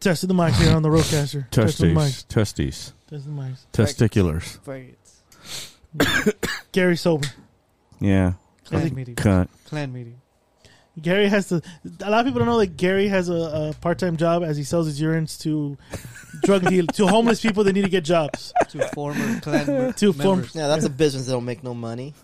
Testing the mics here on the roadcaster. Testing the Testes. mics. Testes. Testing the mics. Testiculars. Faggots. Gary sober. Yeah. Clan think- meeting. Cunt. Clan meeting. Gary has to. A lot of people don't know that Gary has a, a part-time job as he sells his urines to drug deal to homeless people that need to get jobs. To former clan me- To form- members. Yeah, that's a business that'll make no money.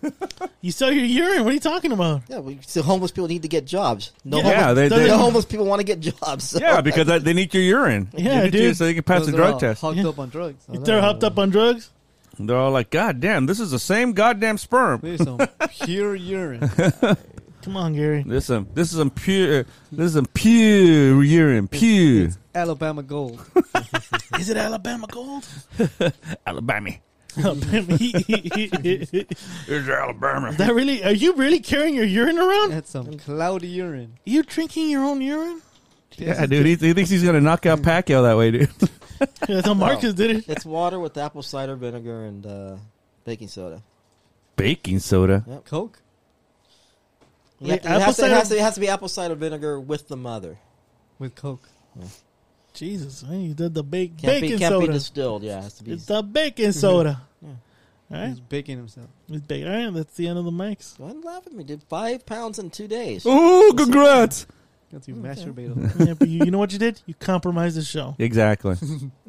You sell your urine. What are you talking about? Yeah, we, so homeless people need to get jobs. No, Yeah. Yeah, homeless, they, Yeah. no they, homeless people want to get jobs. so- yeah, because that, they need your urine. Yeah, They need you dude. So they can pass Those the are all drug test. Hooked Yeah. up on drugs. Oh, If they're hopped up on drugs, They're all like, God damn, this is the same goddamn sperm. There's some pure urine. come on, Gary. This um, this is some pure, this is some pure urine, pure It's Alabama gold. Is it Alabama gold? Alabama. Alabama. He- he- he- he- Here's your Alabama. that really? Are you really carrying your urine around? That's some cloudy urine. You drinking your own urine? Yeah, dude, he, he thinks he's gonna knock out Pacquiao that way, dude. That's how Marcus did it. It's water with apple cider vinegar and uh, baking soda. Baking soda. Coke. You Wait, have to- it, apple has to, it cider- has to- it has to be apple cider vinegar with the mother. With Coke. Jesus, man, you did the bake, Can't baking be, can't soda. be distilled. Yeah, it has to be. it's the Mm-hmm. baking soda. Yeah. All right, He's baking himself. it's bake. All right, that's the end of the mics. Why laugh at me, dude? Five pounds in two days. Ooh, congrats. Got to masturbate on yeah, but you, you know what you did? You compromised the show. Exactly.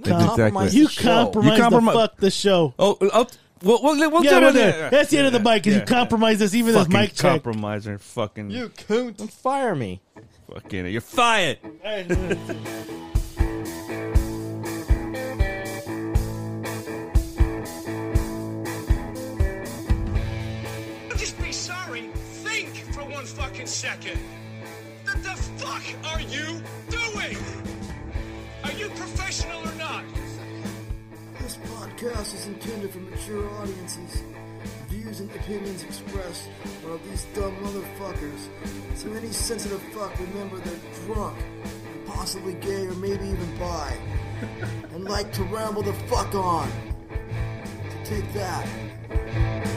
Compromise exactly. You the show. compromised You comprom- the fuck the show. Oh, oh we'll, we'll, we'll Yeah, tell we're him there. that. That's the end of the mic because yeah. you compromised us, even this Fucking mic check. compromiser. Fucking, You coot. Fire me. fucking, you're fired. Just be sorry. Think for one fucking second. What the fuck are you doing? Are you professional or not? This podcast is intended for mature audiences. Views and opinions expressed are of these dumb motherfuckers. So any sensitive fuck remember they're drunk, and possibly gay or maybe even bi, and like to ramble the fuck on. So take that.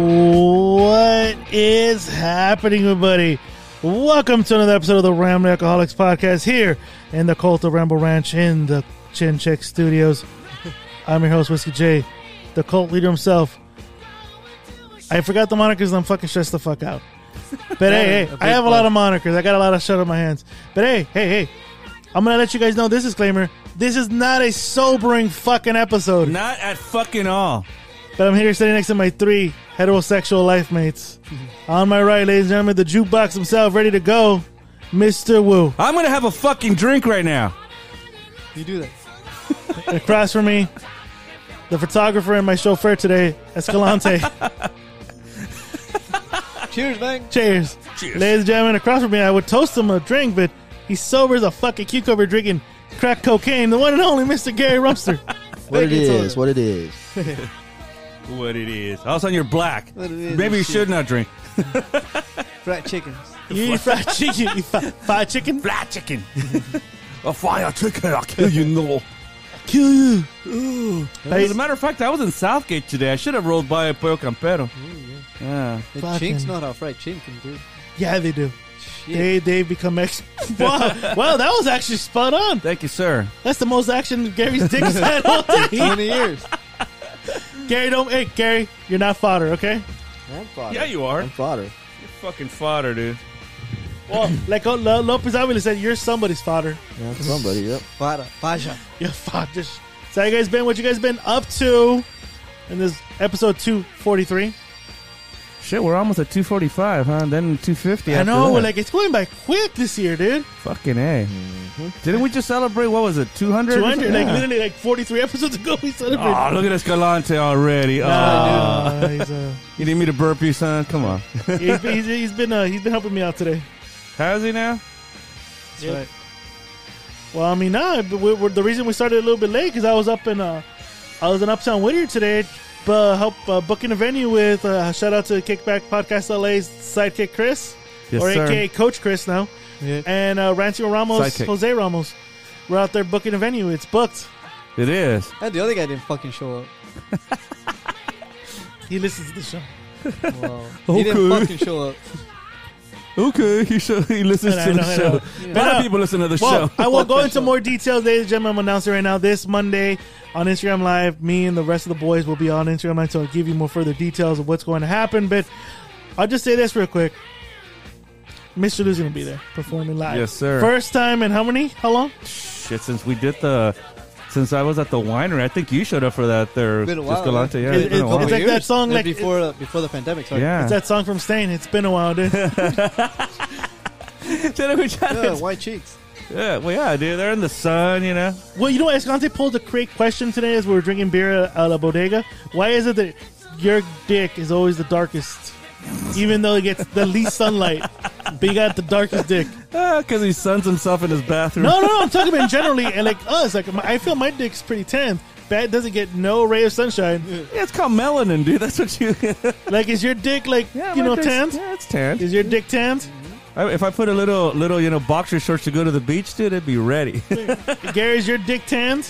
What is happening, everybody? Welcome to another episode of the Ramble Alcoholics Podcast here in the Cult of Ramble Ranch in the Chin Check Studios. I'm your host, Whiskey J, the cult leader himself. I forgot the monikers and I'm fucking stressed the fuck out. But hey, hey, a I big have a lot of monikers. I got a lot of shit on my hands. But hey, hey, hey, I'm going to let you guys know this disclaimer. This is not a sobering fucking episode. Not at fucking all. But I'm here sitting next to my three heterosexual life mates. On my right, ladies and gentlemen, the jukebox himself, ready to go, Mr. Wu. I'm gonna have a fucking drink right now. You do that. Across from me, the photographer and my chauffeur today, Escalante. Cheers, man. Cheers. Cheers. Ladies and gentlemen, across from me, I would toast him a drink, but he's sober as a fucking cucumber drinking crack cocaine, the one and only Mr. Gary Rumster. What it Baking soda. is, what it is. What it is? All of a sudden you're black. What it is, Maybe you shit. should not drink. Fried chickens. You eat fried chicken. You fi- fried chicken? Black chicken. a fire chicken. I'll kill you. No. Kill you. As a matter of fact, I was in Southgate today. I should have rolled by a Pollo Campero. Yeah. The Fucking- chinks not how fried chicken, dude. Yeah, they do. Shit. They, they become ex. wow. wow, that was actually spot on. Thank you, sir. That's the most action Gary's dick has had all day. 20 years. Gary, don't. Hey, Gary, you're not fodder, okay? I'm fodder. Yeah, you are. I'm fodder. You're fucking fodder, dude. Well, like oh, Lo- Lopez Avila said, you're somebody's fodder. Yeah, somebody, yep. Para. Pasha. You're fodder. So, how you guys been? What you guys been up to? In this episode 243. Shit, we're almost at 245, huh? Then 250. I after know, that. we're like, it's going by quick this year, dude. fucking a. Didn't we just celebrate? What was it? 200. 200, like Yeah. literally like 43 episodes ago, we celebrated. Oh, look at Escalante already. Oh, Nah, dude. he's, uh, you need me to burp you, son? Come on. he's, he's, he's been uh, he's been helping me out today. How's he now? That's right. Well, I mean, nah. But we, we're, the reason we started a little bit late because I was up in uh, I was in Uptown Whittier today, uh, help uh, booking a venue with. Uh, shout out to Kickback Podcast LA's sidekick Chris, Yes, or sir. AKA Coach Chris now, Yeah. and uh, Rancio Ramos, Sidekick. Jose Ramos. We're out there booking a venue. It's booked. It is. And the other guy didn't fucking show up. He listens to the show. Wow. He didn't Okay. fucking show up. Okay, he, show, he listens I to know, the I show. know. A But, lot uh, of people listen to the Well, show. I will Fuck go that into show. more details, ladies and gentlemen. I'm announcing right now this Monday on Instagram Live, me and the rest of the boys will be on Instagram Live, so I'll give you more further details of what's going to happen. But I'll just say this real quick. Mr. Lou's gonna be there performing live. Yes, sir. First time in how many? How long? Shit, since we did the, since I was at the winery, I think you showed up for that there, Been a while, Escalante. Yeah, It- it's been a it's- while. it's like that song, Yeah, like- before uh, before the pandemic. Sorry. yeah. It's that song from Stain. It's been a while, dude. Yeah, white cheeks. yeah, well, yeah, dude. They're in the sun, you know. well, you know what? Escante pulled a great question today as we were drinking beer at La Bodega. Why is it that your dick is always the darkest, even though it gets the least sunlight? But you got the darkest dick. Because Ah, he suns himself in his bathroom. No, no, no. I'm talking about generally, and like us, like my, I feel my dick's pretty tan. That doesn't get no ray of sunshine. Yeah, it's called melanin, dude. That's what you. Like, is your dick like yeah, you my know dick's- tanned? Yeah, it's tanned. Is your dick tanned? I, if I put a little, little, you know, boxer shorts to go to the beach, dude, it'd be ready. Gary, is your dick tanned?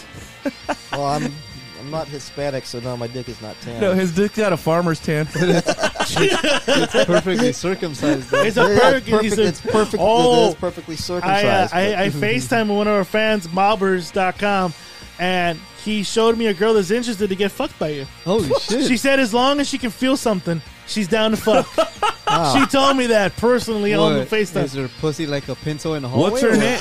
Well, I'm I'm not Hispanic, so no, my dick is not tan. no, his dick's got a farmer's tan. Perfectly circumcised. though. It's a Yeah, perfect. it's perfect. it's a- It's perfect. Oh, it is perfectly I, uh, circumcised. I, but- I FaceTime with one of our fans, mobbers.com, and he showed me a girl that's interested to get fucked by you. Holy shit. She said, as long as she can feel something, she's down to fuck. She told me that personally on the What, Is FaceTime. her pussy like a pinto in a hallway? What's her or- name?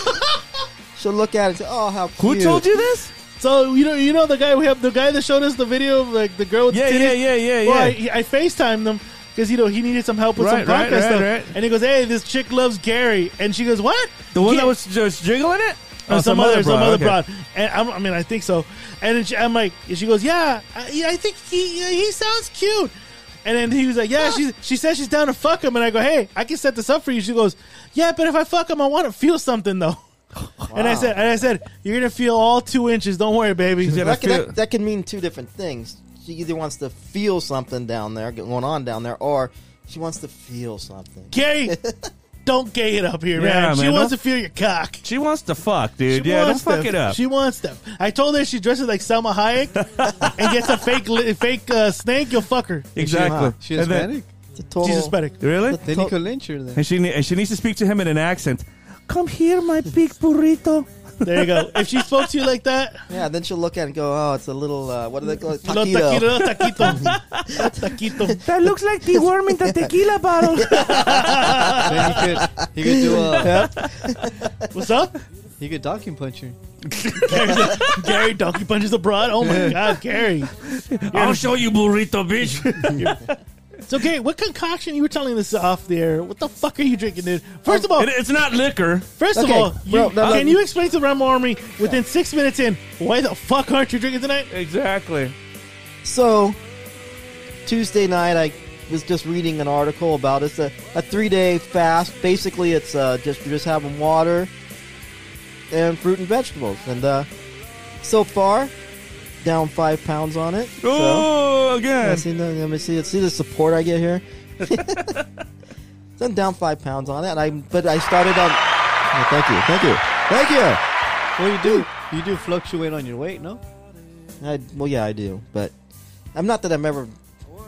She'll look at it. And say, oh, how Who cute. told you this? So you know, you know the guy we have, the guy that showed us the video of like the girl with Yeah, the titties. yeah, yeah, yeah, yeah. Well, I, I FaceTimed them because you know he needed some help with Right, some podcast right, right, stuff, right. and he goes, "Hey, this chick loves Gary," and she goes, "What?" the one Yeah. that was just jiggling it? Oh, Or some, other, some broad, other okay. broad. And I'm, I mean, I think so. And then she, I'm like, she goes, yeah, I, yeah, I think he he sounds cute. And then he was like, yeah, she she says she's down to fuck him. And I go, hey, I can set this up for you. She goes, yeah, but if I fuck him, I want to feel something though. And I said, and I said, you're gonna feel all two inches. Don't worry, baby. She's gonna That, could- feel- that, that can mean two different things. She either wants to feel something down there, going on down there, or she wants to feel something. Gay, don't gay it up here, Yeah, man. She man, wants to don't- feel your cock. She wants to fuck, dude. She yeah, don't wants fuck them. it up. She wants them. I told her she dresses like Selma Hayek and gets a fake li- fake uh, snake. You'll fuck her. exactly. She And then- Hispanic? It's a total, She's Hispanic. Really? They need to lynch her then. And she ne- and she needs to speak to him in an accent. Come here, my big burrito. There you go. If she spoke to you like that, Yeah, then she'll look at it and go, oh, it's a little, uh, what do they call it? lo Taquito. taquito, lo taquito, Lo taquito. That looks like deworming the tequila bottle. then he could he could do a What's up? he could docking punch her. Gary donkey punches abroad. Oh my god, Gary. I'll show you, burrito, bitch. So Gary, what concoction you were telling this off the air? What the fuck are you drinking, dude? First of all, Um, It- it's not liquor. first of Okay, all, bro, you, no, no. can you explain to Ram Army within six minutes in why the fuck aren't you drinking tonight? Exactly. So, Tuesday night, I was just reading an article about it's a, a three day fast. Basically, it's uh, just you're just having water and fruit and vegetables. And uh, so far, down five pounds on it. So, Oh, again. let, see, the- let me see. Let's see the support I get here. so I'm down five pounds on it. And I but I started on. Oh, thank you, thank you, thank you. Well you do you do fluctuate on your weight, no? I, well, yeah, I do, but I'm not that I'm ever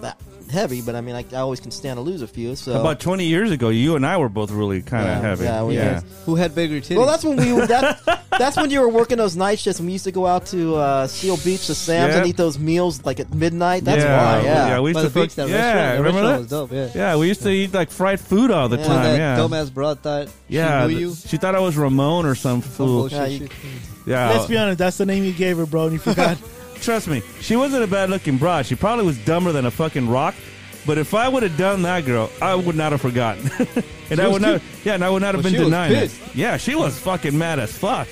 that heavy, but I mean, I, I always can stand to lose a few. So About 20 years ago, you and I were both really kind of Yeah, heavy. yeah, we yeah. did. Who had bigger titties? Well, that's when we that, that's when you were working those night shifts. and We used to go out to uh, Seal Beach to Sam's and Yeah. eat those meals like at midnight. That's why, we- yeah. yeah, we used By to the beach, fuck- that yeah, restaurant, that remember restaurant that? was dope, yeah. Yeah, we used to eat like fried food all the Yeah. When time. that yeah, dumbass broad thought yeah. she knew you. She thought I was Ramon or Oh, some Some fool. bullshit Yeah, you- shit. Yeah, Let's be honest, that's the name you gave her, bro, and you forgot. Trust me, she wasn't a bad looking broad. She probably was dumber than a fucking rock. But if I would have done that girl, I would not have forgotten. and I was would not yeah, and I would not have But been she was denying it. pissed. Yeah, she was fucking mad as fuck.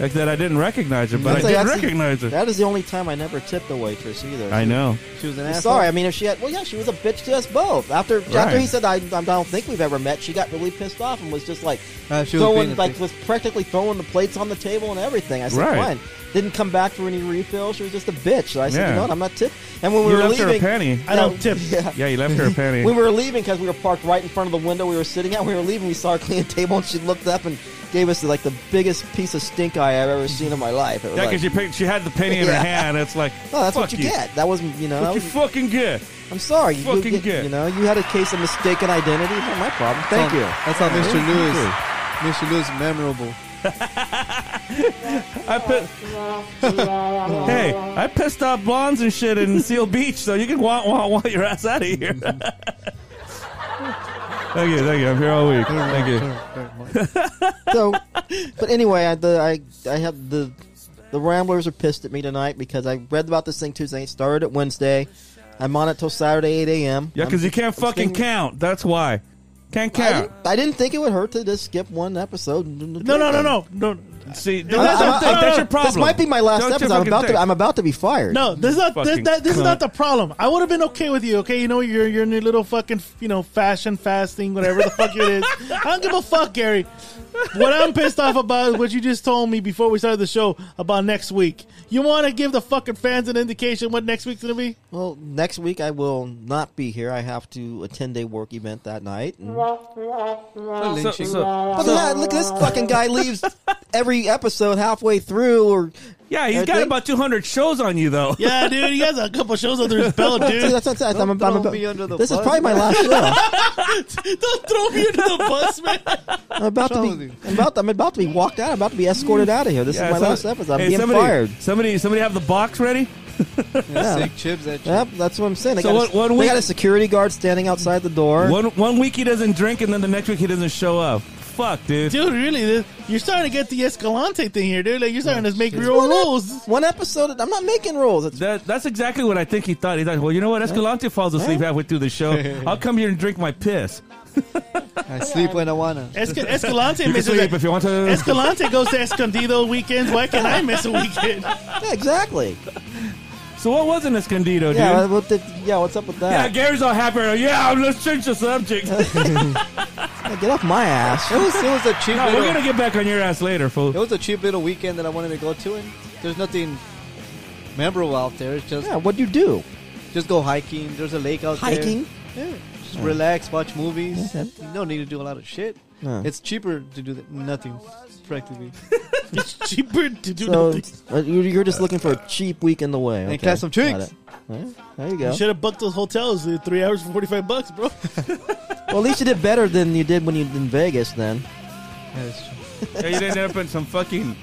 Like that, I didn't recognize her, but That's I like- did that's the- recognize her. That is the only time I never tipped the waitress either. I know. She was an I'm asshole. Sorry, I mean, if she had, well, yeah, she was a bitch to us both. After after Right. he said, I, I don't think we've ever met, she got really pissed off and was just like Uh, she was being throwing, a like, bitch. was practically throwing the plates on the table and everything. I said, Right. fine. Didn't come back for any refill. She was just a bitch. So I said, Yeah. you know what, I'm not tipping. And when we you were left leaving, her a penny. I don't tip. Yeah. Yeah, you left her a penny. We were leaving because we were parked right in front of the window we were sitting at. We were leaving. We saw her clean table, and she looked up and gave us like the biggest piece of stink eye I've ever seen in my life. It was yeah, like, because you picked, she had the penny in Yeah. her hand. It's like, no, that's what fuck you, get. That wasn't, you know, What that you was- fucking get? I'm sorry. You, fucking you, get. you know, you had a case of mistaken identity. Not my problem. Thank That's you. how- That's how Mr. Lou is. Mr. Lou is memorable. I put. hey, I pissed off blondes and shit in Seal Beach, so you can want want want your ass out of here. thank you, thank you. I'm here all week. Thank you. So, but anyway, I, the, I I had the the Ramblers are pissed at me tonight because I read about this thing Tuesday. It started at Wednesday. I'm on it till Saturday 8 a.m. Yeah, because you can't I'm fucking staying- count. That's why. Can't I count. didn't, I didn't think it would hurt to just skip one episode. No, no, no, no, no. See, I'm that's, the not- thing. I'm that's not- your problem. This might be my last Don't you episode. I'm fucking about, think. to, I'm about to be fired. No, this is not this, Fucking that, this is cunt. not the problem. I would have been okay with you, okay? You know, you're you're in your little fucking you know fashion fasting, whatever the fuck it is. I don't give a fuck, Gary. What I'm pissed off about is what you just told me before we started the show about next week. You want to give the fucking fans an indication what next week's gonna be? Well, next week I will not be here. I have to attend a work event that night. And- So- so- so- But yeah, look, this fucking guy leaves every episode halfway through. Or yeah, he's I got think- about 200 shows on you, though. Yeah, dude, he has a couple shows under his belt, See, dude. that's what I'm, I'm, I'm, Don't about- be under the This is bus, probably my last show. Don't throw me into the bus, man. I'm about to What's wrong be. with I'm about, I'm about to be walked out. I'm about to be escorted out of here. This Yeah, is my some- last episode. I'm hey, being somebody, fired. Somebody, somebody have the box ready? Yeah, sick chips that Yep, that's what I'm saying. They, So got, what- a, what they we- got a security guard standing outside the door. One, one week he doesn't drink, and then the next week he doesn't show up. Fuck, dude. Dude, really, this, you're starting to get the Escalante thing here, dude. Like you're starting to make your own One ep- rules. One episode. I'm not making rules. It's That, that's exactly what I think he thought. He thought, well, you know what? Escalante falls asleep halfway through the show. I'll come here and drink my piss. I sleep when I wanna. Esca- Escalante You can makes it sleep if you want to. Escalante goes to Escondido weekends. Why can't I miss a weekend? yeah, exactly. so what was an Escondido, Yeah, dude? what the, yeah. What's up with Yeah, that? Gary's all happy. right now. Yeah, let's change the subject. no, Yeah, get off my ass. It was, it was a cheap we're little. gonna get back on your ass later, fool. It was a cheap little weekend that I wanted to go to, and there's nothing memorable out there. It's just Yeah, what'd you do? just go hiking. There's a lake out Hiking? there. Yeah, just relax, watch movies. Okay. You don't need to do a lot of shit. No. It's cheaper to do that. Nothing, practically. It's cheaper to do So nothing. uh, you- you're just looking for a cheap weekend away. Okay. And catch some Got chicks. it. Alright, There you go. You should have booked those hotels. uh, Three hours for forty-five bucks, bro. Well, at least you did better than you did when you in Vegas. Then Yeah, it's true. yeah, you didn't end up in some fucking,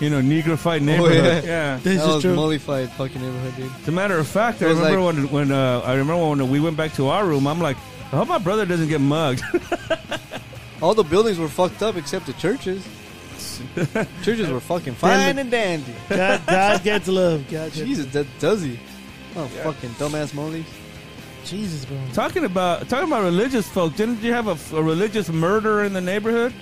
you know, Negrofied neighborhood. Oh, yeah. This that is was true. mollified fucking neighborhood, dude. As a matter of fact, I It was remember when when uh, I remember when we went back to our room. I'm like, I hope my brother doesn't get mugged. All the buildings were fucked up except the churches. churches were fucking fine and dandy. God, God gets love. God gets Jesus, that does he? Oh, fucking dumbass molly. Jesus, bro. talking about talking about religious folk, didn't you have a, f- a religious murder in the neighborhood?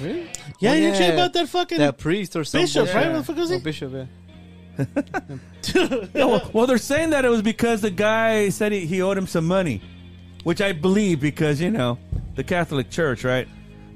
Really? Yeah, Oh, you didn't check about that fucking. That priest or something. Bishop, right? What the fuck was he? Oh, bishop, yeah. Yeah, well, well, they're saying that it was because the guy said he, he owed him some money, which I believe because you know the Catholic Church, right?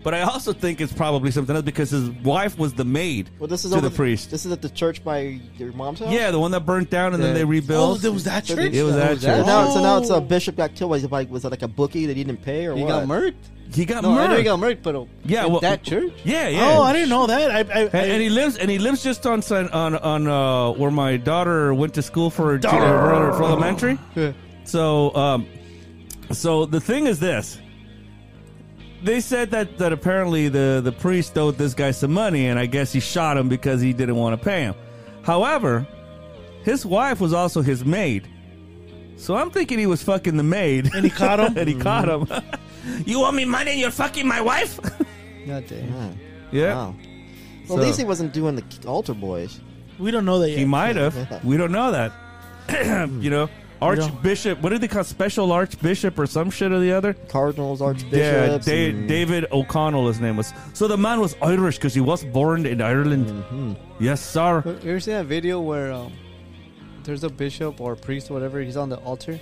But I also think it's probably something else because his wife was the maid well, this is to over the priest. This is at the church by your mom's house. yeah, the one that burnt down and then Yeah. they oh, rebuilt. there was that So church. it was Oh, that So church. now, so now it's a bishop got killed. Was it like was it like a bookie that he didn't pay or He what? got murked? He Oh. got No, I know murdered. he got murked, but oh, yeah, in well- that church? Yeah, yeah. Oh, I didn't know that. I, I, I, And, and he lives, and he lives just on San- on on uh, where my daughter went to school for, uh, for, for elementary. Yeah. So, um, so the thing is this: they said that that apparently the the priest owed this guy some money, and I guess he shot him because he didn't want to pay him. However, his wife was also his maid, so I'm thinking he was fucking the maid, and he caught him. and he caught him. you owe me money, and you're fucking my wife. Not damn. Oh, yeah, wow. So- Well, at least he wasn't doing the altar boys. We don't know that yet. He might have. We don't know that. you know, Archbishop. What did they call special archbishop or some shit or the other? Cardinals, Yeah, archbishops. Da- and- David O'Connell. His name was. So the man was Irish because he was born in Ireland. Yes, sir. You ever seen that video where um, there's a bishop or priest or whatever? He's on the altar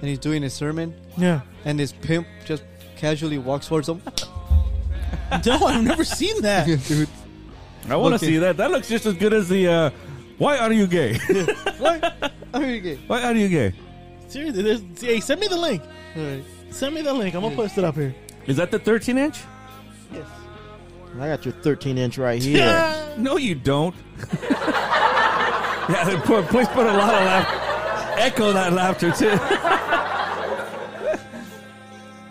and he's doing his sermon, Yeah. and this pimp just casually walks towards him. No, I've never seen that. Dude, I want to Okay. see that. That looks just as good as the. Uh, why are you gay? what? Are you gay? why are you gay? Seriously, there's, hey, send me the link. All right. Send me the link. I'm gonna post it up here. Is that the 13 inch? I got your 13 inch right here. No, you don't. yeah, they put, please put a lot of laugh. Echo that laughter too.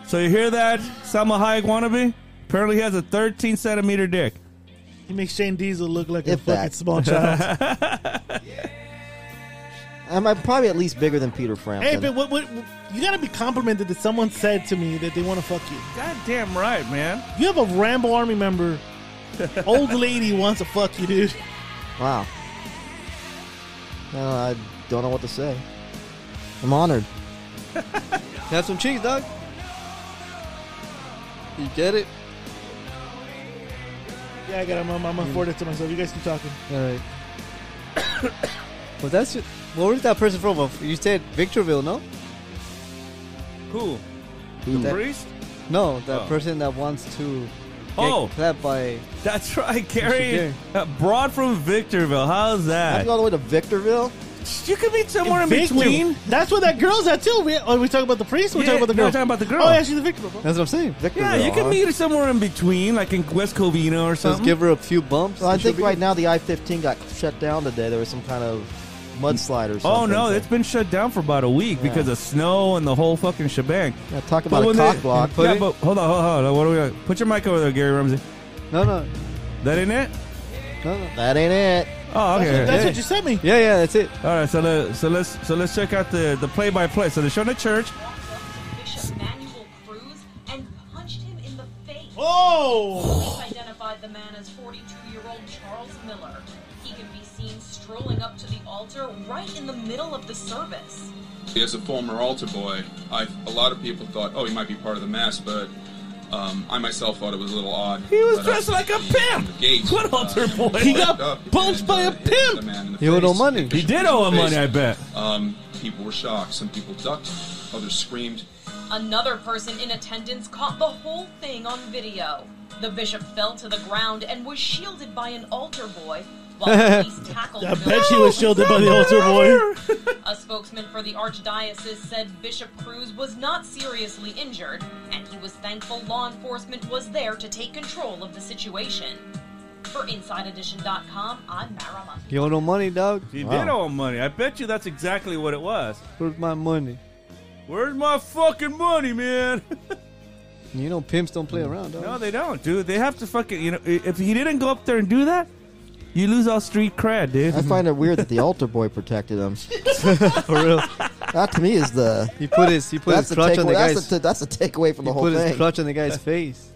so you hear that, Salma Hayek wannabe? Apparently, he has a 13 centimeter dick. He makes Shane Diesel look like a If fucking that. small child. I'm, I'm probably at least bigger than Peter Frampton. hey, but what, what, you gotta be complimented that someone said to me that they want to fuck you. God damn right, man. You have a Rambo Army member. Old lady wants to fuck you, dude. Wow. Uh, I don't know what to say. I'm honored. You have some cheese, dog. You get it? Yeah, I got. I'm, I'm, I'm gonna forward it to myself. You guys keep talking. All right. well, that's it. Where is that person from? You said Victorville, no? Who? Who? The priest? No, that Oh. person that wants to get Oh. clapped by. That's right, Gary. Gary. Uh, brought from Victorville. How's I have to that? go all the way to Victorville. You could be somewhere in Victor- between. That's where that girl's at too. We, oh, we talking about the priest. We're Yeah, talking about the no, girl. we're talking about the girl. Oh, yeah, she's the victim. bro. That's what I'm saying. Victorville. Yeah, you huh? can meet her somewhere in between, like in West Covina or Just something. give her a few bumps. Well, I and she'll think be right now the I-15 got shut down today. There was some kind of mudslide or something. Oh no, So- it's been shut down for about a week because of snow and the whole fucking shebang. Yeah, talk about a when cock they- block. yeah, it- but hold on, hold on, hold on. What are we? Gonna, put your mic over there, Gary Ramsey. good. No, no, That ain't it? no, no. That ain't it. Oh, okay. That's Yeah. what you sent me. Yeah, yeah, that's it. All right, so let, so let's so let's check out the the play by play. So they're showing the church. Bishop Manuel Cruz and punched him in the face. Oh, Police identified the man as 42-year-old Charles Miller. He can be seen strolling up to the altar right in the middle of the service. As a former altar boy, I, a lot of people thought, oh, he might be part of the mass, but um, I myself thought it was a little odd. He was But, uh, dressed like a pimp. Gates, What altar boy? He got up and, punched by a uh, hit the pimp. man in the He owed face. him money. He did owe him money, I bet. Um, people were shocked. Some people ducked. Others screamed. Another person in attendance caught the whole thing on video. The bishop fell to the ground and was shielded by an altar boy while police tackled Oh! I Miller. bet she was shielded by the altar boy. A spokesman for the Archdiocese said Bishop Cruz was not seriously injured, and he was thankful law enforcement was there to take control of the situation. For InsideEdition.com, I'm Mara Monkey. You owe no money, dog. He Wow. did owe him money. I bet you that's exactly what it was. Where's my money? Where's my fucking money, man? You know, pimps don't Mm. play around, dog. No, they don't, dude. They have to fucking, you know, i- if he didn't go up there and do that, you lose all street cred, dude. I find it weird that the altar boy protected him. for real. That to me is the He put his he put that's his the crutch on the takeaway. That's guy's. the, that's the takeaway from he the whole put his thing. crutch on the guy's face.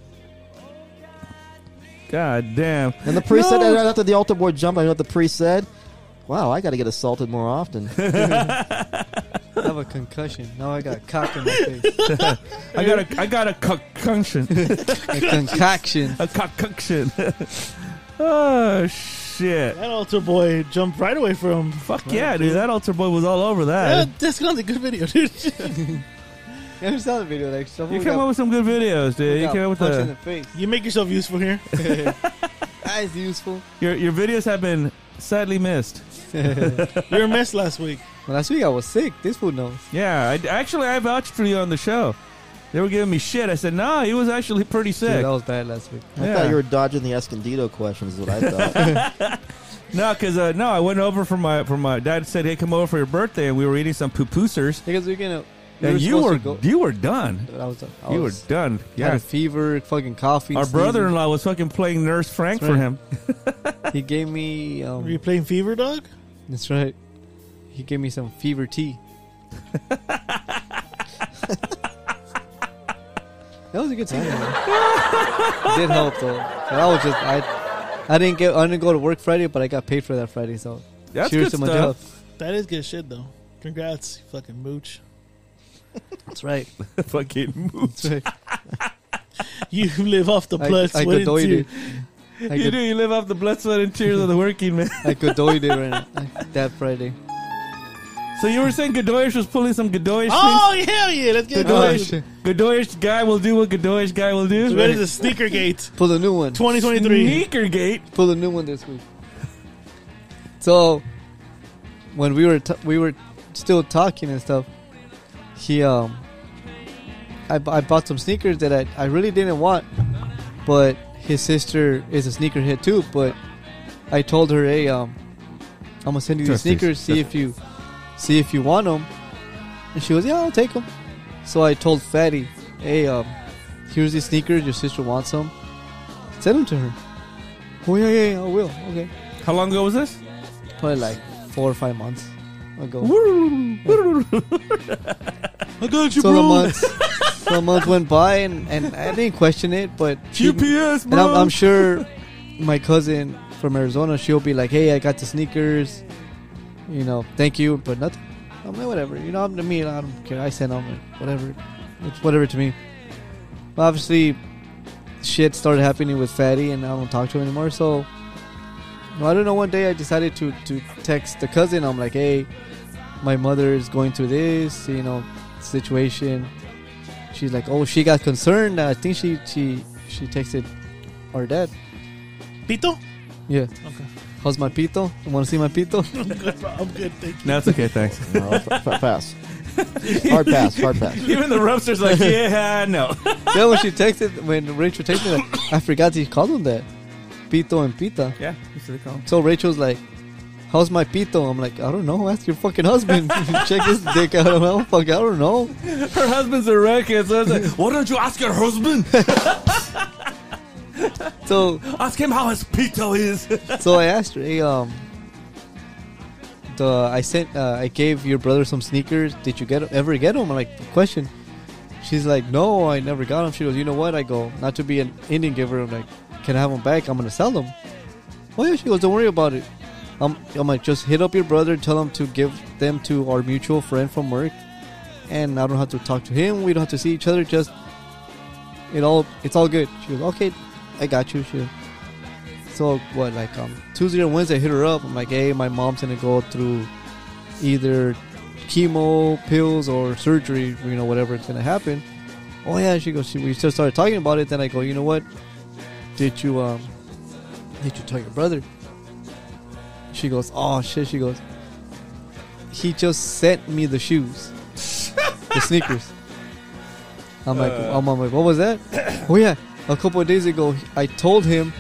God damn. And the priest said, No. and right after the altar boy jumped, I know what the priest said. Wow, I got to get assaulted more often. I have a concussion. Now I got cock in my face. I got a, I got a concoction. A concoction. a concoction. oh, shit. That altar boy jumped right away from. Fuck yeah, dude. That altar boy was all over that. that's gonna be a good video, dude. You ever saw the video? Like someone You came up with some good videos, dude. You came up with punch in the, the face. you make yourself useful here. That is useful. your, your videos have been sadly missed. You were a mess last week. Well, last week I was sick. This fool knows. Yeah, I, actually, I vouched for you on the show. They were giving me shit. I said, nah, he was actually pretty Dude, sick. that was bad last week. I Yeah. thought you were dodging the Escondido questions, is what I thought. No, because uh, no, I went over for my for my dad said, "Hey, come over for your birthday," and we were eating some poo-poosers. Because we're gonna. we and you supposed to were go- you were done. I was. I You were was, done. Had Yeah, a fever, fucking coffee. our sneezing. brother-in-law was fucking playing Nurse Frank That's for right. him. He gave me. Were you Um, playing Fever Dog? that's right. He gave me some fever tea. that was a good time. Man. did help though. But I was just I. I didn't get. I didn't go to work Friday, but I got paid for that Friday. So That's cheers good to my stuff. job. That is good shit, though. Congrats, you fucking mooch. That's right. Fucking moves. You live off the I- blood, I sweat, and could tears. it. I You could, do. You live off the blood, sweat, and tears of the working man. I could do it right now. Like That Friday. So you were saying Godoyish was pulling some Godoyish Oh hell yeah! Let's get Oh, going. shit. things? Godoyish guy will do what Godoyish guy will do. So that is a sneaker gate. Pull a new one. 2023. Sneaker gate. Pull a new one this week. So, when we were t- we were still talking and stuff, he um, I, bu- I bought some sneakers that I, I really didn't want, but his sister is a sneakerhead too. But I told her, hey, um, I'm gonna send you Trust these these. sneakers. See if you see if you want them. And she goes, yeah, I'll take them. So I told Fatty, hey, um, here's these sneakers. Your sister wants them. Send them to her. Oh yeah, yeah, yeah, I will. Okay, How long ago was this? probably like four or five months ago. I got you, so the bro. months, so the months went by, and, and I didn't question it, but she- UPS, and bro. I'm, I'm sure my cousin from Arizona, she'll be like, "Hey, I got the sneakers, you know, thank you," but nothing. I'm like, whatever, you know, I'm to me, I don't care. I send them, whatever, it's whatever to me. But obviously, shit started happening with Fatty, and I don't talk to him anymore. So, well, I don't know. One day, I decided to to text the cousin. I'm like, "Hey, my mother is going through this, you know, situation." She's like, "Oh, she got concerned." I think she she she texted our dad. Pito? Yeah. Okay. How's my pito? You want to see my pito? I'm good, bro. I'm good. Thank you. no, it's okay. Thanks. No, f- f- pass. Hard pass. Hard pass. Even the roaster's like, yeah, no. yeah, when she texted, when Rachel texted, like, I forgot she called him that. Pito and pita. Yeah, you should have called. So Rachel's like, How's my pito? I'm like, I don't know. Ask your fucking husband. Check this dick out. I'm like, fuck, I don't know. Her husband's a wreckhead, so I was like, why don't you ask your husband? So ask him how his pito is. so I asked her, hey, um, the I sent, uh, I gave your brother some sneakers. Did you get ever get them? I'm like, question. She's like, no, I never got them. She goes, you know what? I go, not to be an Indian giver. I'm like, can I have them back? I'm gonna sell them. Oh yeah, she goes, don't worry about it. I'm, I'm like, just hit up your brother, tell him to give them to our mutual friend from work, and I don't have to talk to him. We don't have to see each other. Just it all, it's all good. She goes, okay, I got you. She goes, so what, like um Tuesday or Wednesday, I hit her up. I'm like, hey, my mom's gonna go through either chemo, pills, or surgery. You know, whatever it's gonna happen. Oh yeah, she goes. She, we just started talking about it. Then I go, you know what? Did you um did you tell your brother? She goes, oh shit. She goes, he just sent me the shoes, the sneakers. I'm like, I'm, I'm like, what was that? oh yeah, a couple of days ago, I told him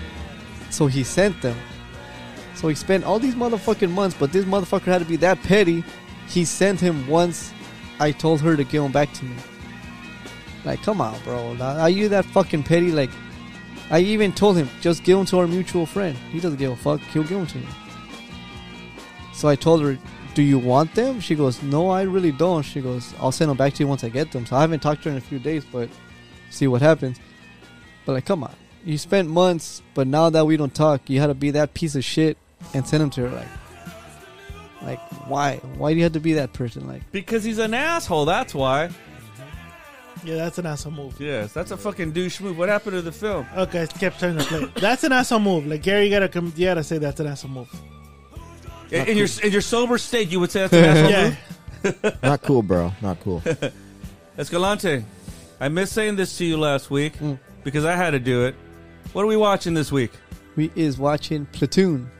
so he sent them. So he spent all these motherfucking months, but this motherfucker had to be that petty. He sent him once. I told her to give him back to me. Like, come on, bro. Are you that fucking petty? Like, I even told him, just give him to our mutual friend. He doesn't give a fuck. He'll give them to me. So I told her, do you want them? She goes, no, I really don't. She goes, I'll send them back to you once I get them. So I haven't talked to her in a few days, but see what happens. But like, come on, you spent months, but now that we don't talk, you had to be that piece of shit and send him to her. Like, like why? Why do you have to be that person? Like, because he's an asshole, that's why. Yeah, that's an asshole move. Yes, that's a fucking douche move. What happened to the film? Okay, I kept trying to play. That's an asshole move. Like Gary, you gotta come. You gotta say that's an asshole move. In, in your in your sober state, you would say that's an asshole Yeah, move? Not cool, bro. Not cool. Escalante, I missed saying this to you last week because I had to do it. What are we watching this week? we is watching Platoon.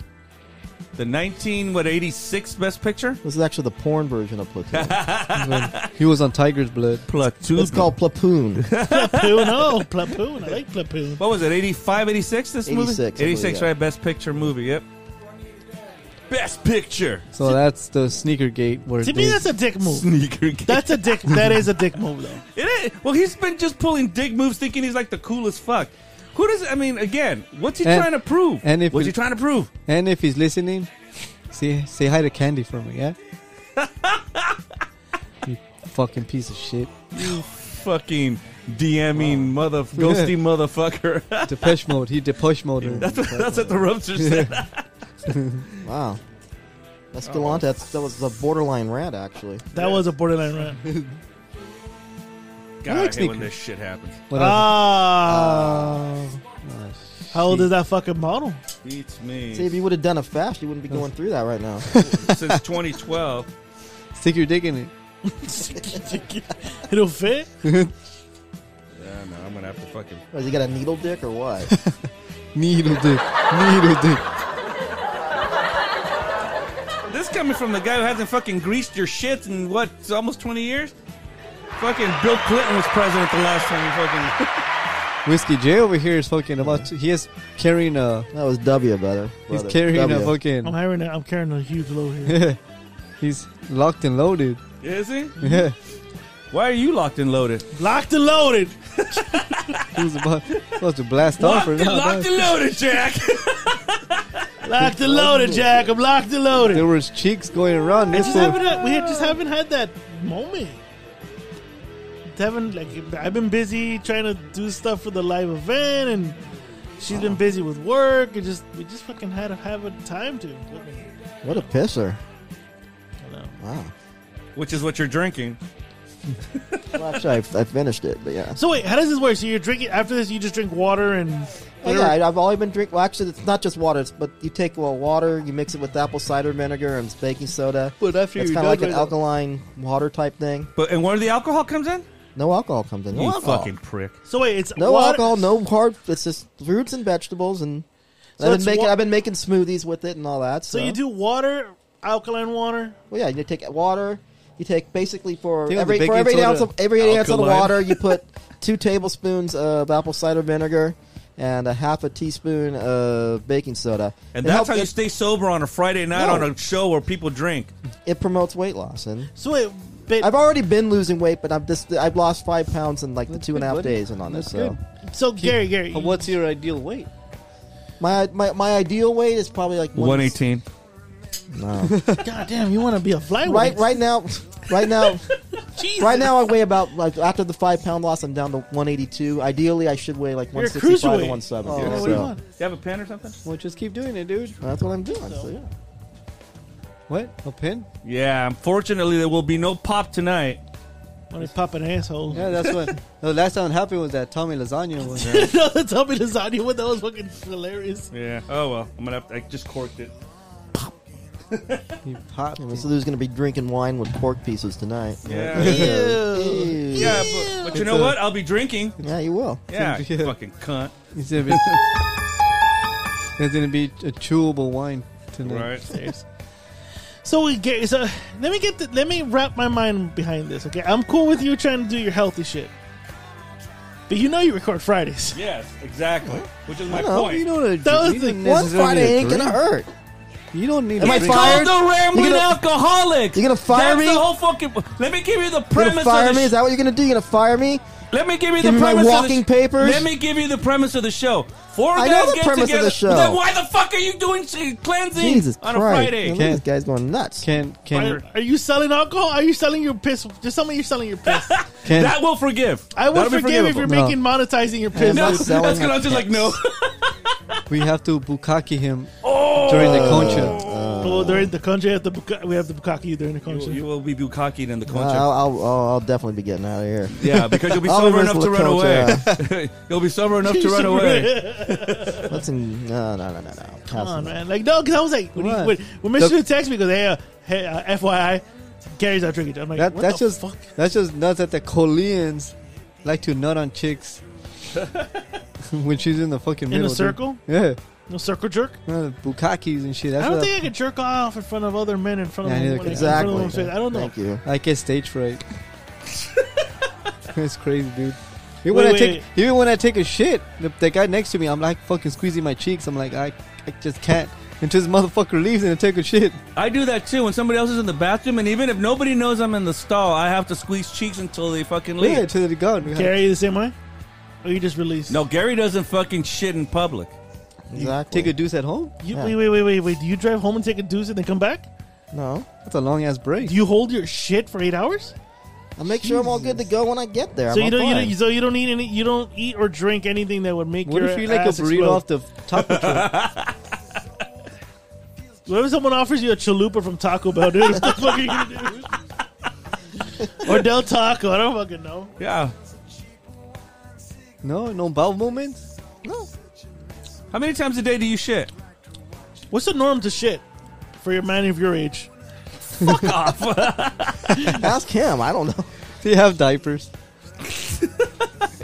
The 19, what, 86 Best Picture? This is actually the porn version of Platoon. He was on Tiger's Blood. Platoon. It's called Platoon. platoon. Oh, platoon. I like platoon. What was it, 85, 86 this movie? 86, I 86, believe, yeah. right? Best Picture movie, yep. Best Picture! So that's the sneaker gate where To me, they- that's a dick move. Sneaker game. That's a dick. That is a dick move, though. It is. Well, he's been just pulling dick moves, thinking he's like the coolest fuck. Who does? I mean, again, what's he And- trying to prove? and if what's we- he trying to prove? and if he's listening, say say hi to Candy for me, yeah. you fucking piece of shit. Fucking DMing mother, ghosty motherfucker. Depeche Mode. He Depeche Mode. that's what, that's what the roaster said. Wow. Oh, Escalante, that's, that was a borderline rant, actually. That was a borderline rant. God, I, like hate sneakers. when this shit happens. Whatever. Ah. How old is that fucking model? Beats me. See, if you would have done it fast, you wouldn't be going through that right now. Since 2012, Stick your dick in it. It'll fit. yeah, no, I'm gonna have to fucking. Has he got a needle dick or what? Needle dick. Needle dick. This coming from the guy who hasn't fucking greased your shit in what almost 20 years. Fucking Bill Clinton was president the last time he fucking. Whiskey J over here is fucking about. He is carrying a. That was W better. He's brother. carrying a W. I'm Oh fucking. hiring. A, I'm carrying a huge load here. he's locked and loaded. Is he? Yeah. Why are you locked and loaded? Locked and loaded. He's about, about to blast off or locked and, locked not. and loaded, Jack. Locked and loaded, Jack. I'm locked and loaded. There was cheeks going around. I This just fool- haven't. Had, we had- just haven't had that moment. Just Haven't like I've been busy trying to do stuff for the live event, and she's been busy with work. And just we just fucking had to have a time to. What a pisser. I know. Wow. Which is what you're drinking. Well, actually, I, I finished it, but yeah. So wait, how does this work? So you're drinking after this? You just drink water and Oh, yeah, I- I've always been drinking. Well, actually, it's not just water, it's, but you take well, water, you mix it with apple cider vinegar and baking soda. But after It's you're kind of done like with an it- alkaline water type thing. But and where the alcohol comes in? No alcohol comes in. No you alcohol. fucking prick. so wait, it's no water- alcohol, no hard. It's just fruits and vegetables, and So I've it's been making. wa- I've been making smoothies with it and all that. So, So you do water, alkaline water. Well, yeah, you take water. You take basically for Think of the every for baking every soda. ounce of every ounce of Alkaline. water, you put two tablespoons of apple cider vinegar and a half a teaspoon of baking soda. And It that's help- how you it- stay sober on a Friday night No. on a show where people drink. it promotes weight loss. And So wait, but I've already been losing weight, but I've just I've lost five pounds in like the That's two and a good, half buddy. days and on this. That's So good. so Gary, Gary, But What's your ideal weight? my, my my ideal weight is probably like one- No. God damn, you want to be a flyweight? right right now, right now. Jesus. Right now, I weigh about like after the five pound loss, I'm down to 182. Ideally, I should weigh like You're a 165 to cruiserweight. 170. Oh, what so. do you want? you have a pen or something? Well, just keep doing it, dude. That's what I'm doing. So yeah, What? A pin? Yeah. Unfortunately, there will be no pop tonight. Want to pop an asshole? Yeah, that's what. the last time it happened was that Tommy Lasagna was. no, the Tommy lasagna one that was fucking hilarious. Yeah. Oh well. I'm gonna. Have to, I just corked it. He popped. Yeah, so there's gonna be drinking wine with pork pieces tonight. Yeah. Ew. Yeah. But, but you It's know a- what? I'll be drinking. Yeah, you will. Yeah. you yeah. Fucking cunt. It's gonna be, it's gonna be a chewable wine tonight. Right. So we get so let me get the, let me wrap my mind behind this. Okay, I'm cool with you trying to do your healthy shit, but you know you record Fridays. yes. Exactly. Which is my I know, point. Oh, You don't. That was you the don't One necessarily Friday ain't gonna drink. hurt. You don't need. Am to I drink. fired? Called the rambling You gonna- alcoholics. You gonna fire That's me? the whole fucking. Let me give you the You premise. gonna fire of the me? sh- Is that what you're gonna do? You gonna fire me? Let me give you the Give me my premise. walking of the papers. Let me give you the premise of the show. Four guys I know the get premise of the together. show. Then why the fuck are you doing sh- cleansing Jesus on Christ! a Friday? Man, look Can't- at this guy's going nuts. Are, Can can are you selling alcohol? Are you selling your piss? Just tell me you're selling your piss. can. That will forgive. I will That'll be forgive if forgivable. you're No. making monetizing your piss. No. No, I'm selling that's good. my I'm just like no. we have to bukkake him during the concha. Well, during the country, we have the buka- we have the bukaki during the country. you will be bukkake in the Uh, concha. I'll, I'll, I'll, I'll definitely be getting out of here. yeah, because you'll be I'll sober miss enough to run away. you'll be sober enough to run away. Listen, no, no, no, no, no. Come on, man. Like, no, because I was like, when, he, What? when, when Mr. texted me, he goes, hey, uh, hey uh, FYI, Gary's out drinking. I'm like, That, what that's the just fuck? that's just nuts that the Koreans like to nut on chicks when she's in the fucking In middle a dude. circle? Yeah, No circle jerk? uh, bukkakis and shit. That's I don't what think I could jerk off in front of other men in front Yeah, of neither them. when can I- in front of Exactly. them face. I don't know. Thank you. I get stage fright. That's crazy, dude. Wait, Even when wait, I take, wait. even when I take a shit, the, the guy next to me, I'm like fucking squeezing my cheeks. I'm like, I, I just can't. Until this motherfucker leaves and I take a shit. I do that too when somebody else is in the bathroom, and even if nobody knows I'm in the stall, I have to squeeze cheeks until they fucking leave. Yeah, until they're gone. We have- Gary, you the same way? Or you just released? No, Gary doesn't fucking shit in public. Exactly. Take a deuce at home. You, Yeah. Wait, wait, wait, wait, wait. Do you drive home and take a deuce and then come back? no. That's a long ass break. Do you hold your shit for eight hours? I'll make sure I'm all good to go when I get there. So I'm you all don't, you fine. don't, so you don't eat any, you don't eat or drink anything that would make what your if you like a ass burrito explode? off the top of Whenever someone offers you a chalupa from Taco Bell, dude, what the fuck are you gonna do? or Del Taco, I don't fucking know. Yeah. No, no bowel movements. How many times a day do you shit? What's the norm to shit for your man of your age? Ask him. I don't know. Do you have diapers?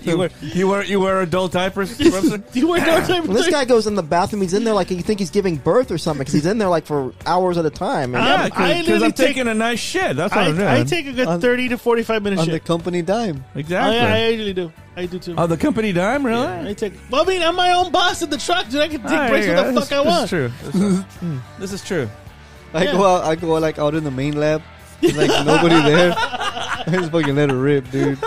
You wear you wear you wear adult diapers. Robson? Do you wear Del Taco? When this guy goes in the bathroom, he's in there like you think he's giving birth or something because he's in there like for hours at a time. And Ah. yeah, I because literally I'm take- taking a nice shit. That's what I, am doing. I, I take a good On- thirty to forty-five minute On the shit. company dime. Oh, exactly. yeah, I usually do. I do too. Oh, the company dime, really? I take. Well, I mean, I'm my own boss at the truck, dude. I can take All right, breaks yeah, what the this- fuck I want. This is true. this is true. I Yeah. go out. I go like out in the main lab. There's like nobody there. I just fucking let it rip, dude.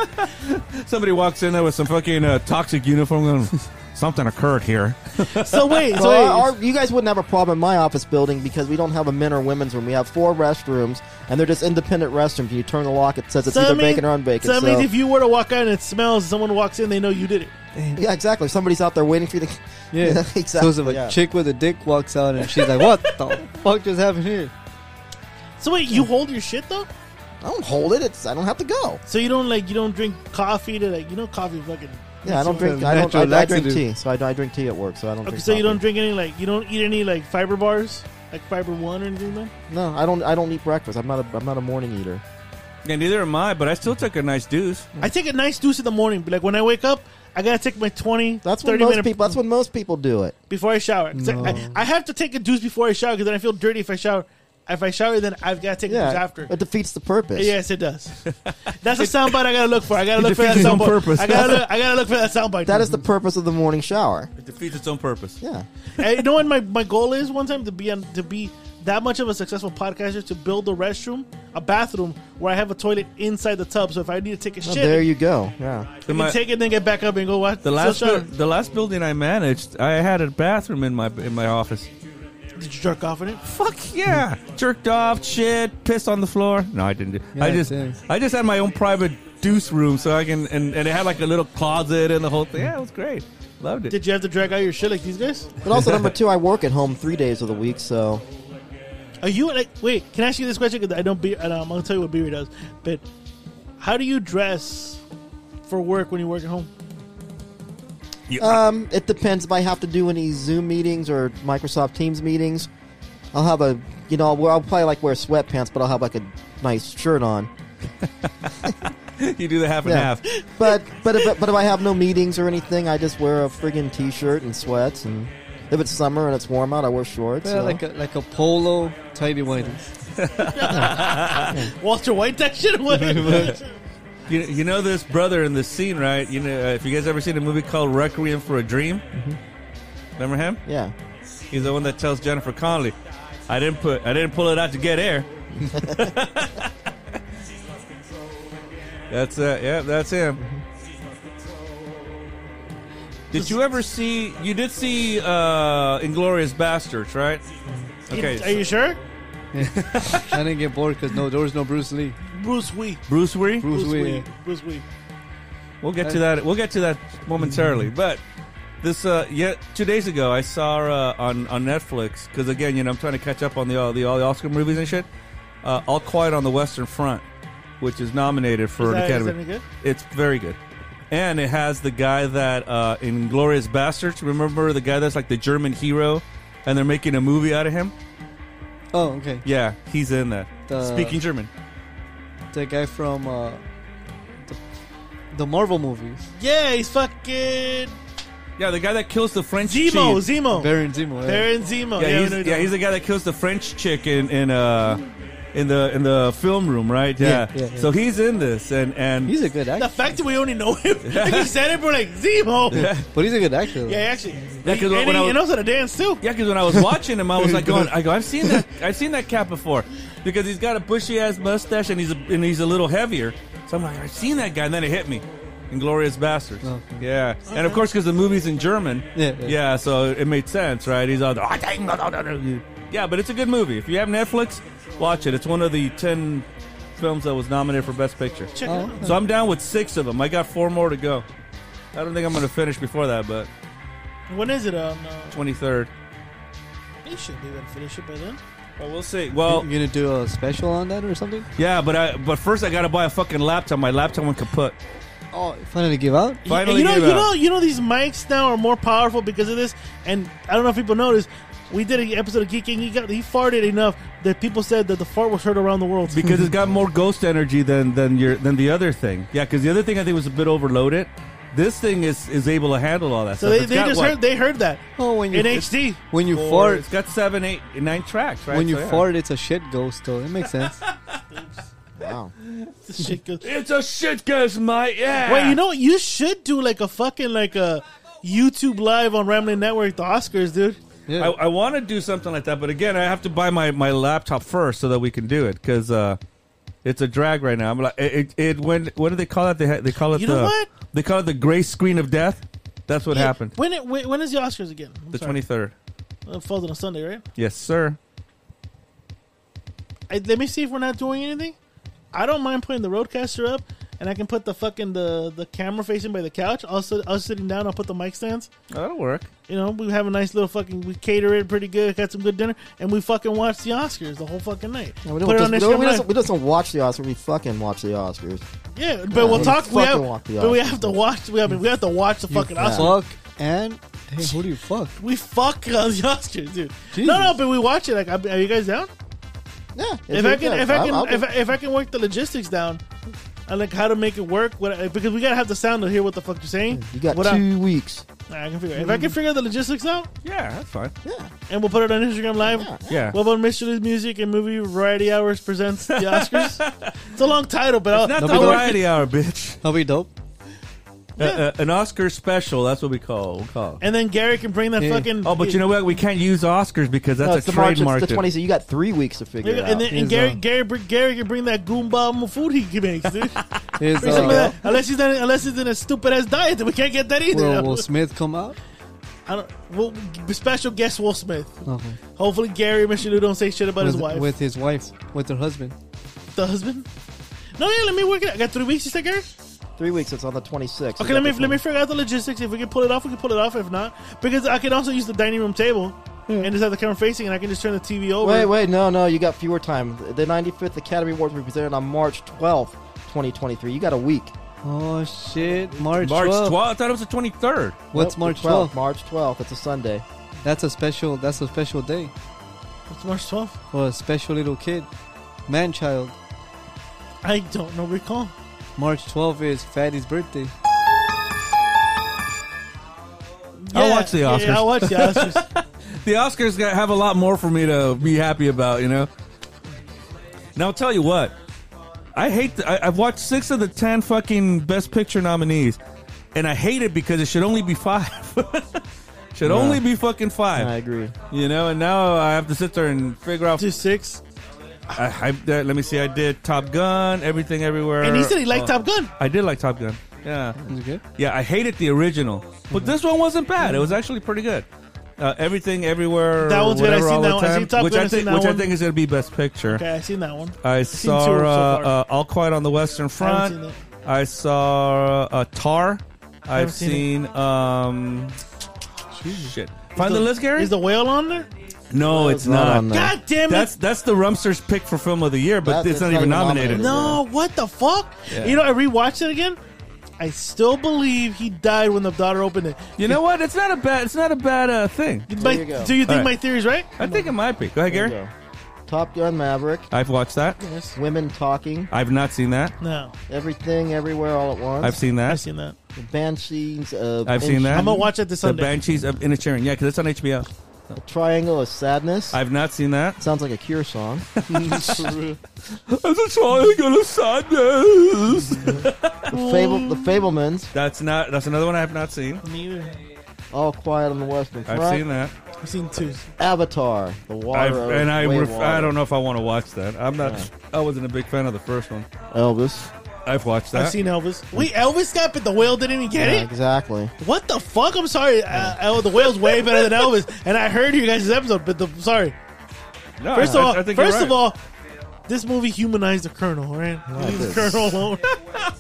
Somebody walks in there with some fucking uh, toxic uniform. Going, Something occurred here. So wait, so So wait, our, our- you guys wouldn't have a problem in my office building because we don't have a men or women's room. We have four restrooms, and they're just independent restrooms. You turn the lock, it says it's so that either means- vacant or unvacant. So that means so- if you were to walk out and it smells, someone walks in, they know you did it. yeah, exactly. Somebody's out there waiting for you to. Yeah, exactly. So if a yeah. chick with a dick walks out and she's like, "What the fuck just happened here?" So wait, you hold your shit though, I don't hold it. It's I don't have to go. so you don't like you don't drink coffee to like you know coffee fucking. Yeah, I don't It's a drink. I don't. natural I, I drink laxative. tea, so I, I drink tea at work. So I don't. Okay, drink so you don't coffee. drink any like you don't eat any like fiber bars, like fiber one or anything like. No, I don't. I don't eat breakfast. I'm not. A, I'm not a morning eater. Yeah, neither am I, but I still took a nice deuce. I take a nice deuce in the morning, but like when I wake up, I gotta take my 20, That's what 30 most minute people. That's what most people do it. before I shower. 'Cause I- I, I have to take a deuce before I shower because then I feel dirty if I shower. If I shower, then I've got to take a Yeah, deuce after. it defeats the purpose. Yes, it does. That's a soundbite I gotta look for. I gotta It look for that defeats its own soundbite. purpose. I gotta look, I gotta look for that soundbite. that is the purpose of the morning shower. It defeats its own purpose. Yeah. And you know what my, my goal is one time to be on, to be that much of a successful podcaster to build a restroom, a bathroom where I have a toilet inside the tub. So if I need to take a Well, shit, there you go. Yeah. I can My- take it and then get back up and go watch the last shower. bu- the last building I managed, I had a bathroom in my in my office. Did you jerk off in it? Fuck yeah! Jerked off, shit, pissed on the floor. No, I didn't. Do, I Yeah, just same. I just had my own private deuce room, so I can and, and it had like a little closet and the whole thing. Yeah, it was great. Loved it. Did you have to drag out your shit like these guys? But also number two, I work at home three days of the week, so Are you like wait? Can I ask you this question? Because I don't be. And I'm gonna tell you what Beaver does. But how do you dress for work when you work at home? um, it depends if I have to do any Zoom meetings or Microsoft Teams meetings. I'll have a, you know, I'll, wear- I'll probably like wear sweatpants, but I'll have like a nice shirt on. you do the half and Yeah. half. But but if, but if I have no meetings or anything, I just wear a friggin' t-shirt and sweats. And if it's summer and it's warm out, I wear shorts. Yeah, you know. like a like a polo tidy whities. Walter White that shit away. You, you know this brother in the scene, right? You know, uh, if you guys ever seen a movie called Requiem for a Dream, remember him? yeah. He's the one that tells Jennifer Connelly, "I didn't put, I didn't pull it out to get air." that's uh, yeah, that's him. Did you ever see? You did see uh, Inglorious Bastards, right? Okay, Are you sure? I didn't get bored because no, there was no Bruce Lee. Bruce Wee. Bruce Wee. Bruce, Lee. Wee. Bruce Wee. We'll get to that. We'll get to that momentarily. But this, uh, yeah, two days ago, I saw uh, on on Netflix because again, you know, I'm trying to catch up on the all the all the Oscar movies and shit. Uh, All Quiet on the Western Front, which is nominated for Is an that- is Academy. that any good? It's very good, and it has the guy that uh, in Glorious Bastards. Remember the guy that's like the German hero, and they're making a movie out of him. Oh, okay. Yeah, he's in that. The- Speaking German. The guy from uh, the, the Marvel movies, Yeah, he's fucking Yeah, the guy that kills the French. Zemo. chief. Zemo. Baron Zemo. yeah. Baron Zemo. Yeah, we know he's, who yeah, that he's the guy that kills the French chick in in uh in the in the film room, right? Yeah. yeah, yeah. So he's in this, and and He's a good The actor, fact that we only know him, like you said it, we're like Zemo. Yeah, but he's a good actor. though. actually, Yeah, 'cause and, when he, I was- and also the dance too. yeah, because when I was watching him, I was like, going, I go, I've seen that, I've seen that cat before, because he's got a bushy ass mustache and he's a, and he's a little heavier. So I'm like, I've seen that guy, and then it hit me. Inglorious Bastards. Okay. Yeah. And of course, because the movie's in German. Yeah, yeah. yeah. so it made sense, right? He's all, "Oh, yeah, but it's a good movie. If you have Netflix, watch it. It's one of the 10 films that was nominated for Best Picture. Check Oh, it out. okay. So I'm down with six of them. I got four more to go. I don't think I'm going to finish before that, but When is it? Um, uh, 23rd. yeah, They should be able to finish it by then. Well, we'll see. Well, you gonna do a special on that or something? yeah, but I but first I gotta buy a fucking laptop. My laptop went kaput. Oh, finally give out. Finally you know, gave you out. know, you know, these mics now are more powerful because of this. And I don't know if people noticed, we did an episode of Geeking. He got he farted enough that people said that the fart was heard around the world. because it's got more ghost energy than than your than the other thing. Yeah, because the other thing I think was a bit overloaded. This thing is is able to handle all that. so stuff. they, It's they got just what? heard they heard that Oh, when you in HD. when you Four- fart, It's got seven, eight, nine tracks, right? when you So, yeah. fart, it's a shit ghost. Though it makes sense. Wow. The shit goes- it's a shit ghost, mate. Yeah. Wait, you know what? You should do like a fucking like a YouTube live on Ramblin' Network, the Oscars, dude. I, Yeah. I want to do something like that, but again, I have to buy my, my laptop first so that we can do it because uh, it's a drag right now. I'm like, it, it, it when what do they call it? They ha- they call it You the know what? they call it the gray screen of death. That's what Yeah, happened. When it when, when is the Oscars again? I'm The sorry. twenty third. It falls on a Sunday, right? Yes, sir. I, let me see if we're not doing anything. I don't mind putting the roadcaster up, and I can put the fucking the the camera facing by the couch. I'll sit, I'll sitting down. I'll put the mic stands. That'll work. You know, we have a nice little fucking. We cater it pretty good. Got some good dinner, and we fucking watch the Oscars the whole fucking night. Yeah, we, put don't it just, on Instagram we, don't, we, Live. just, we just don't watch the Oscars. We fucking watch the Oscars. Yeah, but Yeah, we'll we talk. We fucking have, watch the but we Oscars. have to watch. We have we have to watch the fucking fuck. Oscars. fuck and hey, who do you fuck? We fuck on the Oscars, dude. Jesus. No, no, but we watch it. Like, are are you guys down? Yeah. if I can, yeah, if I I'll- can, I'll- if, I, if I can work the logistics down, and like how to make it work, what I, because we gotta have the sound to hear what the fuck you're saying. you got what I, two weeks. Nah, I can figure. If I can figure the logistics out, Yeah, that's fine. Yeah. and we'll put it on Instagram Live. Yeah. Yeah. Well, about Michelin Music and Movie Variety Hours presents the Oscars. it's a long title, but I'll, Not the I'll work variety hour, bitch. That'll be dope. Uh, uh, an Oscar special. That's what we call. We'll call. it. And then Gary can bring that Yeah. fucking. oh, but you know what? We can't use Oscars because that's No, a it's the March. trademark. It's the dude. 20th. So you got three weeks to figure And, it out. then and Here's, Gary, uh, Gary, br- Gary can bring that goomba food he makes, dude. Is Bring some of uh, that- unless he's in, unless he's in a stupid ass diet, then we can't get that either. will, will Smith come out? I don't. Well, special guest Will Smith. Okay. Hopefully, Gary and Michelin don't say shit about with, his wife. with his wife, with her husband. the husband. No, yeah, let me work it out. I got three weeks, you said, Gary? three weeks. It's on the 26th. You Okay, got let me the let me 20th. figure out the logistics. If we can pull it off, we can pull it off. If not, because I can also use the dining room table and just have the camera facing, and I can just turn the TV over. Wait, wait, no, no, you got fewer time. The 95th Academy Awards will be presented on March 12th, 2023. You got a week. Oh shit! March March 12th. 12th. I thought it was the 23rd. What's Nope, March the 12th? 12th? March 12th. It's a Sunday. That's a special. That's a special day It's March 12th. for a special little kid, man child. I don't know recall. March 12th is Fatty's birthday. I'll watch the Oscars. Yeah, I'll watch the Oscars. The Oscars got, have a lot more for me to be happy about, you know. Now I'll tell you what, I hate. The, I, I've watched six of the ten fucking Best Picture nominees, and I hate it because it should only be five. should only be fucking five, I agree. you know. And now I have to sit there and figure out. Two six. I, I, that- let me see. I did Top Gun, Everything Everywhere, And he said he liked Oh, Top Gun. I did like Top Gun. Yeah, Is it good? yeah, I hated the original, Mm-hmm. but this one wasn't bad. It was actually pretty good. Uh, everything, everywhere. That one's good. I whatever, seen all that the one. I time, seen Top which Gun, I I seen think, that which I one. think is going to be best picture. Okay, I seen that one. I seen saw two so uh, far. uh, All Quiet on the Western haven't Front. seen I, saw uh, Tar. I've haven't seen seen. um, shit. Find the, list, Gary. Is the whale on there? uh, no, it's, not. on there. God damn it! That's that's the Rumster's pick for film of the year, but That's- it's, not, even nominated. No, what the fuck? You know, I rewatched it again. I still believe he died when the daughter opened it. You know what? It's not a bad. It's not a bad uh, thing. My- you go. do you think Alright. my theory's right? I think it might be. Go ahead, There Gary. you go. Top Gun Maverick, I've watched that. Yes. Women Talking, I've not seen that. No, Everything, Everywhere, All at Once. I've seen that. I've seen that. Banshees of I've seen that. I'm gonna watch it this the Sunday. Banshees of Inisherin. Yeah, because it's on HBO. Inch- Triangle of Sadness. I've not seen that. Sounds like a Cure song. I'm just trying to go to sadness. the, Fable, the Fablemans, That's not. That's another one I have not seen. Neither. All Quiet on the Western I've Front. seen that. I've seen two. Avatar, The Water. I've, of- and I. Way of Ref- I Water. don't know if I want to watch that. I'm not. I wasn't a big fan of the first one. Elvis. I've watched that. I've seen Elvis. Wait, Elvis got but the whale didn't even get Yeah, it. exactly. What the fuck? I'm sorry. Uh, oh, the whale's way better than Elvis. And I heard you guys' episode, but the sorry. No, First I- of all, I think you're first of right. all, this movie humanized the Colonel, right? Leave the it is. Colonel alone.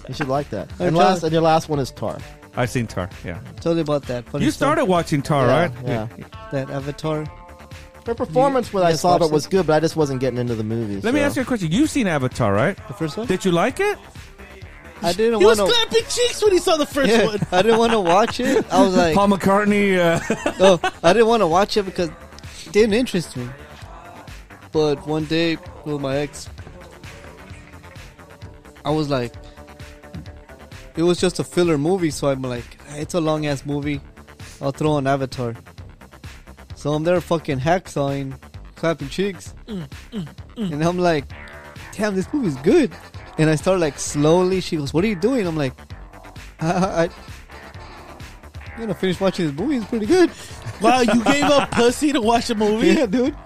You should like that. I'm And last, trying- and your last one is Tar. I've seen Tar. Yeah, Tell you about that. funny you story. started watching Tar, Yeah, right? yeah. that Avatar. Her performance, what I Yes, saw of it, Larson. was good, but I just wasn't getting into the movie. Let me ask you a question. You've seen Avatar, right? The first one? Did you like it? I didn't He was want to. clapping cheeks when he saw the first Yeah, one. I didn't want to watch it. I was like, Paul McCartney. Uh, oh, I didn't want to watch it because it didn't interest me. But one day with my ex, I was like, it was just a filler movie, so I'm like, it's a long ass movie. I'll throw on Avatar. So I'm there fucking hacksawing, clapping cheeks. And I'm like, damn, this movie's good. And I start like slowly, she goes, what are you doing? I'm like, I, I, I, I'm gonna finish watching this movie, it's pretty good. wow, you gave up pussy to watch a movie? Yeah, dude.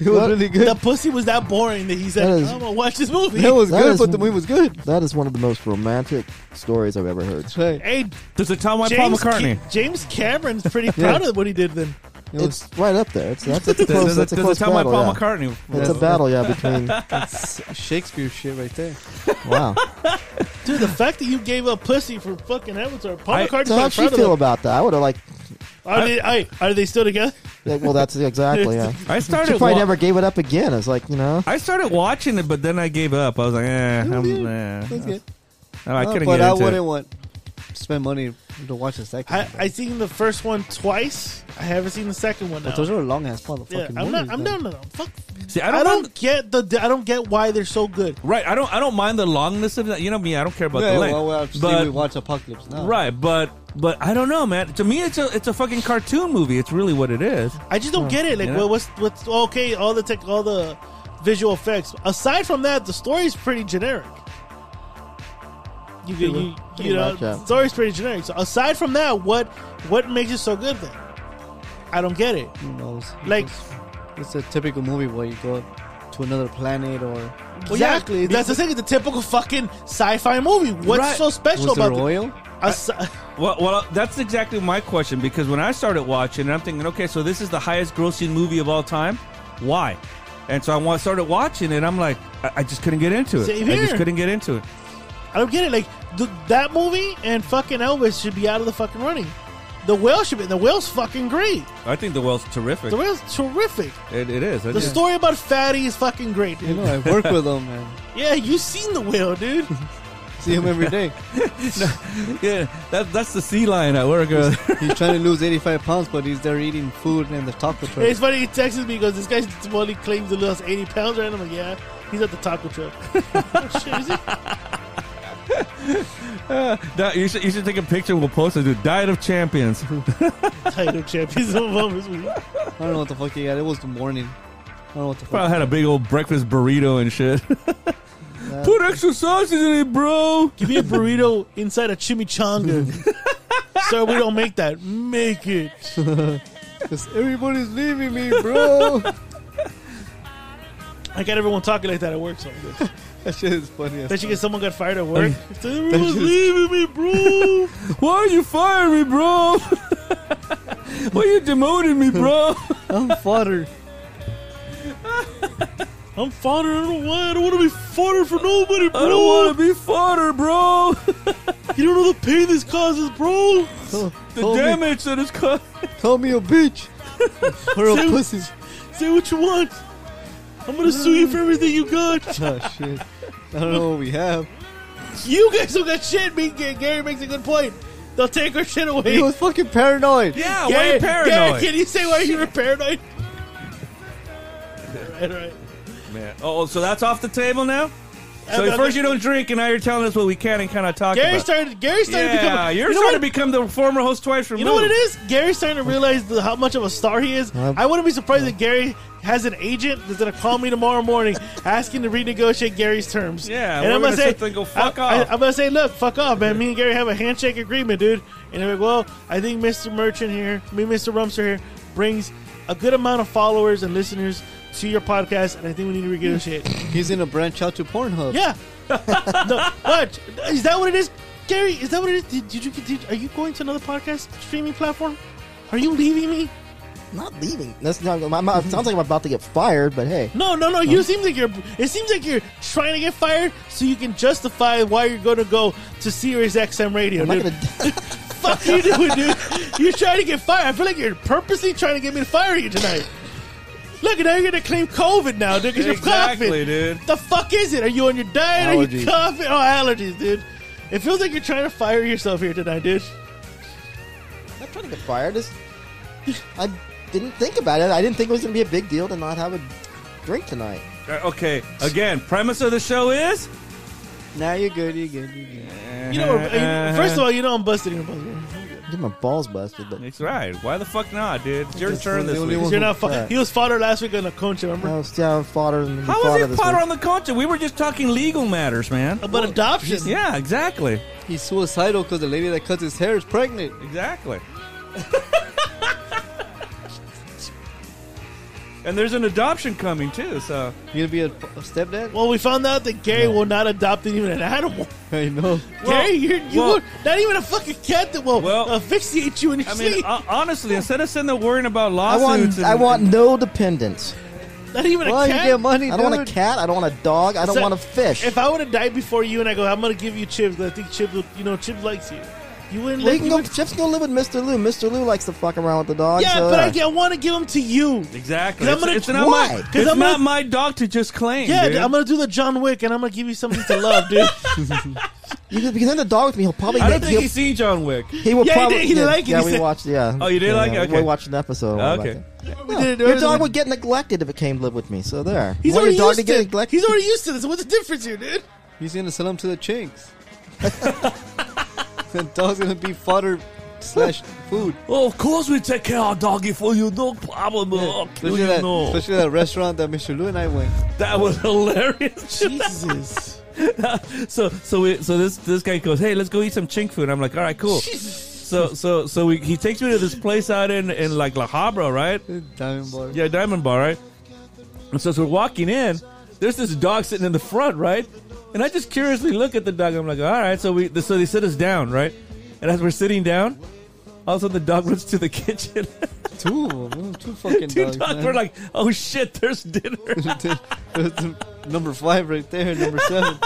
It was really good. The pussy was that boring that he said, That is- I'm going to watch this movie. That was That good, is- but the movie was good. That is one of the most romantic stories I've ever heard. That's right. hey, does it tell why Paul James, McCartney? Ca- James Cameron's pretty proud of what he did then. It was, It's right up there. It's that's, that's a close. Does it, That's a does close it tell why battle. Paul Yeah. McCartney? It's a battle, yeah, between that's Shakespeare shit right there. wow. Dude, the fact that you gave up pussy for fucking Avatar, Paul I- McCartney's So how'd not she proud feel of that. about that? I would have like, Are they, I, are they still together? yeah, well, that's exactly. Yeah, I she started. probably wa- never gave it up again. It's like you know, I started watching it, but then I gave up. I was like, eh, I'm, eh. That's good. No, I Uh, couldn't but get I into wouldn't it. want to spend money to watch the second. I, I seen the first one twice. I haven't seen the second one now. but those are long ass motherfucking yeah, I'm movies. not. I'm man. done. with them. Fuck. See, I I don't, don't, mind, get the. I don't get why they're so good. right. I don't. I don't mind the longness of that. You know me. I don't care about Yeah, the length. well, well, see, but we watch Apocalypse now. right, but but I don't know, man. To me, it's a it's a fucking cartoon movie. It's really what it is. I just don't get it. Like, Yeah. well, what's what's okay? All the tech, all the visual effects. Aside from that, the story's pretty generic. You you, you, pretty know, much, yeah. the story's pretty generic. So aside from that, what what makes it so good then? I don't get it. Who knows? Like- it's, it's a typical movie where you go to another planet or Well, exactly. yeah, That's the thing. It's a typical fucking sci-fi movie. What's Right. so special was there about it? oil? Asi- Well, well, that's exactly my question because when I started watching, I'm thinking, okay, so this is the highest grossing movie of all time. Why? And so I wa- started watching it. I'm like, I, I just couldn't get into it. Same I just here. couldn't get into it. I don't get it. Like th- that movie and fucking Elvis should be out of the fucking running. The whale should be. The whale's fucking great. I think the well's terrific. The whale's terrific. it, it is. The story about Fatty is fucking great. You Dude. know, I work with them and Yeah, you seen the whale, dude. see him every day. yeah, that, that's the sea lion at work. uh, He's trying to lose 85 pounds, but he's there eating food and the taco truck. It's funny he texts me because this guy's only claims to lost eighty pounds right. I'm like, yeah, he's at the taco truck. Oh, shit, is he? that- you, should, you should take a picture. We'll post it. Dude, Diet of Champions. Title champions of all this week. I don't know what the fuck he got. It was the morning. I don't know what the fuck. Probably had a big old breakfast burrito and shit. Put extra sausage in it, bro. Give me a burrito inside a chimichanga. Sir, we don't make that. Make it. Because everybody's leaving me, bro. I got everyone talking like that at work. So I'm good. that shit is funny. As Then she gets someone got fired at work. Everyone's just- leaving me, bro. Why are you firing me, bro? Why you demoting me, bro? I'm fodder. I'm fodder. I don't want. I don't want to be fodder for nobody, bro. I don't want to be fodder, bro. You don't know the pain this causes, bro. Call, The call me, damage that is cut. call me a bitch. Or a Say- pussy. Say what you want. I'm gonna sue you for everything you got. Oh, shit. I don't know what we have. You guys don't got shit. Me, Ga- Gary makes a good point. They'll take our shit away. He was fucking paranoid. Yeah, Gary, why are you Gary, paranoid? can you say why you were paranoid? right, right. Man. Oh, so that's off the table now? So I'm- at I'm- first you don't drink, and now you're telling us what we can and cannot talk Gary about. started. Gary started yeah, becoming. you're you know starting what? to become the former host twice removed. You know what it is? Gary's starting to realize the, how much of a star he is. Well, I wouldn't be surprised if Gary has an agent that's going to call me tomorrow morning asking to renegotiate Gary's terms. Yeah, and we're I'm going gonna to say, sit there and go, "Fuck I, off." am going to say, look, fuck off, man. Me and Gary have a handshake agreement, dude. And they're like, well, I think Mr. Merchant here, me, and Mr. Rumster here, brings a good amount of followers and listeners to your podcast, and I think we need to renegotiate. He's in a branch out to Pornhub. yeah. no, watch. Is that what it is? Gary, is that what it is? Did, did you? Did, are you going to another podcast streaming platform? Are you leaving me? not leaving. That's not. My, my, it sounds like I'm about to get fired, but hey, No, no, no. You seems like you're. It seems like you're trying to get fired so you can justify why you're going to go to Sirius XM Radio. I'm not Dude. gonna. Fuck you, doing, dude. You're trying to get fired. I feel like you're purposely trying to get me to fire you tonight. Look at that. You're going to claim COVID now, dude, because Exactly, you're coughing. dude. The fuck is it? Are you on your diet? Are you Allergies. coughing? Oh, allergies, dude. It feels like you're trying to fire yourself here tonight, dude. I'm not trying to get fired. Just, I didn't think about it. I didn't think it was going to be a big deal to not have a drink tonight. Uh, Okay, again, premise of the show is Now you're good. You're good. You're good. You know, uh, first of all, you know I'm busted in your busted. Get my balls busted, but That's right. Why the fuck not, dude? It's your Just turn the this only week. one- You're not. Fu- Right. he was fodder last week on a concha. Remember I was down fodder and How fodder is it this Potter week. on the contra? We were just talking legal matters, man. about adoption? Yeah, exactly. He's suicidal because the lady that cuts his hair is pregnant. Exactly. and there's an adoption coming too, so You gonna be a, a stepdad? Well, we found out that Gary will not adopt even an animal. I know. Gary, you're, you well- will not even a fucking cat that will Well- asphyxiate you in your I mean, sleep. uh, honestly, instead of sitting there worrying about I lawsuits, want. and, I want no dependents. not even Well, a you cat. get money, I don't want dude. a cat. I don't want a dog. I don't So- want a fish. If I would have died before you, and I go, I'm gonna give you Chip. 'cause I think Chip, would, you know, Chip likes you. You wouldn't. They Like, can you go. would- Chip's gonna live with Mr. Lou. Mr. Lou likes to fuck around with the dog. yeah, so uh, but I, get- I want to give him to you. exactly. 'Cause I'm It's, gonna- it's not why? my. 'Cause It's I'm not gonna- my dog to just claim. Yeah, dude. dude, I'm gonna do the John Wick, and I'm gonna give you something to love, dude. You could- because then the dog with me, he'll probably. I don't get- think he'll- he's seen John Wick. He will Yeah, he probably. did- he yeah, liked it, Yeah, he we said- watched. Yeah. Oh, you did yeah, like it? yeah, Okay. We watched an episode. Okay. Like it. We No, did it your earlier. dog would get neglected if it came live with me. So there. He's You want already your dog used to get to. it. neglected. He's already used to this. What's the difference here, dude? He's gonna sell him to the chinks. the dog's gonna be fodder slash food. Oh, of course we take care of doggy for you, no problem. Oh, Especially, that, especially that restaurant that Mr. Lou and I went. That was hilarious. Jesus. so so we, so this this guy goes, hey, let's go eat some chink food. I'm like, all right, cool. So so so we, he takes me to this place out in in like La Habra, right? Diamond bar. Yeah, Diamond Bar, right? And so as we're walking in, there's this dog sitting in the front, right? And I just curiously look at the dog. I'm like, all right. So we so they sit us down, right? And as we're sitting down, all of a sudden the dog runs to the kitchen. Two of them. Two fucking Two dogs. dogs. man. We're like, oh shit, there's dinner. number five right there. Number seven.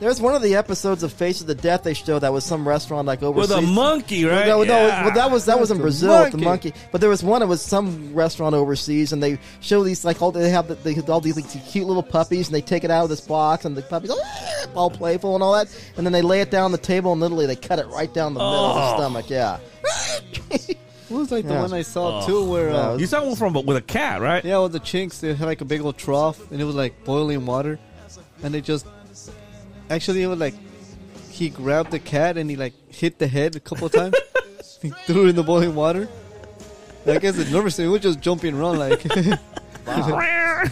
There's one of the episodes of Face of the Death they showed that was some restaurant like overseas. With a monkey, right? No, no, Yeah. well, that was that was in That's a Brazil with the monkey. monkey. But there was one that was some restaurant overseas, and they show these like all they have the, they have all these like, cute little puppies, and they take it out of this box, and the puppies "Ah," all playful and all that, and then they lay it down on the table, and literally they cut it right down the middle Oh. of the stomach. Yeah, What was like the Yeah. one I Oh. saw too, where uh, You saw one from with a cat, right? yeah, well the chinks they had like a big old trough and it was like boiling water, and they just actually it was like he grabbed the cat and he like hit the head a couple of times. he threw it in the boiling water. I guess the nervous system it was just jumping around like that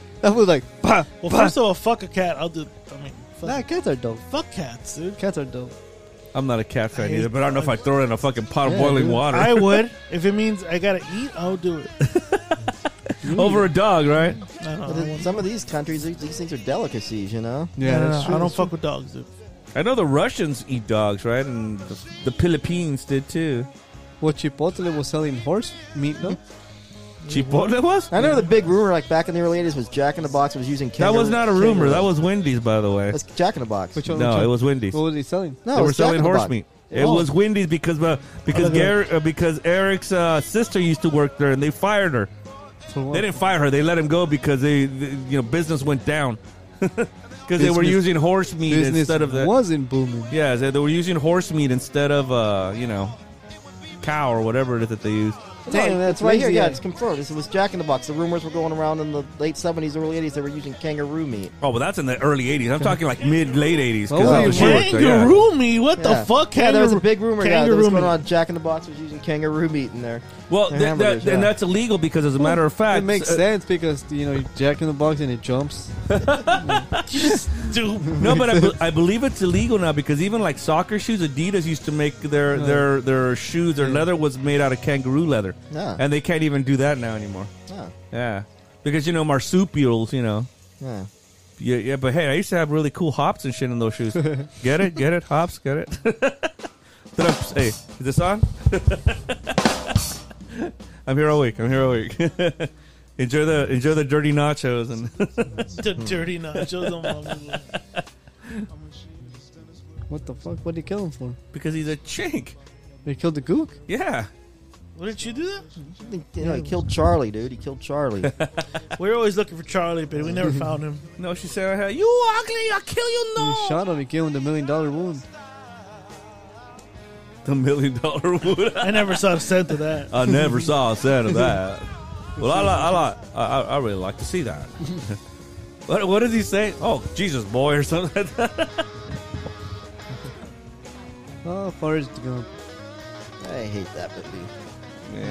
was like bah, Well, bah. first of all, fuck a cat. I'll do. I mean, fuck, Nah, cats are dope. fuck cats, dude. Cats are dope. I'm not a cat fan I either, hate but I don't know if I throw it in a fucking pot of Yeah, boiling dude. water I would if it means I gotta eat. I'll do it. over a dog, right? I don't, But I in don't, some of these countries, these these things are delicacies, you know. yeah, that's true, I don't that's fuck with dogs, dude. I know the Russians eat dogs, right? And the, the Philippines did too. true. Well, Chipotle was selling horse meat, no? Chipotle was? I know the big rumor like back in the early '80s was Jack in the Box was using That was kangaroo- not a rumor. kangaroo. That was Wendy's, by the way. That's Jack in the Box. Which one- which No, one- it was Wendy's. What was he selling? no, they it were was Jack selling in the horse Box. meat. It Oh. was Wendy's because uh, because Gar- uh, because Eric's uh, sister used to work there and they fired her. For what? They didn't fire her. They let him go because they, they- you know business went down because they were Business- using horse meat Business instead of the wasn't booming. Yeah, they, they were using horse meat instead of uh, you know, cow or whatever it is that they use. Damn, no, that's it's right here. lazy, Yeah, yeah. it's confirmed. This was Jack in the Box. The rumors were going around in the late '70s, early '80s. They were using kangaroo meat. Oh, but that's in the early '80s. I'm talking like mid late '80s. Oh, Oh, you Kangaroo me? What Yeah. the fuck? Yeah, there was a Kangaroo- big rumor yeah, that Kangaroo was going meat. on. Jack in the Box was using kangaroo meat in there. Well, They're th- hamburgers, that- and yeah. that's illegal because, as a matter of fact, It makes uh, sense because you know you jack in the box and it jumps. Dude, No, but I, be- I believe it's illegal now because even like soccer shoes, Adidas used to make their their their shoes. Their leather was made out of kangaroo leather, Yeah. and they can't even do that now anymore. Yeah, Yeah, because you know marsupials, you know. yeah. Yeah, yeah, but hey, I used to have really cool hops and shit in those shoes. get it, get it, hops, get it. Did I- hey, is this on? I'm here all week. I'm here all week. enjoy the enjoy the dirty nachos and the dirty nachos. unbelievable. What the fuck? What did he kill him for? because he's a chink. They killed the gook. Yeah, Wouldn't you do that? You know, he killed Charlie, dude. He killed Charlie. We were always looking for Charlie, but we never found him. No, she said, hey, "You ugly, I'll kill you." You No, shot him and gave him the million dollar wound. the million dollar wood. I never saw a cent of that. I never saw a set of that. Well, I like, I like, I, I- I really like to see that. what, what does he say? Oh, Jesus, boy, or something. like that. How far is it going? I hate that movie.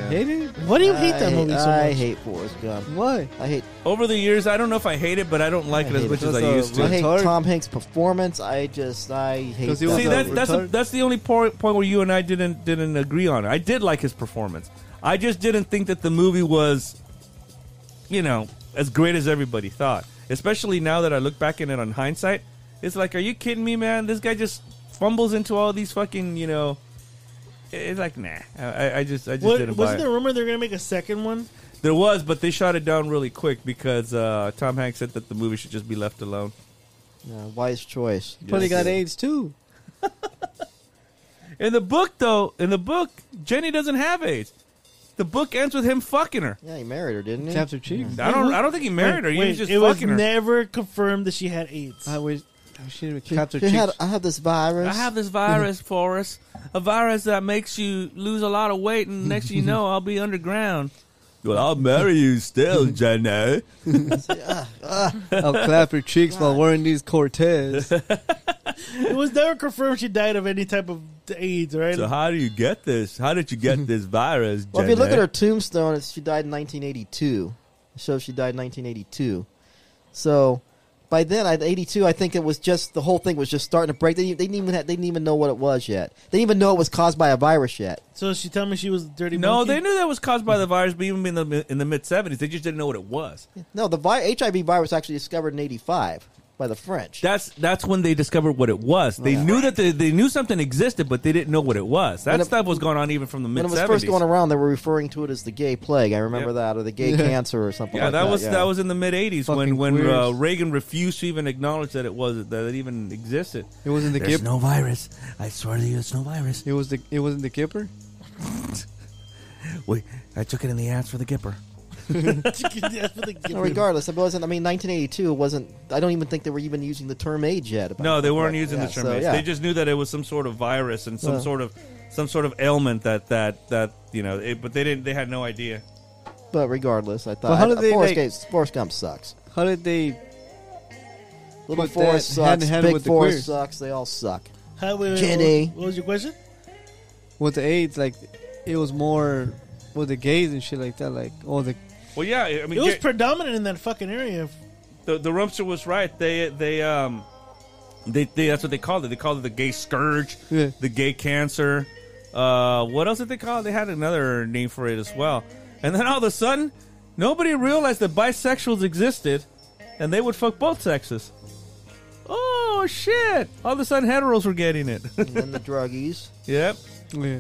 Hate it? Why do you hate that I- movie so much? I hate Forrest Gump. Why? I hate. Over the years, I don't know if I hate it, but I don't like I it as hate much it. as I That's a used I to. really- hate Retard. Tom Hanks' performance. I just I hate. 'Cause he that was See, a that, movie. that's a, retard. that's the only point point where you and I didn't didn't agree on it. I did like his performance. I just didn't think that the movie was, you know, as great as everybody thought. Especially now that I look back in it on hindsight, it's like, are you kidding me, man? This guy just fumbles into all these fucking, you know. It's like, nah. I- I, I just I just What, didn't buy wasn't it. there a rumor they're gonna make a second one? There was, but they shot it down really quick because uh, Tom Hanks said that the movie should just be left alone. Yeah, wise choice. Probably got AIDS too. In the book, though, in the book, Jenny doesn't have AIDS. The book ends with him fucking her. Yeah, he married her, didn't he? Tapped her cheeks. I don't. I don't think he married her. He Wait, was just it was fucking her. Uh, never confirmed that she had AIDS. I wish. I should have tapped her She cheeks. had, I have this virus. I have this virus for us, a virus that makes you lose a lot of weight, and next thing you know, I'll be underground. Well, I'll marry you still, Jenny. I'll clap her Oh, cheeks while wearing these Cortez. it was never confirmed she died of any type of AIDS, right? how do you get this? How did you get this virus, Well, if you look at her tombstone, it's, she died in 1982. It shows she died in 1982. So by then, at 82, I think it was just the whole thing was just starting to break. They, they didn't even have, they didn't even know what it was yet. They didn't even know it was caused by a virus yet. so she told me she was a dirty. No, monkey? they knew that was caused by the virus, but even in the in the mid seventies, they just didn't know what it was. No, the vi- HIV virus actually discovered in 85 by the French. That's that's when they discovered what it was. They knew that they, they knew something existed, but they didn't know what it was. That When it- stuff was going on even from the when mid it was first going seventies. around, they were referring to it as the gay plague. I remember Yep. that, or the gay cancer, or something. Yeah, like that was yeah. that was in the mid eighties when Fucking when uh, queers. Reagan refused to even acknowledge that it was that it even existed. It wasn't the Gipper. no virus. I swear to you, it's no virus. It was the. It wasn't the Gipper. Wait, I took it in the ass for the Gipper. That's what they give No, me. regardless, it wasn't. I mean, 1982 wasn't. I don't even think they were even using the term age yet. about No, they that weren't point. using Yeah, the term so, AIDS. yeah. They just knew that it was some sort of virus and some Yeah. sort of some sort of ailment that that that you know. It, but they didn't. They had no idea. But regardless, I thought But how did they Forrest, make- Gates- Forrest Gump sucks. How did they? Little But Forrest that hand sucks. in hand Big with the Forrest queers. sucks. They all suck. Hi, wait, wait, what- Jenny. What was your question? With the AIDS, like it was more with the gays and shit like that. Like oh the. Well, yeah. I mean, It was Ga- predominant in that fucking area. the the Rumpster was right. They they um they, they that's what they called it. They called it the gay scourge, Yeah. the gay cancer. Uh, what else did they call it? They had another name for it as well. And then all of a sudden, nobody realized that bisexuals existed, and they would fuck both sexes. Oh shit! All of a sudden, heteros were getting it. And then the druggies. yep, Yeah.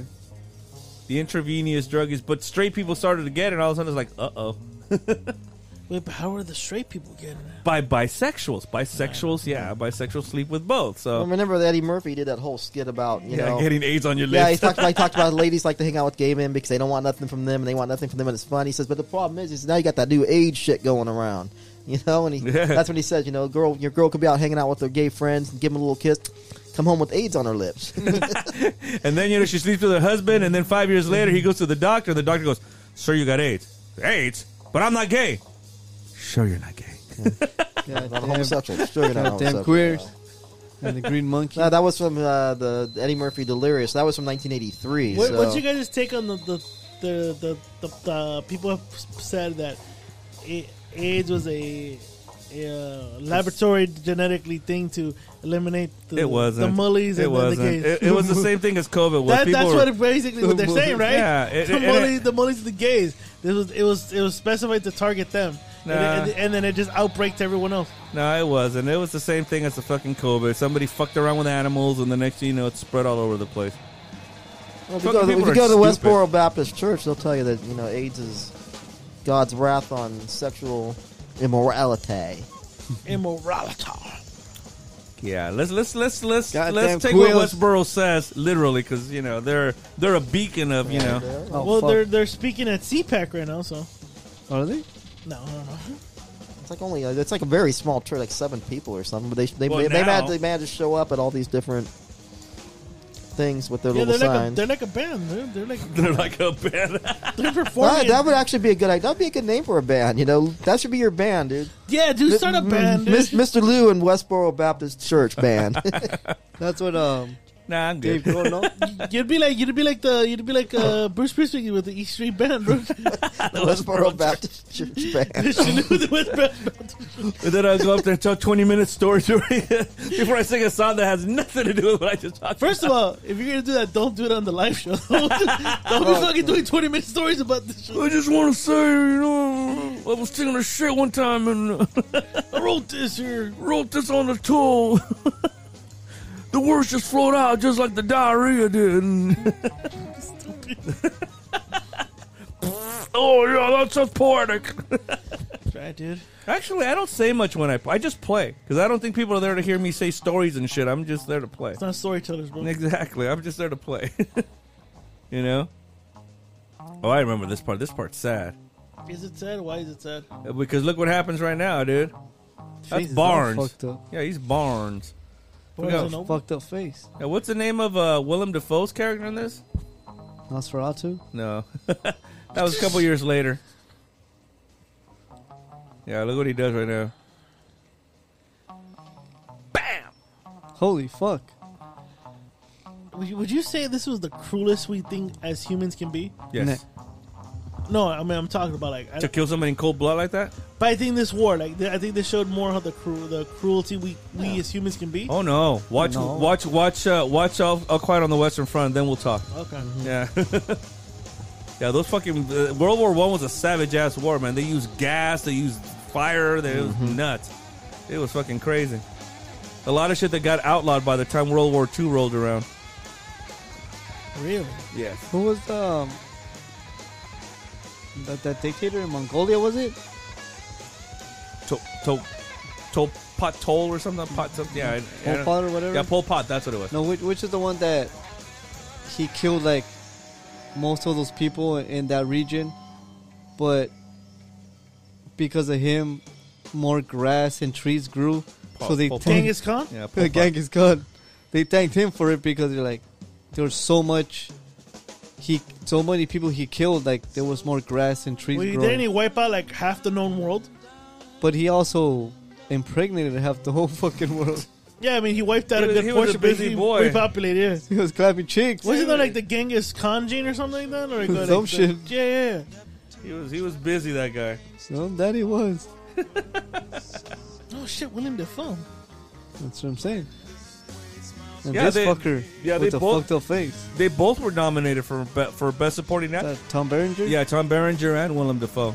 the intravenous drug is. But straight people started to get it. And all of a sudden, it's like, uh oh. Wait, but how are the straight people getting it? By bisexuals, bisexuals, yeah, bisexuals sleep with both. Oh. So I remember that Eddie Murphy did that whole skit about you yeah, know. getting AIDS on your list. yeah, he talked about he talked about ladies like to hang out with gay men because they don't want nothing from them and they want nothing from them and it's fun. He says, but the problem is, is now you got that new age shit going around, you know. And he, Yeah. that's when he says, you know, girl, your girl could be out hanging out with her gay friends and give them a little kiss, come home with AIDS on her lips. And then you know she sleeps with her husband, and then five years later he goes to the doctor, and the doctor goes, "Sir, you got AIDS. AIDS, but I'm not gay. Sure, you're not gay. God not damn, homosexual. Sure, you're not God damn homosexual. queers. And the green monkey. No, that was from uh, the Eddie Murphy Delirious. That was from 1983. What, so- What's your guys' take on the the the, the, the, the people have said that A- AIDS was a, a uh, laboratory genetically thing to eliminate the, It wasn't. the mullies It and the- wasn't. the gays. It, it was the same thing as COVID. Was That, people that's were- what basically what they're saying, right? Yeah, it- the it- mullies, it- the mullies, and the gays. This was it was it was specified to target them, Nah. and, it- and then it just outbreaks everyone else. no, it wasn't. It was the same thing as the fucking COVID. Somebody fucked around with animals, and the next thing you know, it's spread all over the place. Well, if Fucking you go, to- if people you go are to stupid. Westboro Baptist Church, they'll tell you that you know AIDS is God's wrath on sexual immorality. Oh, Immorality. yeah, let's let's let's let's Goddamn let's take quills. what Westboro says literally because you know they're they're a beacon of you know Oh, well, fuck. they're they're speaking at CPAC right now, so are they? no, I don't know. It's like only it's like a very small church, like seven people or something. But they they Well, they, they, now- managed, they managed to show up at all these different things with their Yeah, little they're like a, signs. they're like a band. They're, they're like they're like a band. they're Well, performing. that would actually be a good idea. That'd be a good name for a band. You know, that should be your band, dude. yeah, dude, start Mm, a band. Dude. Mis- Mr. Lou and Westboro Baptist Church band. That's what um nah, I'm Dave good. Grohl. No, You'd be like you'd be like the you'd be like uh, Bruce Springsteen with the E Street Band, bro. Westboro Baptist Church band. And then I'll go up there and tell 20 minute story to before I sing a song that has nothing to do with what I just talked First of all, if you're gonna do that, don't do it on the live show. don't be fucking doing 20 minute stories about this shit. I just want to say, you know, I was taking a shit one time and uh, I wrote this here. wrote this on the tool. the words just flowed out just like the diarrhea did. oh, yeah, that's just poetic. Right, dude. Actually, I don't say much when I play. I just play because I don't think people are there to hear me say stories and shit. I'm just there to play. It's not storytellers, bro. Exactly. I'm just there to play. you know? Oh, I remember this part. This part's sad. Is it sad? Why is it sad? Because look what happens right now, dude. That's Jesus, Barnes. Fucked up, Yeah, he's Barnes. Barnes Look and out. Noble? fucked up face. Now, what's the name of uh, Willem Dafoe's character in this? Nosferatu. No. that was a couple years later. Yeah, look what he does right now. Holy fuck! Would you, would you say this was the cruelest we think as humans can be? Yes. No, I mean I'm talking about like, I, To kill somebody in cold blood like that? but I think this war, like, I think this showed more how the cru- the cruelty we we as humans can be. Oh no! Watch, No. watch, watch, uh, watch! All, all quiet on the Western Front. Then we'll talk. Okay. Yeah. yeah, those fucking uh, World War One was a savage ass war, man. They used gas, they used fire, they, it was Mm-hmm. nuts. It was fucking crazy. A lot of shit that got outlawed by the time World War Two rolled around. Really? Yes. Who was um that that dictator in Mongolia? Was it? To, to, to pot toll or something? Pot something? Yeah. I- I Pol don't- Pot or whatever. yeah, Pol Pot. That's what it was. No, which, which is the one that he killed like most of those people in that region, but because of him, more grass and trees grew. Pol- so they Pol Pot. thanked Genghis Khan? Yeah. Pol the Pot. Genghis Khan. They thanked him for it because they're like there was so much. He so many people he killed. Like there was more grass and trees Well, he- growing. didn't he wipe out like half the known world? but he also impregnated half the whole fucking world. Yeah, I mean he wiped out He a was- good he was portion. a busy but he boy. Repopulated. Yeah. he was clapping cheeks. Wasn't there like the Genghis Khan gene or something like that? Or like, Some like, the- shit. yeah, yeah, yeah. He was he was busy that guy. No, that he was. Oh shit, William Defoe. That's what I'm saying. And Yeah, this they- fucker yeah, with they the both- fucked up face. They both were nominated for be- for best supporting actor. That Tom Berenger? Yeah, Tom Berenger and Willem Dafoe.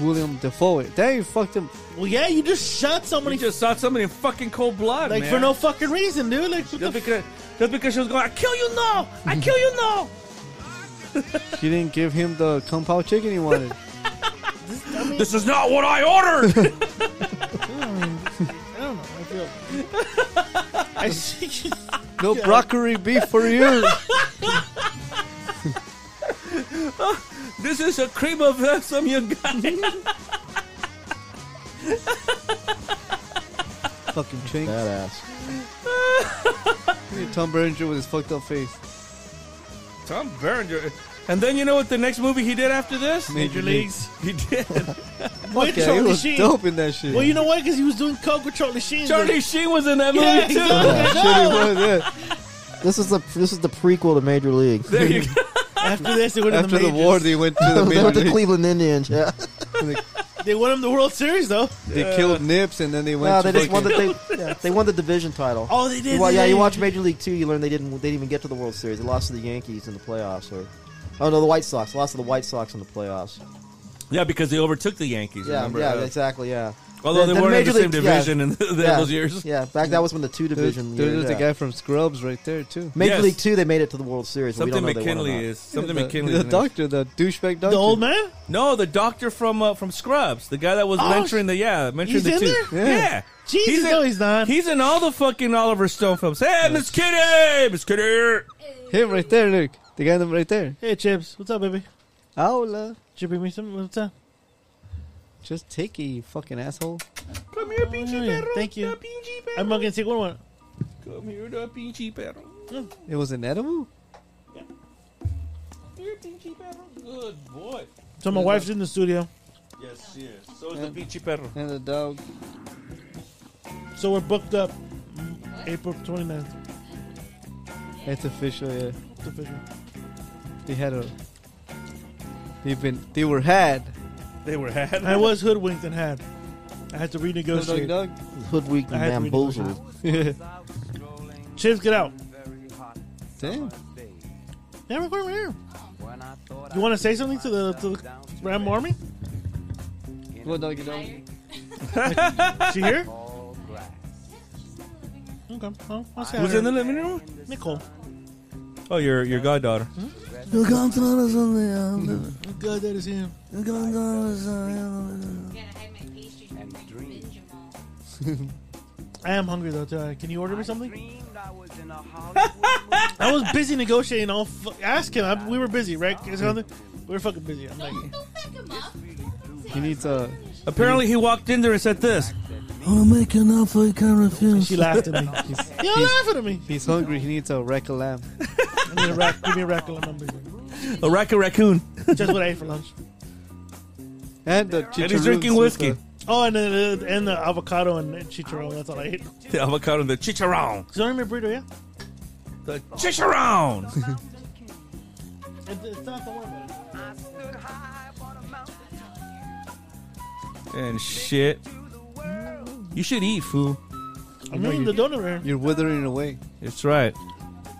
William Defoe. That he fucked him. Well, yeah, you just shot He somebody just shot somebody in fucking cold blood, like man. for no fucking reason, dude. Like, what the Just because, just because she was going, I kill you now! I kill you now! She didn't give him the kung pao chicken he wanted. This is not what I ordered! I don't know. I feel. I see. No broccoli beef for you. this is a cream of uh, some young guy. Fucking chink. Badass. Look at Tom Berenger with his fucked up face. Tom Berenger. And then you know what the next movie he did after this? Major Leagues. He did. With Yeah, he Charlie was Sheen. dope in that shit. Well, you know why? Because he was doing coke with Charlie Sheen. Charlie Sheen was in that movie Yeah, too. exactly. That shit he was, yeah. This is the this is the prequel to Major League. There you go. After this, they went After to the, the, majors. war, they went to the they went major to league. Cleveland Indians. Yeah. They won him the World Series, though. They killed Nips, and then they went No, to they just won fucking- the they, yeah, they won the division title. Oh, they did. well, they yeah, did. you watch Major League Two, you learn they didn't they didn't even get to the World Series. They lost to the Yankees in the playoffs. Or, oh no, the White Sox. They lost to the White Sox in the playoffs. Yeah, because they overtook the Yankees. Yeah, remember? yeah, Uh, exactly. Yeah, Although The- they the weren't in the same Major League- yeah. division in th- yeah, those years. Yeah, back that was when the two There's, division. there's years, the yeah. guy from Scrubs right there too. Major Yes. League Two. They made it to the World Series. but we Something don't know if they won or McKinley not. is. Something the, McKinley. the is. doctor, the douchebag doctor, The old man? No, the doctor from uh, from Scrubs, the guy that was Oh, mentoring the yeah, mentoring he's the in two. there? Yeah. Yeah. He's Jesus, in- no, he's not. He's in all the fucking Oliver Stone films. Hey, Miss Kitty, Miss Kitty. him right there. Look, the guy right there. Hey, Chips. What's up, baby? Aula, Did you bring me some? What's up? just take it, you fucking asshole. Come here, pinchy yeah. perro. Thank you. da pinchy perro. I'm not gonna take one one. Come here, da pinchy perro. It was an edible. Here, pinchy perro. Good boy. So my wife's in the studio, Yes, yes. So is Yeah. the pinchy perro. And the dog. so we're booked up mm, April 29th. It's official. Yeah, It's official. they had a. They've been. They were had. They were had. I was hoodwinked and had. I had to renegotiate. Dog, dog. Hoodwinked I and had to bamboozled. Chips, get out. Damn. Yeah, we're going here. You want to say something to the to the Ram Army? What doggy dog? She here? Okay. Well, I'll say hi Who's to in the her. living room? Nicole. Oh, your your goddaughter. God, that is him. I am hungry though. Too. Uh, Can you order me something? I was busy negotiating. All f- ask him. I, we were busy, right? Is there something? We were fucking busy. I'm like, He needs a. Apparently, he walked in there and said this. I'll make an offer you can't refuse. she laughed at me. He's, You're laughing at me. he's hungry. He needs a rack of lamb. I need a rack. Give me a rack of lemon burger. A rack of raccoon. Just what I ate for lunch. And the And he's drinking chicharrones with whiskey. the- Oh, and the, and the avocado and chicharron. That's all I ate. The avocado and the chicharron. So I remember burrito, yeah. The chicharron. It, it's not the one. but- and shit. You should eat, fool. I'm eating Mm, the donut right here. You're withering away. That's right.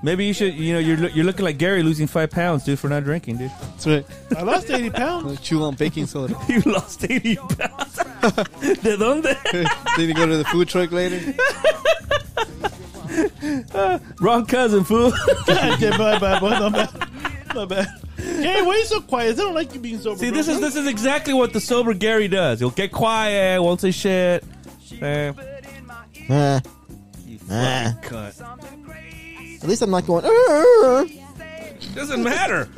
Maybe you should. You know, you're lo- you're looking like Gary losing five pounds, dude, for not drinking, dude. That's right. I lost 80 pounds. Chew on baking soda. You lost eighty pounds. De donde? Then you go to the food truck later. Wrong cousin, fool. okay, my bad, boy. My bad. My bad. Hey, why you so quiet? They don't like you being sober. See, bro. this is this is exactly what the sober Gary does. He'll get quiet, won't say shit. Eh, Eh, you fucking eh. cunt. At least I'm not going. "Uh, "Arr." Doesn't matter.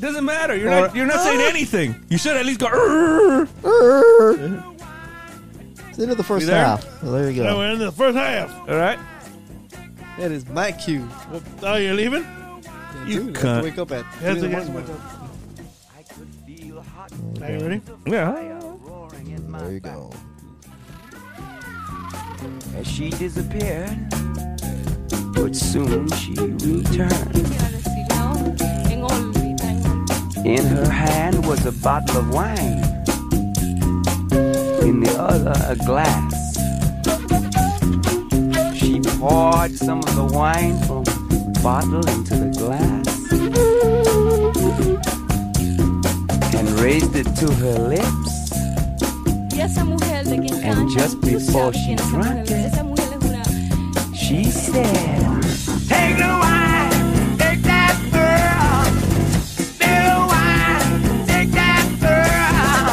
Doesn't matter. You're not you're not saying Ah. anything. You should at least go. "Arr." It's the end of the first You there? half. So there you Yeah, go. we're in the first half. All right. That is my cue. Well, oh, you're leaving? Yeah, You dude, I have to cunt. wake up at. Yes, three in the yes, morning. Are you ready? Yeah. There you go. She disappeared, but soon she returned. In her hand was a bottle of wine, in the other, a glass. She poured some of the wine from the bottle into the glass and raised it to her lips. And just before she drank it, She said, Take the wine, take that girl. Spill the wine, take that girl.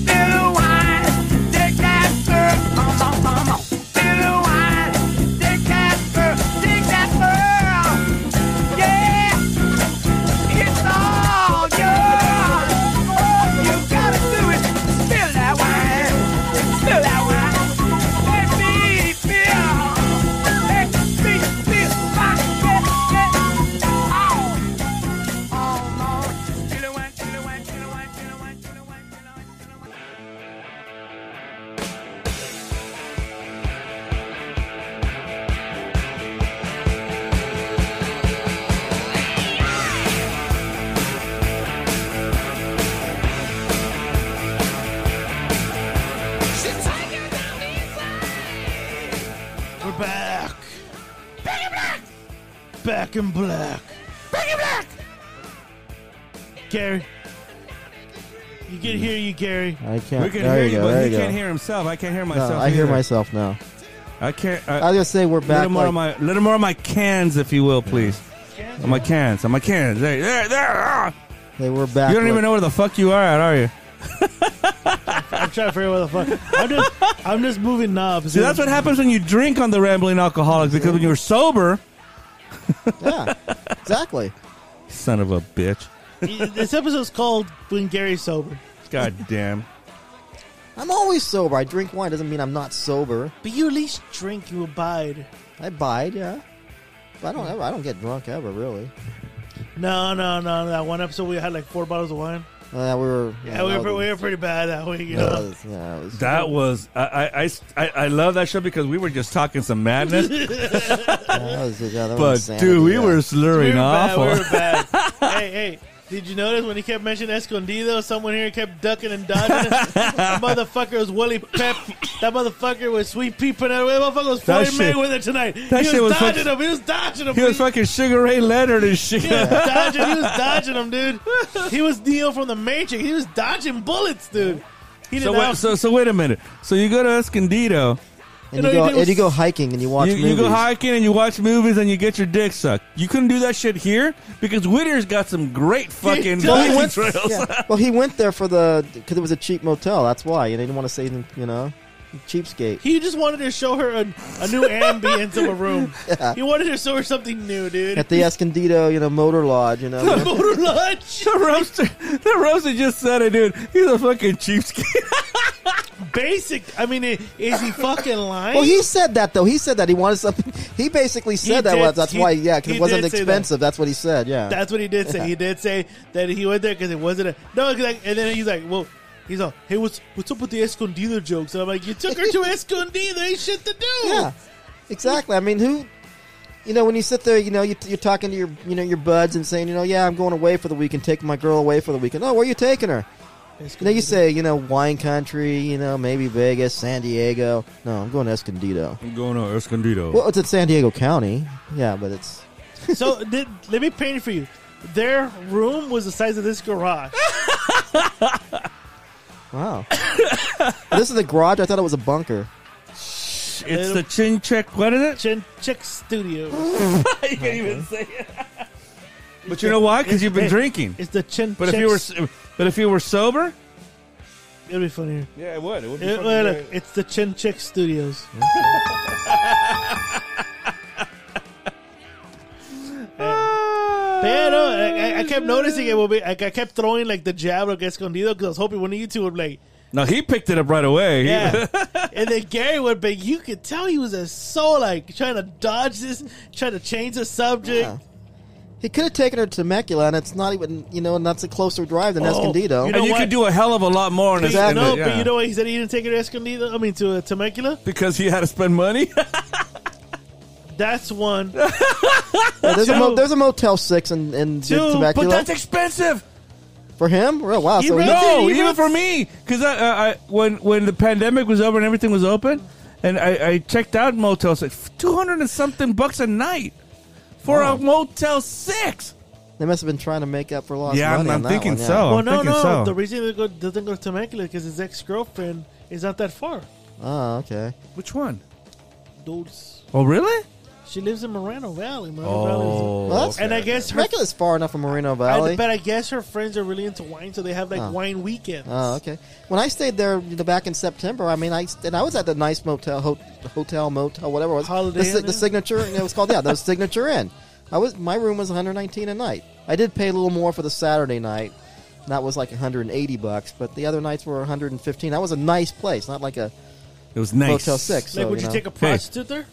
Spill the wine, take that girl. Come on, come on. Spill the wine, take that girl. Take that girl. Yeah, it's all yours. You gotta do it. Spill that wine, spill that wine. Let me feel. We're back. Back in black. Back in black. Gary, You can hear you, Gary. I can't. We can there hear you you, go. but there he you go. can't hear himself. I can't hear No, myself. I hear either. myself now. I can't. I I, was gonna say we're little back. more Like, of my little more of my cans, if you will, please. On my cans. On my cans. There, there, there. ah! hey, we're back. You don't like- even know where the fuck you are at, are you? I'm trying to figure out what the fuck. I'm just, I'm just moving knobs. See, that's what happens when you drink on the Rambling Alcoholics because when you're sober, Yeah, exactly. son of a bitch. This episode's called "When Gary's Sober." God damn. I'm always sober. I drink wine doesn't mean I'm not sober. But you at least drink. You abide. I bide, yeah. But I don't ever. I don't get drunk ever really. No, no, no. That one episode we had like four bottles of wine. Uh, we were. Yeah, we were, we were pretty bad that week. You Yeah, know? that was- yeah, that was- That was I I, I I I love that show because we were just talking some madness, that was- yeah, that but was insanity, dude, we yeah. were we slurring were bad. awful. We were bad. hey, hey. Did you notice when he kept mentioning Escondido, someone here kept ducking and dodging? that motherfucker was Willie Pep. That motherfucker was Sweet Pea Pinata. That motherfucker was That Floyd shit- Mayweather tonight. he was shit was dodging fucking- him. He was dodging him. he was please. fucking Sugar Ray Leonard and shit. He was dodging. He was dodging them, dude. He was Neo from the Matrix. He was dodging bullets, dude. He did So not. wait, so so wait a minute. So you go to Escondido, And You know, you, you go do- and you go hiking and you watch you, movies. you go hiking and you watch movies and you get your dick sucked. You couldn't do that shit here because Whittier's got some great fucking does. Well, he hiking went, trails. yeah. well, he went there for the because it was a cheap motel. That's why and they didn't want to say you know cheapskate. he just wanted to show her a, a new ambience of a room. He wanted to show her something new, dude. At the Escondido, you know, Motor Lodge, you know. Motor lunch, The roaster, the roaster just said it, dude. He's a fucking cheapskate. basic. I mean, i- is he fucking lying? well, he said that though. He said that he wanted something. He basically said that did- was that's he- why. Yeah, because he it wasn't did say that. expensive. That's what he said. Yeah. That's what he did say. He did say that he went there because it wasn't a no. 'cause Like, and then he's like, "Well, he's like, hey, what's what's up with the Escondido jokes?" And I'm like, "You took her to Escondido. Ain't shit to do." Yeah, exactly. I mean, who, you know, when you sit there, you know, you, you're talking to your, you know, your buds and saying, you know, yeah, I'm going away for the weekend, taking my girl away for the weekend. Oh, where are you taking her? You know, you say, you know, wine country, you know, maybe Vegas, San Diego. No, I'm going to Escondido. I'm going to Escondido. Well, it's in San Diego County. Yeah, but it's So did, let me paint it for you. Their room was the size of this garage. wow. this is the garage. I thought it was a bunker. it's the chin check. What is it? Chin Chick Studios. you can't even say it. But you know why? Because you've been Hey, drinking. It's the Chin. But if you were, Chicks- s- but if you were sober, it'll be funnier. yeah, it would. It would It- well, look, it's the Chin Chick Studios. Ah. But yeah, no, I, I- I kept noticing it. Will be like I kept throwing like the jab like Escondido because I was hoping one of you two would like Now he picked it up right away. He- Yeah. and then Gary went, but you could tell he was uh, so like trying to dodge this, trying to change the subject. Yeah. He could have taken her to Temecula, and it's not even, you know, and that's a closer drive than Oh, Escondido. you know- and you what? could do a hell of a lot more in Exactly. a No, yeah. but you know what? He said he didn't take it to Escondido. I mean, to uh, Temecula. because he had to spend money. That's one. Yeah, there's, a Two. mo- there's a Motel 6 in, in Two, Temecula. but that's expensive. For him? Real wow. He So really- he- No, Dude, he even wants- for me, because I, I, I when when the pandemic was over and everything was open, and I, I checked out Motel Six, two hundred and something bucks a night for a Motel Six. they must have been trying to make up for lost Yeah, I'm- money. on I'm that thinking one, yeah. so. Oh, well, I'm no, thinking no. so. The reason he go, doesn't go to Temecula because his ex girlfriend is not that far. Oh, okay. Which one? Dudes, Oh, really? she lives in Moreno Valley. Moreno Valley. Oh, Well, that's Is, and I guess her. Temecula's far enough from Moreno I, Valley. but I guess her friends are really into wine, so they have like Oh. wine weekends. Oh, okay. When I stayed there you know, back in September, I mean, I and I was at the nice motel, ho- hotel, motel, whatever it was. Holiday the, si- Inn, the yeah. signature, you know, it was called yeah, the signature inn. I was my room was 119 a night. I did pay a little more for the Saturday night. and That was like 180 bucks, but the other nights were 115. That was a nice place, not like a it was nice. Motel 6. Like, so, would you, know. take a prostitute there?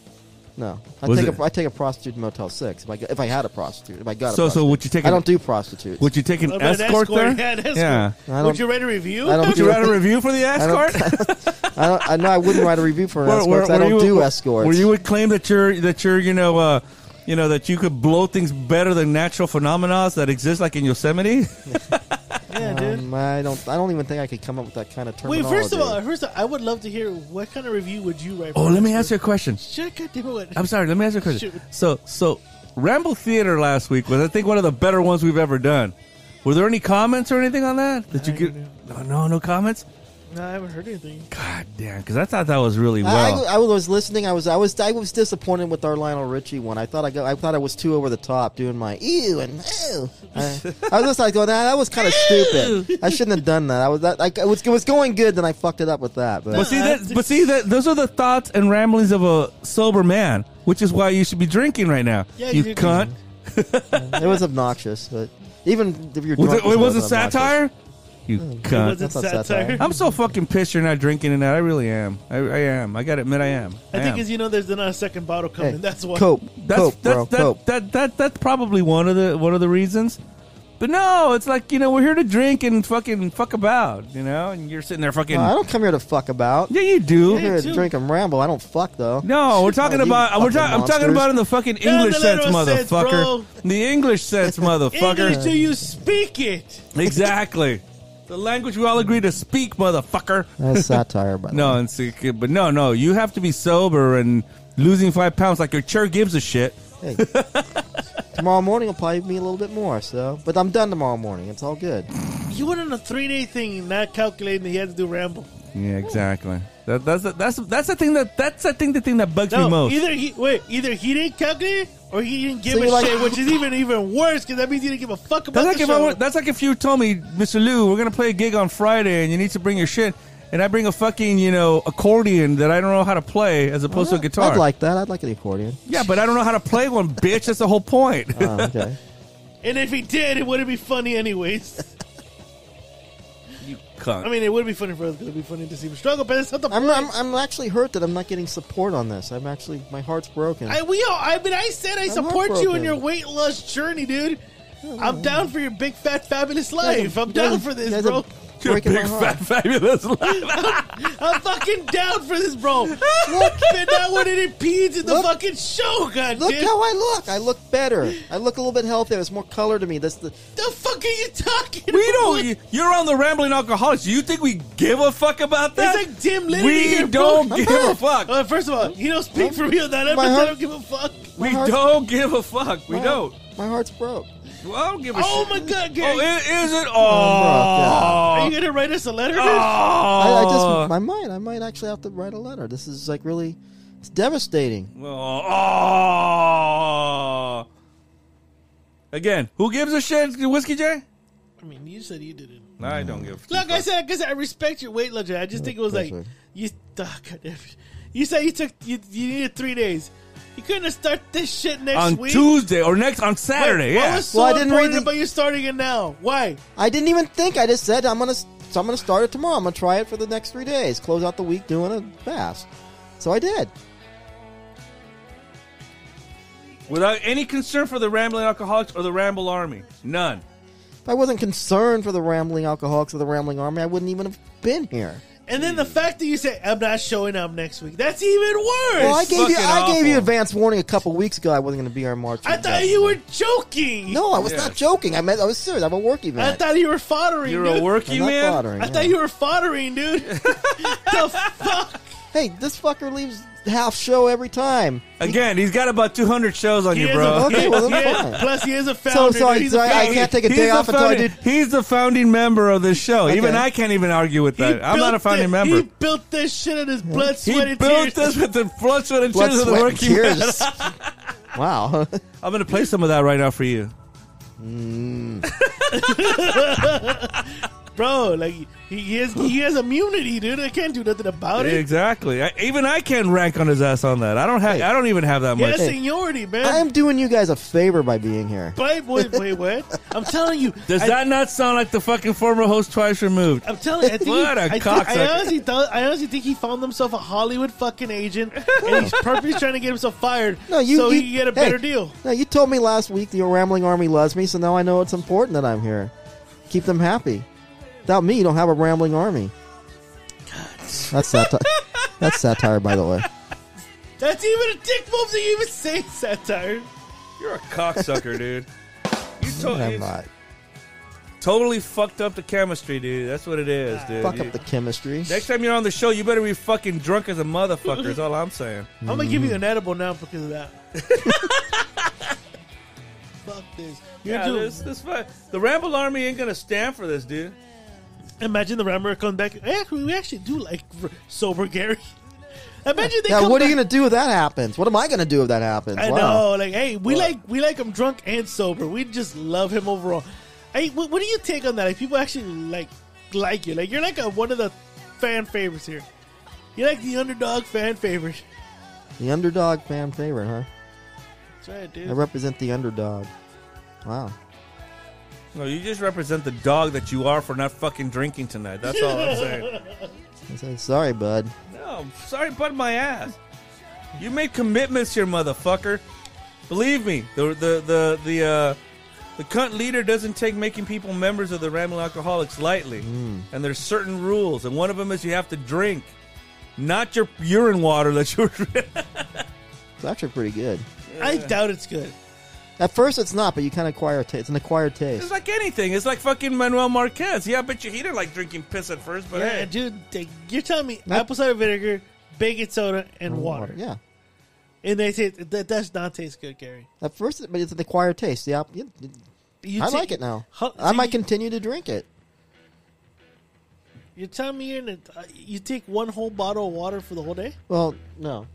No, I Was take it- a, I take a prostitute in Motel Six. If I, got- if I had a prostitute, if I got So, a so prostitute. would you take? I an- don't do prostitutes. Would you take an What about an escort, there? Yeah, an escort. Yeah. I Would don't- you write a review? I don't Would you write a review for the I don't- escort? I don't. I know I wouldn't write a review for an Where- escort. 'cause where- I where don't you- do escorts. Where you would claim that you're that you're you know uh, you know that you could blow things better than natural phenomena that exist like in Yosemite. yeah, dude. Um, I don't. I don't even think I could come up with that kind of terminology. Wait, first of all, first of all, I would love to hear what kind of review would you write? oh, for let me Uh, this ask you a question. Shit, God damn it. I'm sorry. Let me ask you a question. Shoot. So so Ramble Theater last week was I think one of the better ones we've ever done. Were there any comments or anything on that? Did you get no, no, no comments? No, I haven't heard anything. God damn, because I thought that was really I, well. I, I was listening. I was I was I was disappointed with our Lionel Richie one. I thought I got, I thought I was too over the top doing my ew and ew. I, I was just like going, nah, that was kind of stupid. I shouldn't have done that. I was that like it was it was going good, then I fucked it up with that. But but see that, but see that, those are the thoughts and ramblings of a sober man, which is why you should be drinking right now. Yeah, you you- cunt. it was obnoxious. But even if you're Was drunk, it, it wasn't still obnoxious. satire. You Hmm, It cunt. wasn't That's not satire. satire. I'm so fucking pissed you're not drinking and that. I really am. I, I am. I gotta admit, I am. I think am. it's you know there's not a second bottle coming. Hey, That's why. cope, that's cope, that's bro, that, cope. That, that that's probably one of the one of the reasons. But no, it's like you know we're here to drink and fucking fuck about, you know, and you're sitting there fucking. No, I don't come here to fuck about. yeah, you do. I'm here to too. drink and ramble. I don't fuck though. No, we're talking you about we're talking. fucking I'm talking monsters. about in the fucking the English sense, literal sense, motherfucker. bro. the English sense, English motherfucker. till you speak it. exactly. The language we all agree to speak, motherfucker. That's satire, by the No, way. and so, but no, no, you have to be sober and losing five pounds like your chair gives a shit. Hey, tomorrow morning will probably be a little bit more. So, but I'm done tomorrow morning. It's all good. You went on a three day thing, not calculating that he had to do ramble. Yeah, exactly. That, that's the, that's that's the thing that that's I think the thing that bugs me No, most. either he wait, either he didn't calculate it or he didn't give So a you're like- shit, which is even even worse because that means he didn't give a fuck about That's the like if show. I were, that's like if you told me, Mr. Lou, we're gonna play a gig on Friday and you need to bring your shit, and I bring a fucking you know accordion that I don't know how to play as opposed to a Oh, guitar. I'd like that. I'd like an accordion. yeah, but I don't know how to play one, bitch. That's the whole point. Oh, okay. and if he did, it wouldn't be funny anyways. you cunt. I mean, it would be funny for us because it'd be funny to see him struggle, but that's not the I'm, point. I'm I'm actually hurt that I'm not getting support on this. I'm actually my heart's broken. I we all, I mean, I said I support you in heartbroken. your weight loss journey, dude. I'm down for your big fat fabulous life. I'm down for You this, guys bro. are You're a breaking big my heart. fat fabulous. laugh. I'm fucking down for this, bro. Look, man, that one it impedes in the Look- fucking show, goddamn. Look how I look. I look better. I look a little bit healthier. There's more color to me. That's the the fuck are you talking? we about? don't. You're on the rambling alcoholics. You think we give a fuck about that? It's like Tim Liddy. we here, don't bro. give a fuck. Uh, first of all, he don't speak for me on that My episode. I heart- don't give a fuck. We heart's- don't give a fuck. We my- don't. My heart's broke. Well, I don't give a Oh shit. my god, Oh, Gary, i- is it? Oh, God. are you gonna write us a letter? dude? Oh. I, I just I might I might actually have to write a letter. This is like really it's devastating. Oh. Again, who gives a shit, Whiskey I J? mean, you said you didn't. I don't give. a Look, I said, I said, I respect your weight loss. I just think it was like Perfect. you. Oh, goddamn. You said you took you, you needed three days. You couldn't start this shit next On week. Tuesday or next on Saturday, Wait, yeah. I was so Well, I didn't didn't read important the- about you starting it now. Why? I didn't even think. I just said I'm gonna so I'm gonna start it tomorrow. I'm gonna try it for the next three days. Close out the week doing a fast. So I did. Without any concern for the rambling alcoholics or the ramble army, none. If I wasn't concerned for the rambling alcoholics or the rambling army, I wouldn't even have been here. And then the fact that you say I'm not showing up next week. That's even worse. Well, I gave you fucking I gave awful. you advance warning a couple weeks ago. I wasn't going to be here in March. I thought you were joking. No, I was Yeah. not joking. I meant I was serious. I'm a work I event. thought you were foddering. You're dude. a working I'm not man. flattering, I yeah. thought you were foddering, dude. the fuck? Hey, this fucker leaves half show every time. Again, he's got about 200 shows on He you, is bro. a, Okay, he- well, then he is- fine. plus, he is a So founder. sorry, He's a so I, I founder. can't take a He's day the off until I founding- did. He's the founding member of this show. Even Okay. I can't even argue with He that. I'm not built a founding thi- member. He built this shit in his blood, He sweat, and built tears. this with the blood, sweat, and Blood, tears of the sweat, and working man. tears. wow. I'm gonna play some of that right now for you. Bro, like he he has he has immunity, dude. I can't do nothing about it. Exactly. I, even I can rank on his ass on that. I don't have. I don't even have that He much. has seniority, man. I am doing you guys a favor by being here. But wait, wait, what? I'm telling you. Does I- that not sound like the fucking former host twice removed? I'm telling you, I think What he, a I think- I cocksucker. honestly, thought, I honestly think he found himself a Hollywood fucking agent, and he's purposely trying to get himself fired No, you. so you, he can get a hey, better deal. No, you told me last week the rambling army loves me, so now I know it's important that I'm here. Keep them happy. Without me, you don't have a rambling army. That's satire. That's satire, by the way. That's even a dick move to even say satire. You're a cocksucker, dude. You totally, I'm not. totally fucked up the chemistry, dude. That's what it is, dude. Fuck You- up the chemistry. Next time you're on the show, you better be fucking drunk as a motherfucker. is all I'm saying. I'm gonna give you an edible now because of that. fuck this. You're Yeah, doing- this, this fight. The Ramble Army ain't gonna stand for this, dude. Imagine the Rammer comes back. Eh, we actually do like r- sober Gary. Imagine they Yeah, come what are back. you gonna do if that happens? What am I gonna do if that happens? I Wow. know, like, hey, we like we like him drunk and sober. We just love him overall. Hey, what, what do you take on that? Like, people actually like like you. Like, you're like a, one of the fan favorites here. You're like the underdog fan favorite. The underdog fan favorite, huh? That's right, I dude. represent the underdog. Wow. No, you just represent the dog that you are for not fucking drinking tonight. That's all I'm saying. I said, sorry, bud. No, sorry, bud, my ass. You made commitments here, motherfucker. Believe me, the the the the uh, the cunt leader doesn't take making people members of the Rambling Alcoholics lightly. And there's certain rules, and one of them is you have to drink, not your urine water that you were drinking. It's actually pretty good. I doubt it's good. At first, it's not, but you kind of acquire taste. It's an acquired It's taste. like anything. It's like fucking Manuel Marquez. Yeah, I bet you he didn't like drinking piss at first, but Yeah, hey. dude, they- you're telling me Not- apple cider vinegar, baking soda, and water, Yeah. and they say that does not taste good, Gary. At first, it- but it's an acquired taste. Yeah, yeah, You I take- like it now. Huh, I so might you- continue to drink it. You're telling me you're in a, uh, you take one whole bottle of water for the whole day? Well, no.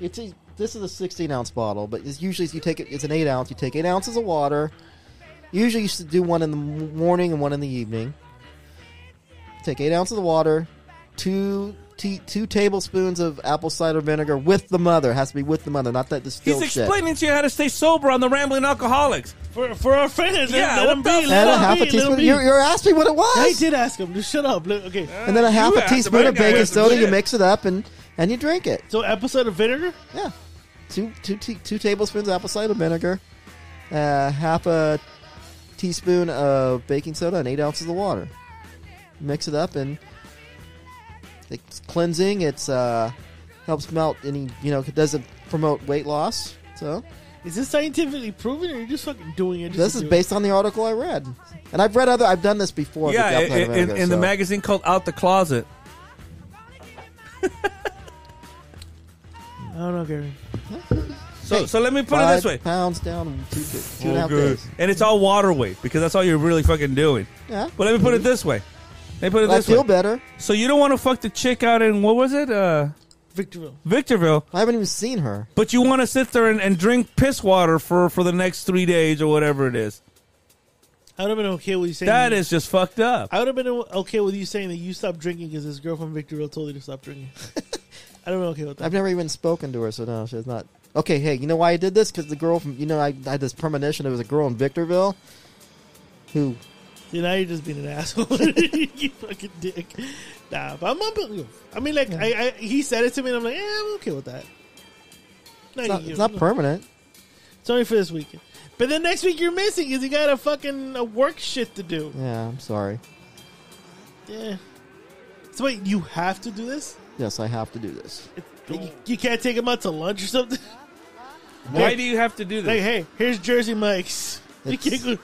It's a, this is a 16 ounce bottle, but it's usually you take it. It's an eight ounce. You take eight ounces of water. Usually, you used to do one in the m- morning and one in the evening. Take eight ounces of water, two tea, two tablespoons of apple cider vinegar with the mother. It has to be with the mother, not that He's distilled shit. explaining to you how to stay sober on the Rambling Alcoholics. For for our fans, let, let Yeah, what them the be. Let And a them half be, a let 'em teaspoon. be. You, you asked me what it was. I did ask him. Just shut up. Look, Okay, and then a half You a asked him, teaspoon I of didn't baking ask him soda. You shit. mix it up and and you drink it. so episode of vinegar. Yeah, two two tea, two tablespoons of apple cider vinegar, uh, half a teaspoon of baking soda, and eight ounces of water. Mix it up, and it's cleansing. It's uh, helps melt any you know. It doesn't promote weight loss. So Is this scientifically proven, or you're just fucking doing it? Just this to is do based on the article I read, and I've read other. I've done this before. with Yeah, apple cider in, in, vinegar, in the so. magazine called Out the Closet. It? I don't know, Gary. So, Hey, so let me put it Five this way. pounds down two, two, two and a half Good. days. And it's all water weight because that's all you're really fucking doing. Yeah, But let me put it this way. Let me put it But I this feel way. better. So you don't want to fuck the chick out in what was it? Uh, Victorville. Victorville. I haven't even seen her. But you want to sit there and, and drink piss water for, for the next three days or whatever it is. I would have been okay with you saying That is just fucked up. I would have been o- okay with you saying that you stopped drinking because this girl from Victorville told you to stop drinking. I don't know. Okay with that. I've never even spoken to her, so no, she's not. Okay, hey, you know why I did this? Because the girl from, you know, I, I had this premonition. It was a girl in Victorville who, See, now you're just being an asshole. you fucking dick. Nah, but I'm not. I mean, like, I, I, he said it to me, and I'm like, eh, I'm okay with that. Not it's not, you. it's not permanent. It's only for this weekend. But then next week you're missing because you got a fucking a work shit to do. Yeah, I'm sorry. Yeah. So wait, you have to do this? Yes, I have to do this. It- You, you can't take him out to lunch or something? Why do you have to do Like, this? Oh, hey, here's Jersey Mike's. You It's- can't go,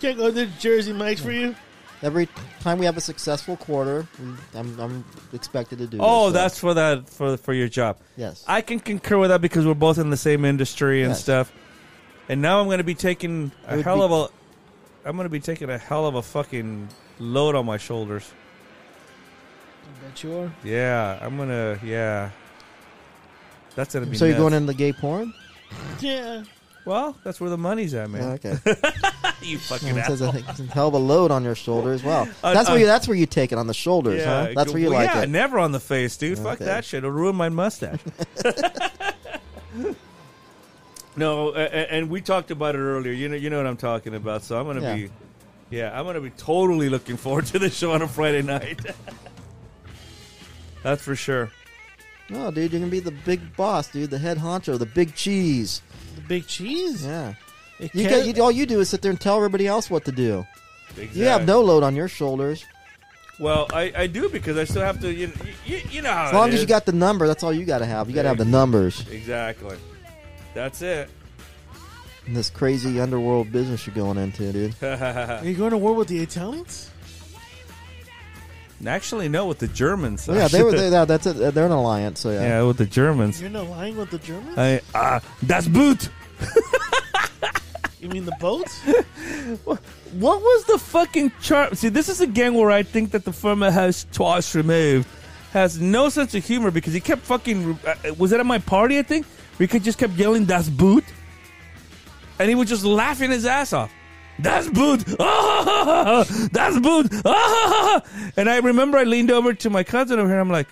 can't go to Jersey Mike's for you. Every time we have a successful quarter, we- I'm, I'm expected to do Oh, this, that's for that for for your job. Yes. I can concur with that because we're both in the same industry and Yes. stuff. And now I'm going to be taking a would hell be- of a I'm going to be taking a hell of a fucking load on my shoulders. bet you are. Yeah, I'm going to yeah. That's going to be So you're nuts. going into the gay porn? Yeah. Well, that's where the money's at, man. Yeah, okay. you fucking It says asshole. a, it's a hell of a load on your shoulders. Wow. Uh, That's uh, where you, that's where you take it on the shoulders, Yeah, huh? That's where you well, like yeah, it. never on the face, dude. Fuck Okay. that shit. It'll ruin my mustache. no, a- a- and we talked about it earlier. You know, you know what I'm talking about. So I'm gonna Yeah. be, yeah, I'm gonna be totally looking forward to this show on a Friday night. That's for sure. No, dude, you're going to be the big boss, dude, the head honcho, the big cheese. The big cheese? Yeah. It You can't- get, you, all you do is sit there and tell everybody else what to do. You have Exact- no load on your shoulders. Well, I, I do because I still have to. You, you, you know, how As long it as you is. got the number, that's all you got to have. You got to have the numbers exactly. That's it. in this crazy underworld business you're going into, dude. Are you going to war with the Italians? Actually, no, with the Germans. Well, yeah, they were. They, yeah, that's it. They're an alliance. So yeah. yeah, with the Germans. uh, You're not lying with the Germans? I, uh, that's boot. You mean the boats? What was the fucking chart? See, this is a gang where I think that the firma has twice removed has no sense of humor because he kept fucking. uh, Was it at my party? I think we could just kept yelling "Das Boot," and he was just laughing his ass off. That's boot. Ah, that's boot. Ah, and I remember I leaned over to my cousin over here. I'm like,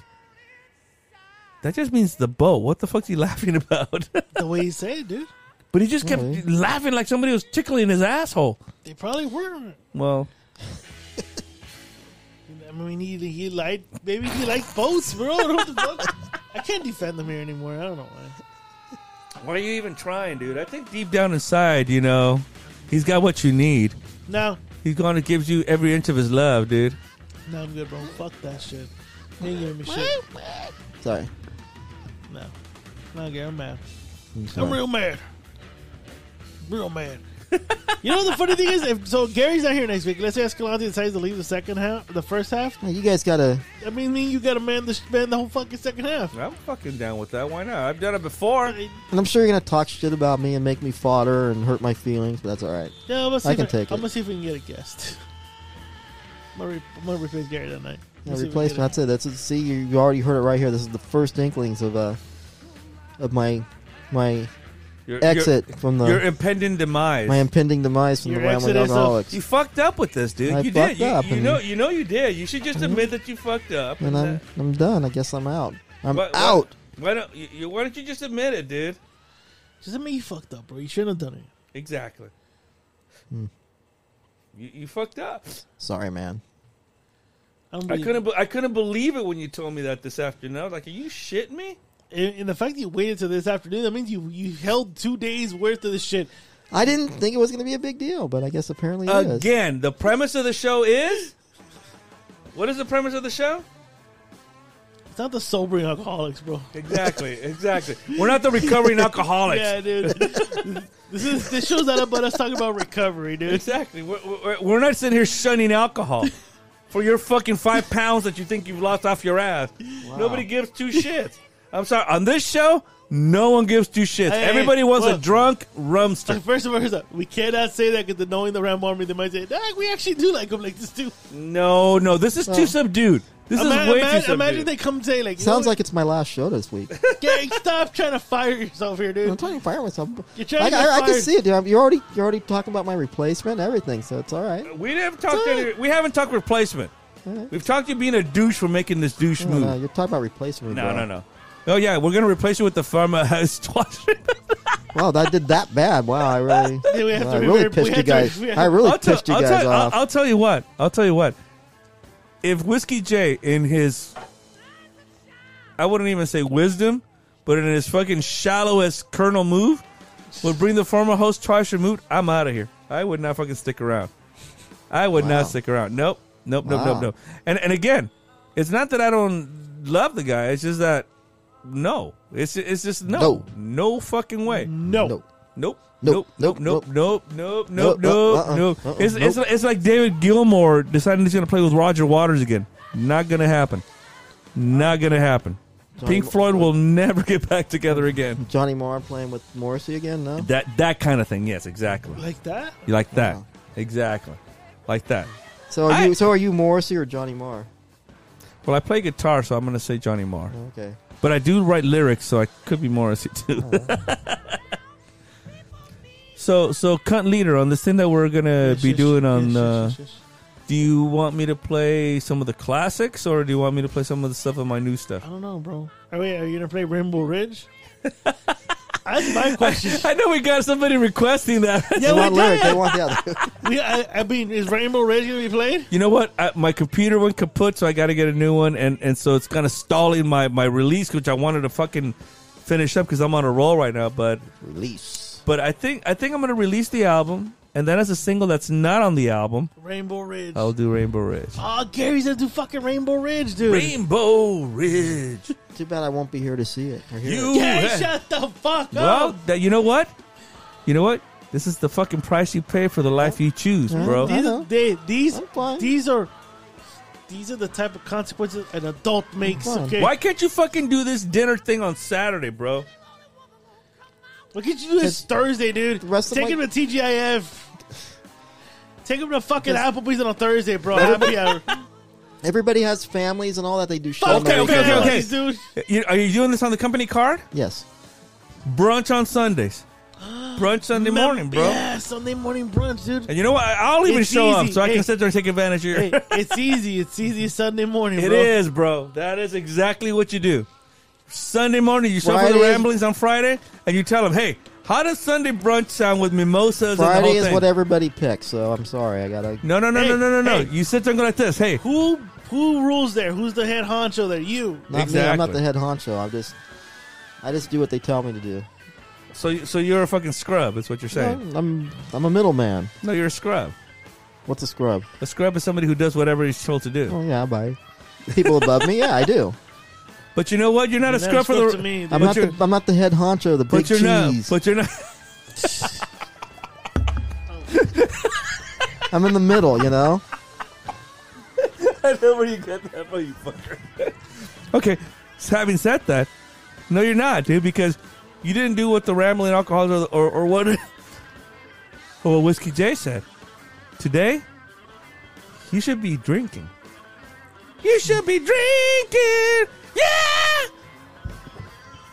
that just means the boat. What the fuck's he laughing about? the way you say it, dude. but he just kept laughing like somebody was tickling his asshole. They probably were. Well, I mean, he, he liked, maybe he liked boats, bro. What the fuck? I can't defend them here anymore. I don't know why. Why are you even trying, dude? I think deep down inside, you know, he's got what you need. No, He's gonna give you every inch of his love, dude. no, I'm good, bro. Fuck that shit. You ain't giving me shit. Sorry. No, no, okay, I'm mad. I'm I'm sorry. real mad. Real mad. you know the funny thing is, if so, Gary's not here next week. Let's say Escalante decides to leave the second half, the first half. Hey, You guys gotta. That means me, and you got to man the sh- man the whole fucking second half. I'm fucking down with that. Why not? I've done it before. and I'm sure you're gonna talk shit about me and make me fodder and hurt my feelings, but that's all right. Yeah, I'm gonna see I if can take I'm it. gonna see if we can get a guest. I'm gonna, re- I'm gonna replace Gary that night. Yeah, Let's see if we replacement. can get That's it. That's it. See, you, you already heard it right here. This is the first inklings of uh of my my Your, exit from Your, your the impending demise. my impending demise from Your the rambling exodus of- alcoholics. you fucked up with this, dude. I you fucked did. You, up you and- Mm-hmm. know. You know. You did. You should just admit that you fucked up. and I'm I'm done. I guess I'm out. I'm Why- why- out. Why don't you, you? Why don't you just admit it, dude? it. Just admit you fucked up, bro. You shouldn't have done it. Exactly. Hmm. You, you fucked up. Sorry, man. I'm I couldn't. be- I couldn't believe it when you told me that this afternoon. I was like, "Are you shitting me?" And, and the fact that you waited till this afternoon, that means you you held two days worth of this shit. I didn't think it was gonna be a big deal, but I guess apparently it is. Again, the premise of the show is what is the premise of the show? It's not the sobering alcoholics, bro. Exactly, exactly. We're not the recovering alcoholics. Yeah, dude. this is this show's not about us talking about recovery, dude. Exactly. We're, we're, we're not sitting here shunning alcohol for your fucking five pounds that you think you've lost off your ass. Nobody gives two shits. I'm sorry. On this show, no one gives two shits. Hey, Everybody hey, wants a look. drunk Like, rumster. first of all, here's a- we cannot say that because knowing the Ram Army, they might say, nah, we actually do like them like this too. No, no. This is too subdued. This Ima- is ima- way too subdued. imagine they come say like, you Sounds know like it's my last show this week. what, gang, stop trying to fire yourself here, I'm dude. trying to fire myself. You're I, trying to I, I can fired. see it, dude. I'm- You're already you're already talking about my replacement, and everything. So it's all right. we didn't talk. Any, we haven't talked replacement. We've talked you being a douche for making this douche No, Hmm. move. no, uh, you're talking about replacement. No, bro. no, no. Oh yeah, we're gonna replace it with the pharma house twice. Wow, that did that bad. Wow, I really, Yeah, we have wow, to I be really very- we pissed have you to- guys. we have- I really I'll tell- pissed you I'll guys tell- I'll- off. I'll tell you what. I'll tell you what. If Whiskey J in his, I wouldn't even say wisdom, but in his fucking shallowest kernel move, would bring the former host twice removed. I'm out of here. I would not fucking stick around. I would Wow. not stick around. Nope. Nope. Nope. Nope. Wow. Nope. And and again, it's not that I don't love the guy. It's just that no. It's it's just no. No. fucking way. No. No. Nope. Nope. Nope, Nope. Nope. nope, Nope. Nope. Nope. nope, Nope. uh-uh, Nope. uh-uh, It's it's nope. it's like David Gilmore deciding he's going to play with Roger Waters again. Not going to happen. Not going to happen. Pink Floyd will never get back together again. Johnny Marr playing with Morrissey again? No, That that kind of thing. Yes, exactly. Like that? You like that? Exactly. Like that. so are I- you? So are you Morrissey or Johnny Marr? Well, I play guitar, so I'm going to say Johnny Marr. Okay, But I do write lyrics, so I could be Morrissey too. Oh, so, so cunt leader on this thing that we're gonna be Shush, doing yeah, on. shush, Uh, shush, shush. do you want me to play some of the classics, or do you want me to play some of the stuff on my new stuff? I don't know, bro. Are, we, are you gonna play Rainbow Ridge? That's my question. I know we got somebody requesting that. they want lyric, they want the other. We, I, I mean, is Rainbow Ridge gonna be played? You know what? I, my computer went kaput, so I got to get a new one, and, and so it's kind of stalling my, my release, which I wanted to fucking finish up because I'm on a roll right now. But Release. but I think I think I'm gonna release the album, and then as a single that's not on the album, Rainbow Ridge. I'll do Rainbow Ridge. Oh, Gary's gonna do fucking Rainbow Ridge, dude. Rainbow Ridge. Too bad I won't be here to see it. Or hear You it. Gary, had- shut the fuck well, up. that, you know what? You know what? This is the fucking price you pay for the life you choose, bro. I These, know. they, these, I'm fine. these are these are the type of consequences an adult makes. fine. Okay, Why can't you fucking do this dinner thing on Saturday, bro? What could you do this Just- Thursday, dude? The rest of Take my- him to TGIF. Take him to fucking Just- Oh, Applebee's on a Thursday, bro. Happy hour. Everybody has families and all that. They do shit. on Fuck the okay, okay, weekends. okay. families, dude. You- are you doing this on the company card? Yes. Brunch on Sundays. Brunch Sunday morning, bro. Yeah, Sunday morning brunch, dude. And you know what? I'll even It's show up easy. so I Hey. can sit there and take advantage of your. hey, it's easy. It's easy Sunday morning, It bro. is, bro. That is exactly what you do. Sunday morning, you show up for the Friday is- ramblings on Friday, and you tell them, "Hey, how does Sunday brunch sound with mimosas and the Friday whole is thing?" what everybody picks, so I'm sorry. I gotta. No, no, no, Hey, no, no, no, no. hey. You sit there and go like this. Hey, Who who rules there? Who's the head honcho there? You. Not me. I'm Exactly. not the head honcho. I'm just. I just do what they tell me to do. so so you're a fucking scrub. Is what you're saying? No, I'm I'm a middleman. No, you're a scrub. What's a scrub? A scrub is somebody who does whatever he's told to do. Oh yeah, by people above me. Yeah, I do. But you know what? You're not a That's scrub for the. to me, dude. I'm But not. The, you're- I'm not the head honcho. The big But you're not. cheese. But you're not. I'm in the middle. You know. I know where you got that from, you fucker. okay, so having said that, no, you're not, dude, because you didn't do what the rambling alcohols or, or, or what or what Whiskey J said. Today, you should be drinking. You should be drinking. Yeah,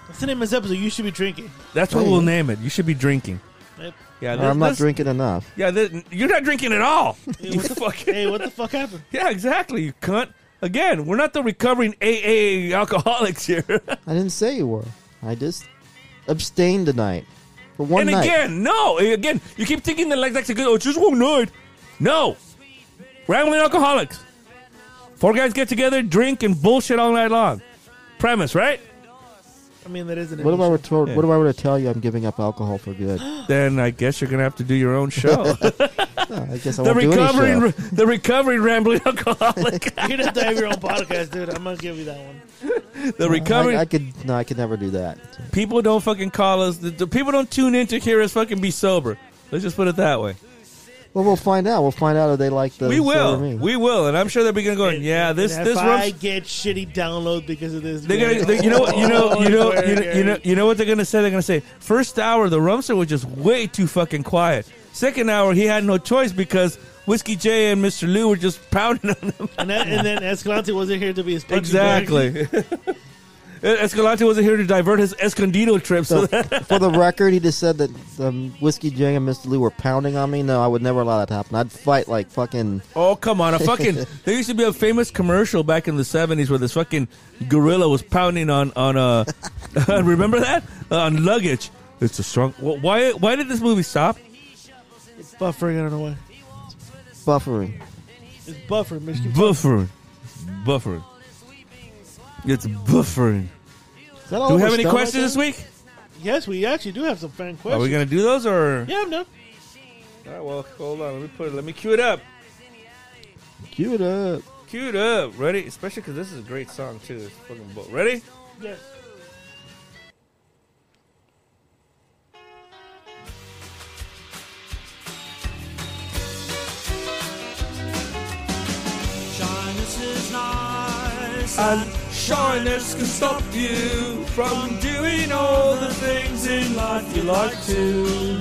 That's the name of this episode. You should be drinking. that's what we'll name it. You should be drinking. Yep. Yeah, Or I'm not drinking enough. Yeah, this, you're not drinking at all. you fucking Hey, what the fuck happened? yeah, exactly. You cunt. Again, we're not the recovering AA alcoholics here. I didn't say you were. I just abstained tonight for one and night. again, no. Again, you keep thinking that like that's a good. Oh, just one night. No, rambling alcoholics. Four guys get together, drink, and bullshit all night long. Premise, right? I mean, that isn't What if I were told? Yeah. What if I were to tell you I'm giving up alcohol for good? Then I guess you're gonna have to do your own show. No, I guess I the won't do any show. recovering, the recovering rambling alcoholic, You're gonna have to have your own podcast, dude. I'm gonna give you that one. the recovering. I, I could no, I could never do that. people don't fucking call us. The, the people don't tune in to hear us fucking be sober. Let's just put it that way. Well, we'll find out. We'll find out if they like the. we will, Me. we will, and I'm sure they'll be going. going yeah, this And if this I rumps get shitty download because of this. They're man. gonna, they- you know, what- you know, you know, you know, you know, Gary. you know what they're gonna say. They're gonna say first hour the rumster was just way too fucking quiet. Second hour he had no choice because Whiskey J and Mister Lou were just pounding on him. And, that, and then Escalante wasn't here to be his punching bag. Exactly. E-, Escalante wasn't here to divert his Escondido trip. So So, that, for the record, he just said that um, whiskey J and Mr. Lou were pounding on me. No, I would never allow that to happen. I'd fight like fucking. oh come on, a fucking. There used to be a famous commercial back in the '70s where this fucking gorilla was pounding on on uh, remember that Uh, on luggage. It's a strong. wh- Why why did this movie stop? Buffering, I don't know why. buffering. It's buffering. Michigan. Buffering. Buffering. It's buffering. Is that all Do we Oh, we're have any done right questions this now? week? Yes, we actually do have some fan questions. Are we gonna do those or? yeah, I'm done. All right. Well, hold on. Let me put it. Let me cue it up. Cue it up. Cue it up. Ready? Especially because this is a great song too. It's fucking bo- ready. Yeah. And shyness can stop you from doing all the things in life you like to.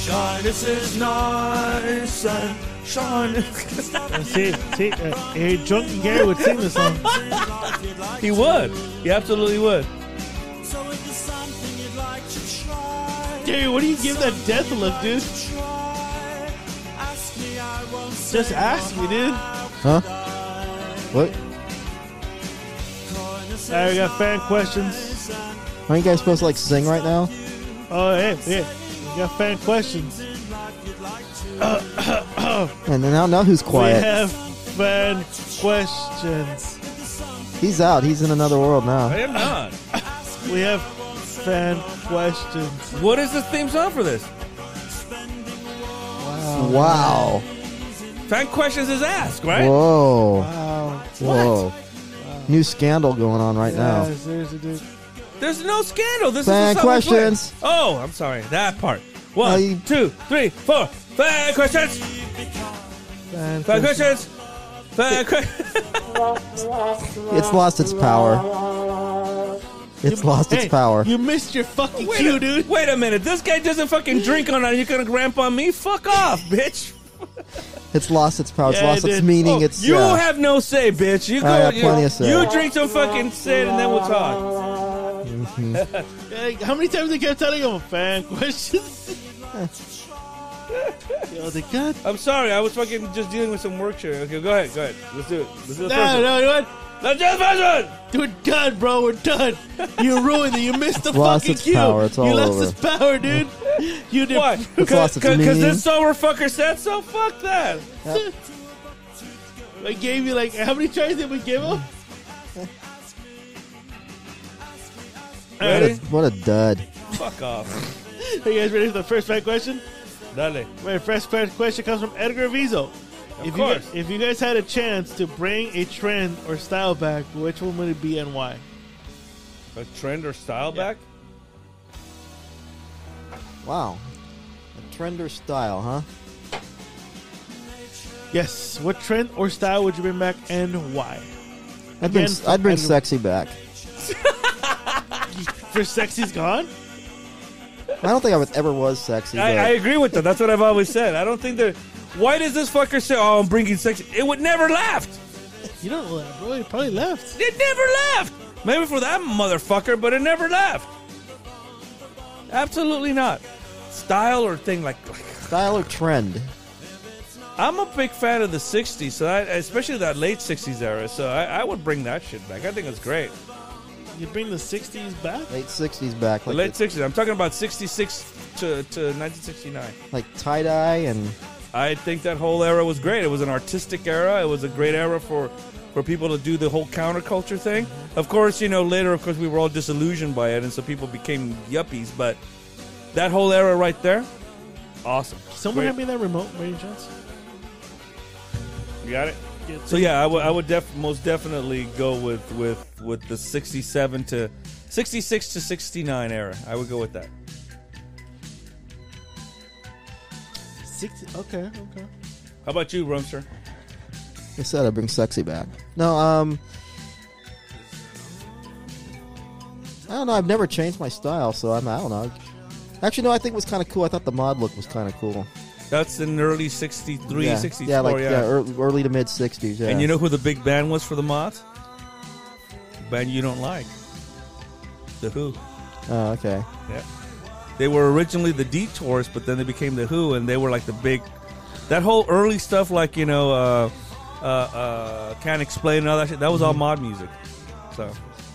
Shyness is nice, and shyness can stop you. See, see, uh, hey, drunken Gary would sing this song. He would. He absolutely would. Gary, what do you give that death look, dude? Just ask me, dude. Huh? What? Alright, we got fan questions. Aren't you guys supposed to like sing right now? Oh, hey, yeah. We got fan questions. And then now, now who's We quiet? have fan questions. He's out. He's in another world now. I am not. We have fan questions. What is the theme song for this? Wow. Fan questions is asked, right? Whoa. Wow. Whoa. New scandal going on right Yeah, now. seriously, dude. There's no scandal. This Fan is the song we play. questions. Oh, I'm sorry. That part. No, One, you- two, three, four. Fan questions. Fan Fan questions. questions. Fan questions. It's lost its power. It's lost its power. You missed your fucking Wait cue, a, dude. Wait a minute. This guy doesn't fucking drink on it. You're going to ramp on me? Fuck off, bitch. It's lost its power. It's Yeah, lost it its did. meaning. Oh, it's you yeah. have no say, bitch. You go. I have you, plenty of say. you drink some fucking sin, and then we'll talk. Like, how many times they kept telling him fan questions? Yo, they got. I'm sorry. I was fucking just dealing with some work shit. Okay, go ahead. Go ahead. Let's do it. Let's do the first No, one. no, you know what? Let's do the first one. We're done, bro. We're done. You ruined it. You missed the Lost fucking its cue. power. It's all you lost over. its power, dude. You did. Why? It's lost its Because meaning. this sober fucker said so? Fuck that. I gave you like how many tries did we give him? What a, Ready? what a dud. Fuck off. Are you guys ready for the first fan question? Dale. My first fan question comes from Edgar Vizo. If you, course. guys, if you guys had a chance to bring a trend or style back, which one would it be and why? A trend or style back? Wow. A trend or style, huh? Yes. What trend or style would you bring back and why? I'd bring, Again, I'd bring I'd- sexy back. For sexy's gone? I don't think I was, ever was sexy. I, but I agree with that. That's what I've always said. I don't think that. Why does this fucker say, "Oh, I'm bringing sex"? It would never left. You don't know that, bro. You probably left. It never left. Maybe for that motherfucker, but it never left. Absolutely not. Style or thing like. style or trend? I'm a big fan of the '60s, so I, especially that late '60s era. So I, I would bring that shit back. I think it's great. You bring the 60s back? Late 60s back. The Like, late '60s. I'm talking about '66 to, to 1969. like tie dye and. I think that whole era was great. It was an artistic era. It was a great era for for people to do the whole counterculture thing. Of course, you know, later, of course, we were all disillusioned by it, and so people became yuppies. But that whole era right there, awesome. Someone Great. hand me that remote, by any chance? You got it. Yeah, So yeah, I would I would def- most definitely go with with with the '67 to '66 to '69 era. I would go with that. 60, okay, okay. How about you, Rumster? I said I bring sexy back. No, um. I don't know. I've never changed my style, so I'm. I don't know. Actually, no. I think it was kind of cool. I thought the mod look was kind of cool. That's in early '63, yeah. '64. yeah, like yeah, early, early to mid '60s. Yeah. And you know who the big band was for the Moth? Band you don't like. The Who. Oh, okay. They were originally the Detours, but then they became the Who, and they were like the big. That whole early stuff, like you know, uh, uh, uh, can't explain and all that shit. That was all mod music. So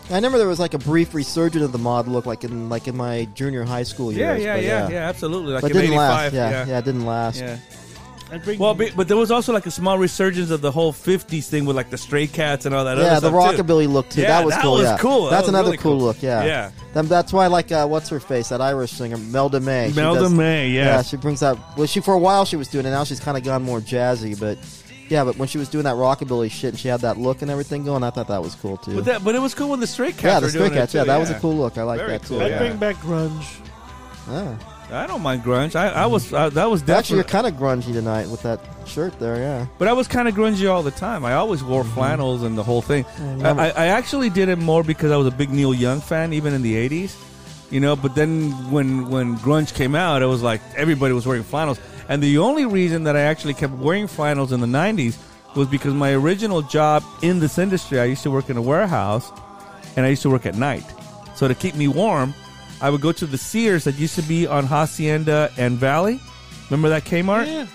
I remember there was like a brief resurgence of the mod look, like in like in my junior high school yeah, years. yeah, but yeah, yeah, absolutely. Like But it in didn't '85, last. Yeah, yeah, it didn't last. yeah. I'd bring Well, be, but there was also like a small resurgence of the whole '50s thing with like the Stray Cats and all that. Yeah, other the stuff, too. rockabilly look too. Yeah, that was that cool. was yeah. cool. That That's was another really cool cool. look. Yeah, Yeah. Then that's why I like uh, what's her face, that Irish singer Melda May. She Melda does- May, yes. Yeah, she brings out. Well, she for a while she was doing it. Now she's kind of gone more jazzy, but yeah. But when she was doing that rockabilly shit and she had that look and everything going, I thought that was cool too. But that, but it was cool when the Stray Cats. yeah, the were Stray doing it, Cats. Yeah, too, that was a cool look. I like Very that too. cool, I'd yeah. bring back grunge. Ah. I don't mind grunge. I, I was I, that was Actually, definitely, you're kind of grungy tonight with that shirt there. Yeah. but I was kind of grungy all the time. I always wore flannels and the whole thing. I, remember. I, I actually did it more because I was a big Neil Young fan, even in the '80s, you know. But then when when grunge came out, it was like everybody was wearing flannels, and the only reason that I actually kept wearing flannels in the '90s was because my original job in this industry, I used to work in a warehouse, and I used to work at night. So to keep me warm, I would go to the Sears that used to be on Hacienda and Valley. Remember that Kmart? Yeah.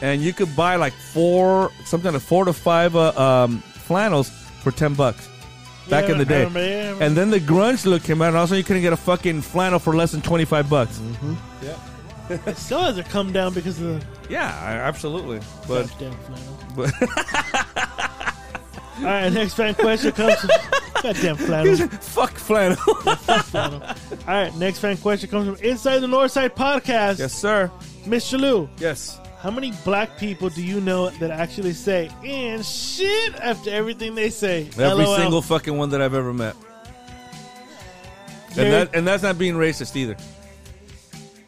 and you could buy like four something like four to five uh, um, flannels for ten bucks back Yeah, in the I day. remember, yeah, I remember. And then the grunge look came out, and also you couldn't get a fucking flannel for less than twenty five bucks. It still has a come down because of the Yeah, I- absolutely. But goddamn flannel. All right, next fan question comes. From, goddamn flannel. fuck flannel. flannel. All right, next fan question comes from Inside the Northside podcast. yes, sir. Mr. Lou, Yes. how many black people do you know that actually say "and shit" after everything they say? Every LOL. single fucking one that I've ever met. And Gary, that and that's not being racist either.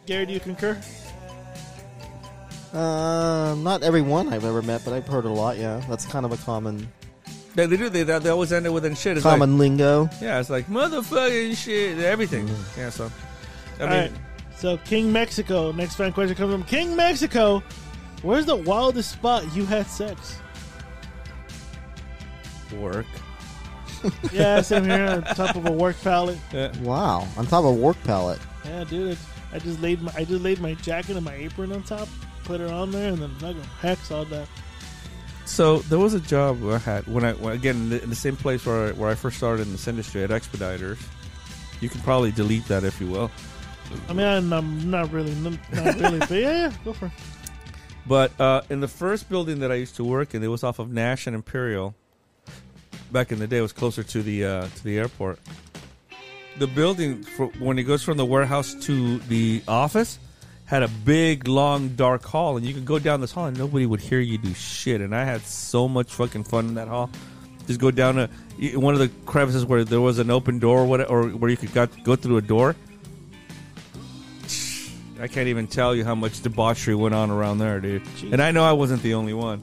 Gary, do you concur? Uh, not everyone I've ever met, but I've heard a lot. Yeah, that's kind of a common They, they do. They, they always end it with an shit. It's Common lingo. Like, yeah, it's like motherfucking shit. Everything. Yeah. So, I mean, All right. So King Mexico. Next fan question comes from King Mexico. Where's the wildest spot you had sex? work. Yeah, same here on top of a work pallet. Wow, on top of a work pallet. Yeah, dude. I just laid my I just laid my jacket and my apron on top, put it on there, and then I go hex all that. So there was a job I had when I when, again in the, in the same place where I, where I first started in this industry at Expediters. You can probably delete that if you will. I mean, I'm, I'm not really, not really, but yeah, yeah, go for it. But uh, in the first building that I used to work in, it was off of Nash and Imperial. Back in the day, it was closer to the uh, to the airport. The building, for, when it goes from the warehouse to the office, had a big, long, dark hall, and you could go down this hall, and nobody would hear you do shit. And I had so much fucking fun in that hall. Just go down to y- one of the crevices where there was an open door, or, what, or where you could got, go through a door. I can't even tell you how much debauchery went on around there, dude. Jeez. And I know I wasn't the only one.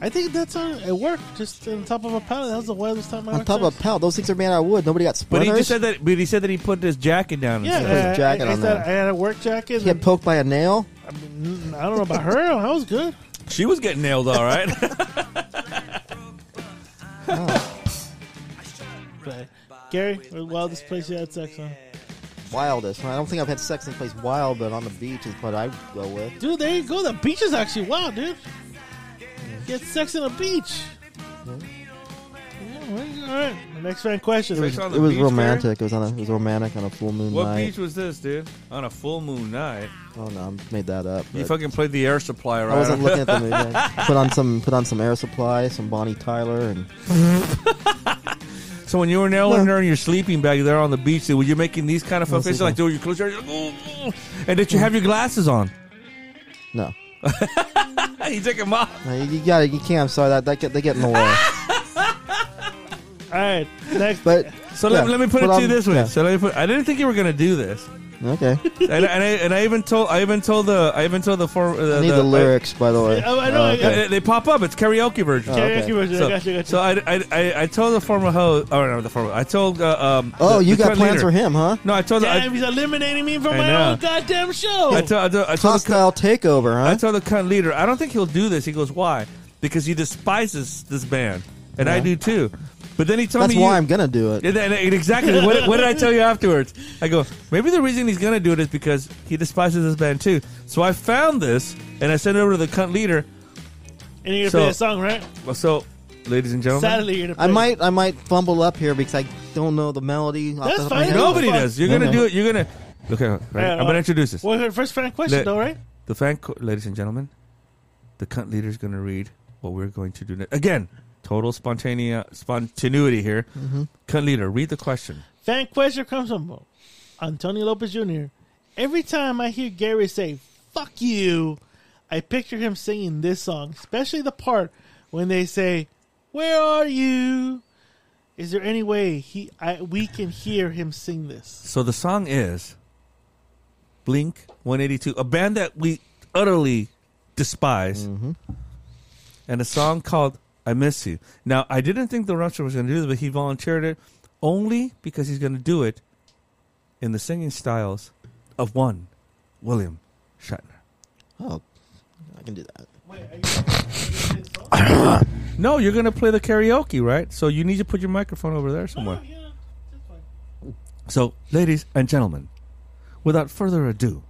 I think that's on it worked just on top of a pallet. That was the wildest time I On had top sex. of a pallet. Those things are made out of wood. Nobody got Oh, But splinters. he just said that. But he said that he put his jacket down. and yeah, stuff. put his I- I- jacket I, on said there. I had a work jacket. He got And, poked by a nail. I, mean, I don't know about her. I was good. she was getting nailed. All right. But Gary, where's the wildest place you had sex on? Wildest. I don't think I've had sex in a place wild, but on the beach is what I go with. Dude, there you go. The beach is actually wild, dude. Get sex on a beach. Yeah, well, all right. The next fan question. Sex on the It was beach, Barry? romantic. It was on. A, it was romantic on a full moon What night. beach was this, dude? On a full moon night, Oh no, I made that up. you but fucking played the air supply, right? I wasn't looking at the movie. I put on some. Put on some Air Supply, some Bonnie Tyler, and so when you were nailing her in your sleeping bag there on the beach, dude, were you making these kind of fun faces? Like, dude, you close your eyes, like, "Ooh, ooh." and did you have your glasses on? no. you took them off. No, you, you got it. You can't. I'm sorry. That, that get, they get in the way. All right. Next. But So let, Yeah, let me put it but to you I'm- this way. yeah. So let me put, I didn't think you were gonna do this, okay. Uh, and, and, I, and I even told I even told the I even told the form. The, I need the, the lyrics, by the way. I, I know. Oh, I okay. got They, they pop up. It's karaoke version. Oh, Karaoke okay. version. So, I got you. I got you. so I, I, I, I told the former ho or no, the former. I told. Uh, um, Oh, the- you the got current plans leader. for him, huh? No, I told. Damn, I, he's eliminating me from uh, I my know. own goddamn show. I told. I told, I told, the, cu- Hostile takeover, I huh? told the cunt leader. I don't think he'll do this. He goes, why? Because he despises this band, and I do too. But then he told That's me. why you- I'm gonna do it. And then- and exactly. what, what did I tell you afterwards? I go, maybe the reason he's going to do it is because he despises this band too. So I found this and I sent it over to the cunt leader. and you're gonna so- play a song, right? So, ladies and gentlemen, Sadly, you're gonna. Play I might, I might fumble up here because I don't know the melody. off That's the top of my fine. head. nobody Fuck. does. You're going to Okay. do it. You're going to. Okay, all right, Yeah, I'm all going right. to introduce this. Well, her first fan question, Let- though, right? The fan, co- ladies and gentlemen, the cunt leader's going to read what we're going to do next. Again, total spontanea- spontaneity here. Mm-hmm. Cunt leader, read the question. Fan question comes from Antonio Lopez Jr. Every time I hear Gary say "fuck you," I picture him singing this song, especially the part when they say, "Where are you?" Is there any way he I, we can hear him sing this? So the song is Blink 182, a band that we utterly despise, Mm-hmm. and a song called I Miss You. Now, I didn't think The Rupture was going to do this, but he volunteered it only because he's going to do it in the singing styles of one William Shatner. Oh, I can do that. No, you're going to play the karaoke, right? So you need to put your microphone over there somewhere. So, ladies and gentlemen, without further ado,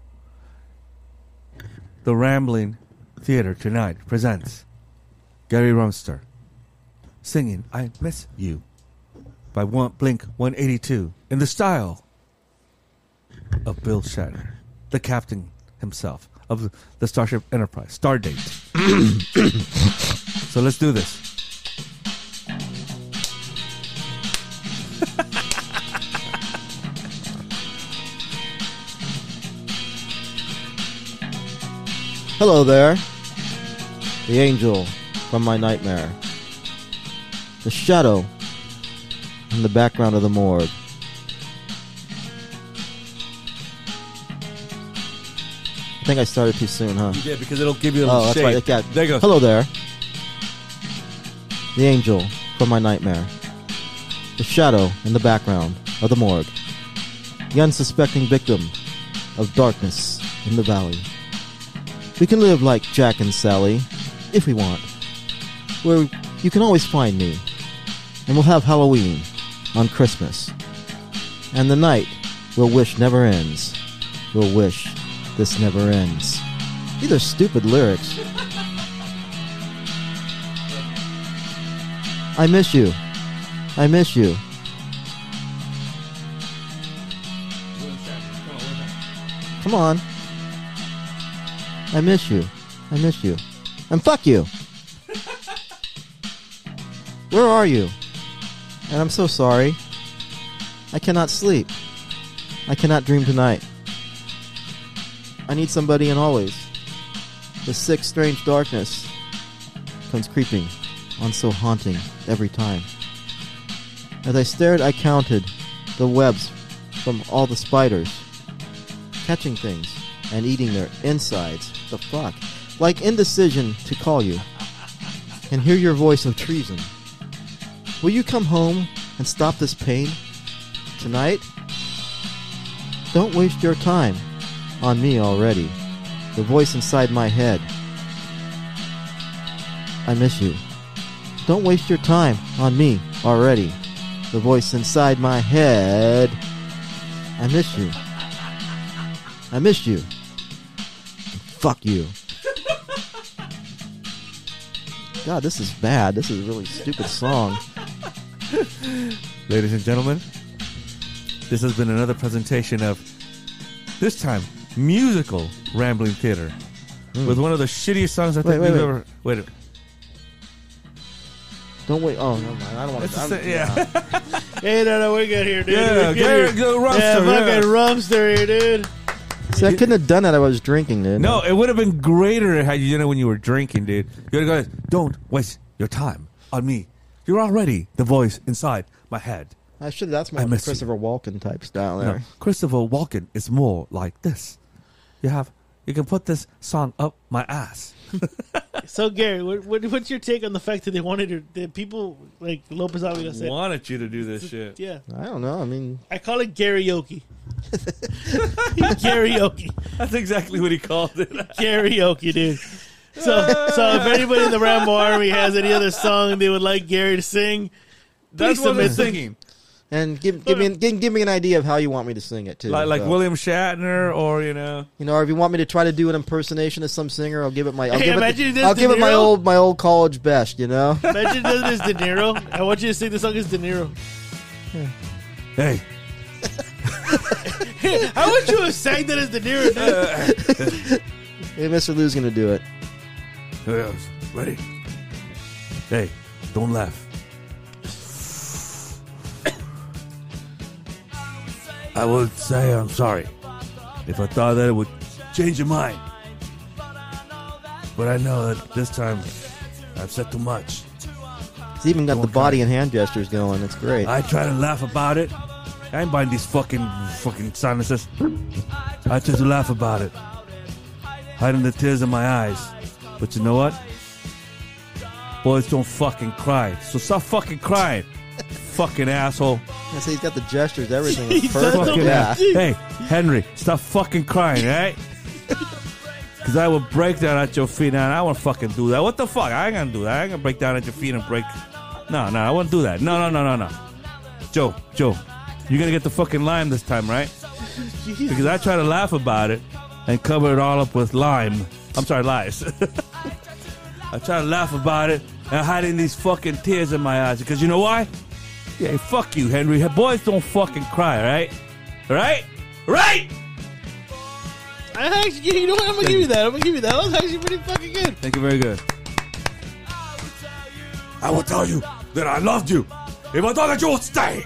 the Rambling Theater tonight presents Gary Rumster singing I Miss You by one, Blink 182 in the style of Bill Shatner, the captain himself of the Starship Enterprise, Stardate. so let's do this. Hello there, the angel from my nightmare, the shadow in the background of the morgue. I think I started too soon, huh? Yeah, because it'll give you a Oh, that's right. it got- There you go. Hello there. The angel from my nightmare. The shadow in the background of the morgue. The unsuspecting victim of darkness in the valley. We can live like Jack and Sally, if we want. Where you can always find me. And we'll have Halloween on Christmas. And the night we'll wish never ends. We'll wish this never ends. These are stupid lyrics. I miss you. I miss you. Come on. I miss you. I miss you. And fuck you. Where are you? And I'm so sorry. I cannot sleep. I cannot dream tonight. I need somebody and always. The sick, strange darkness comes creeping on so haunting every time. As I stared, I counted the webs from all the spiders, catching things and eating their insides. The fuck? Like indecision to call you and hear your voice of treason. Will you come home and stop this pain? Tonight? Don't waste your time on me already. The voice inside my head. I miss you. Don't waste your time on me already. The voice inside my head. I miss you. I miss you. Fuck you. God, this is bad. This is a really stupid song. Ladies and gentlemen, this has been another presentation of this time musical rambling theater with one of the shittiest songs I Wait, think wait, we've wait. ever. Hmm. Wait, Don't wait. Oh, never mind. I don't want It's the to. sa- yeah. Hey, no, no, we're good here, dude. Yeah, we're good get here. it, go Rumpster, yeah, fucking yeah. Rumpster here, dude. See, I couldn't have done that. I was drinking, dude. No, it would have been greater had you done it when you were drinking, dude. You would have gone, don't waste your time on me. You're already the voice inside my head. I should. That's I my miss you. Christopher Walken type style No, there. Christopher Walken is more like this. You have, you can put this song up my ass. So, Gary, what, what, what's your take on the fact that they wanted to, that people like Lopez Avila said? wanted you to do this shit. Yeah, I don't know. I mean, I call it karaoke. karaoke, That's exactly what he called it. karaoke, dude. So, so if anybody in the Rambo Army has any other song they would like Gary to sing, That's please what I'm submit them. thinking. and give give me give, give me an idea of how you want me to sing it too. Like, like So, William Shatner or, you know. you know, or if you want me to try to do an impersonation of some singer, I'll give it my. I'll Hey, give it. imagine this, I'll De give it my Niro. old my old college best. You know. Imagine that is De Niro. I want you to sing the song as De Niro. Hey, How would you have sang that as De Niro? Dude? hey, Mr. Lou's gonna do it. Here it goes. Ready? Hey, don't laugh. I would say I'm sorry if I thought that it would change your mind. But I know that this time I've said too much. He's even got Don't the body cry. and hand gestures going. It's great. I try to laugh about it. I ain't buying these fucking fucking sinuses. I try to laugh about it, hiding the tears in my eyes. But you know what? Boys don't fucking cry. So stop fucking crying, fucking asshole. I say he's got the gestures, everything. He It's does perfect. Fucking Yeah. ass. Hey, Henry, stop fucking crying, right? Because I will break down at your feet, and I won't fucking do that. What the fuck? I ain't gonna do that. I ain't gonna break down at your feet and break. No, no, I won't do that. No, no, no, no, no. Joe, Joe, you're gonna get the fucking lime this time, right? Because I try to laugh about it and cover it all up with lime. I'm sorry, lies. I try to laugh about it and hiding these fucking tears in my eyes. Because you know why? Yeah, fuck you, Henry. Boys don't fucking cry, right? Right? Right? I actually, you know what? I'm gonna give you that. I'm gonna give you that. That was actually pretty fucking good. Thank you very good. I will tell you that I loved you. If I thought that you would stay.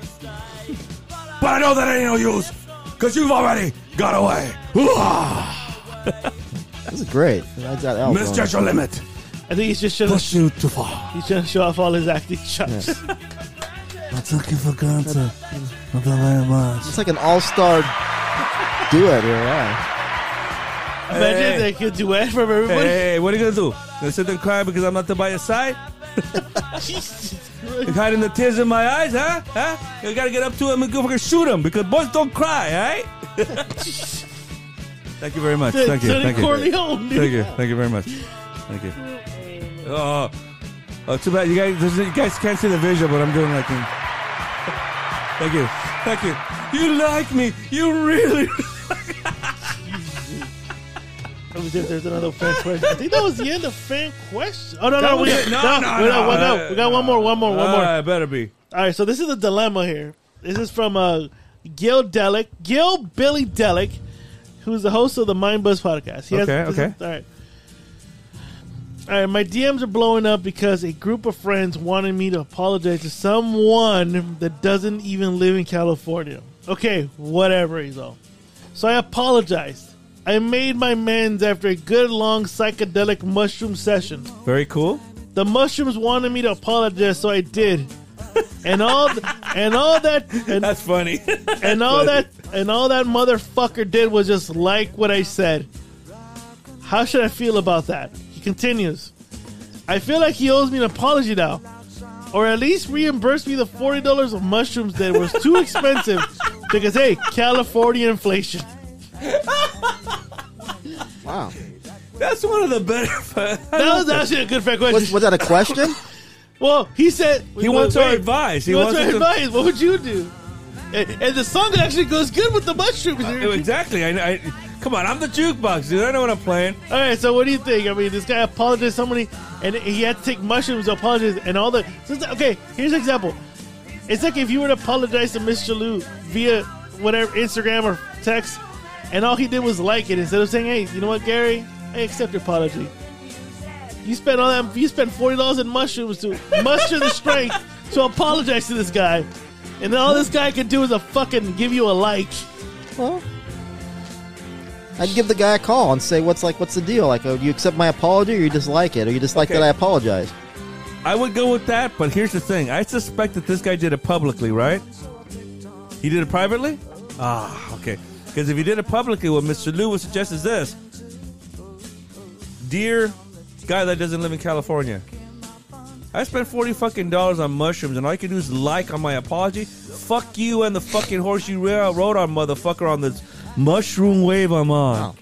but I know that ain't no use. Because you've already got away. Hoo-ah! This is great. I got album. Misjudge your limit. I think he's just trying to, Push you too far. he's trying to show off all his acting chops. I took you for granted. Thank you very much. It's like an all-star duet here. Yeah. Imagine they could duet from everybody. Hey, what are you going to do? Going to sit there and cry because I'm not there by your side? Jesus Hiding the tears in my eyes, huh? Huh? You gotta get up to him and go fucking shoot him because boys don't cry, alright? Thank you very much. Thank you. Sonny Thank you. Corleone, dude. Thank you. Thank you very much. Thank you. Oh, oh, too bad you guys. there's- You guys can't see the visual, but I'm doing like. in- Thank you. Thank you. You like me. You really. Let me see if there's another fan question. I think that was the end of fan question. Oh no, no, That we was got, it. No, no, we no, got one, no, Uh, We got one more, one more, Oh, one more. Alright, Ah, better be. All right, so this is a dilemma here. This is from uh, Gil Delic, Gil Billy Delic, who's the host of the Mind Buzz podcast. He Okay, this okay. is- all right. All right, my DMs are blowing up because a group of friends wanted me to apologize to someone that doesn't even live in California. Okay, whatever, Izzo. So I apologized. I made my amends after a good long psychedelic mushroom session. Very cool. The mushrooms wanted me to apologize, so I did. And all th- and all that and, That's funny. and all that and all that motherfucker did was just like what I said. How should I feel about that? He continues. I feel like he owes me an apology now. Or at least reimburse me the forty dollars of mushrooms that was too expensive because hey, California inflation. Wow. That's one of the better. That was actually a good fair question. Was, was that a question? Well, he said He wants our advice. He, He wants, wants our us to- advice. What would you do? And, and the song actually goes good with the Uh, mushrooms. exactly. I, I, come on, I'm the jukebox, dude. I know what I'm playing. All right, so what do you think? I mean, this guy apologized to somebody, and he had to take mushrooms to apologize, and all the. so it's- okay, here's an example. It's like if you were to apologize to Mr. Lou via whatever Instagram or text, and all he did was like it instead of saying, "Hey, you know what, Gary? I accept your apology." You spent all that. You spent forty dollars in mushrooms to muster the strength to apologize to this guy, and then all this guy could do is a fucking give you a like. Well, I'd give the guy a call and say, "What's like? What's the deal? Like, uh, oh, you accept my apology, or you dislike it, or you dislike Okay. that I apologize?" I would go with that, but here's the thing. I suspect that this guy did it publicly, right? He did it privately? Ah, okay. Because if he did it publicly, what Mr. Lou would suggest is this Dear guy that doesn't live in California, I spent 40 fucking dollars on mushrooms, and all you can do is like on my apology. Fuck you and the fucking horse you ra- rode on, motherfucker, on this mushroom wave I'm Oh. on.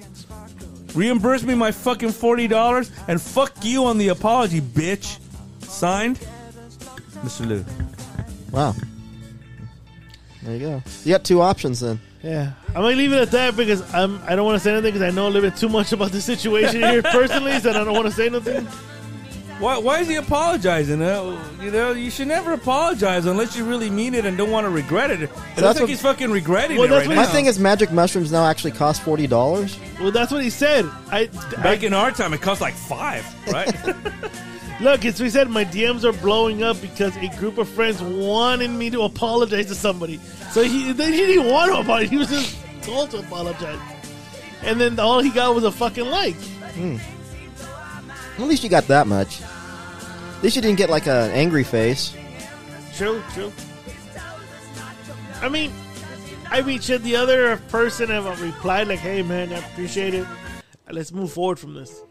Reimburse me my fucking $40 and fuck you on the apology, bitch. Signed, Mr. Lou. Wow. There you go. You got two options then. Yeah, I'm gonna leave it at that because I'm I don't want to say anything because I know a little bit too much about the situation here personally, so I don't want to say nothing. Why, why is he apologizing? Uh, you know, you should never apologize unless you really mean it and don't want to regret it. It looks that's like what- he's fucking regretting Well, it that's right what My now. Yeah. thing is, magic mushrooms now actually cost forty dollars. Well, that's what he said. I, I Back in our time, it cost like five, right? look, it's what he said. My DMs are blowing up because a group of friends wanted me to apologize to somebody. So he they didn't even want to apologize. He was just told to apologize, and then all he got was a fucking like. At least you got that much. At least you didn't get like an angry face. True, true. I mean, I mean, should the other person have replied like, "Hey, man, I appreciate it. Let's move forward from this,"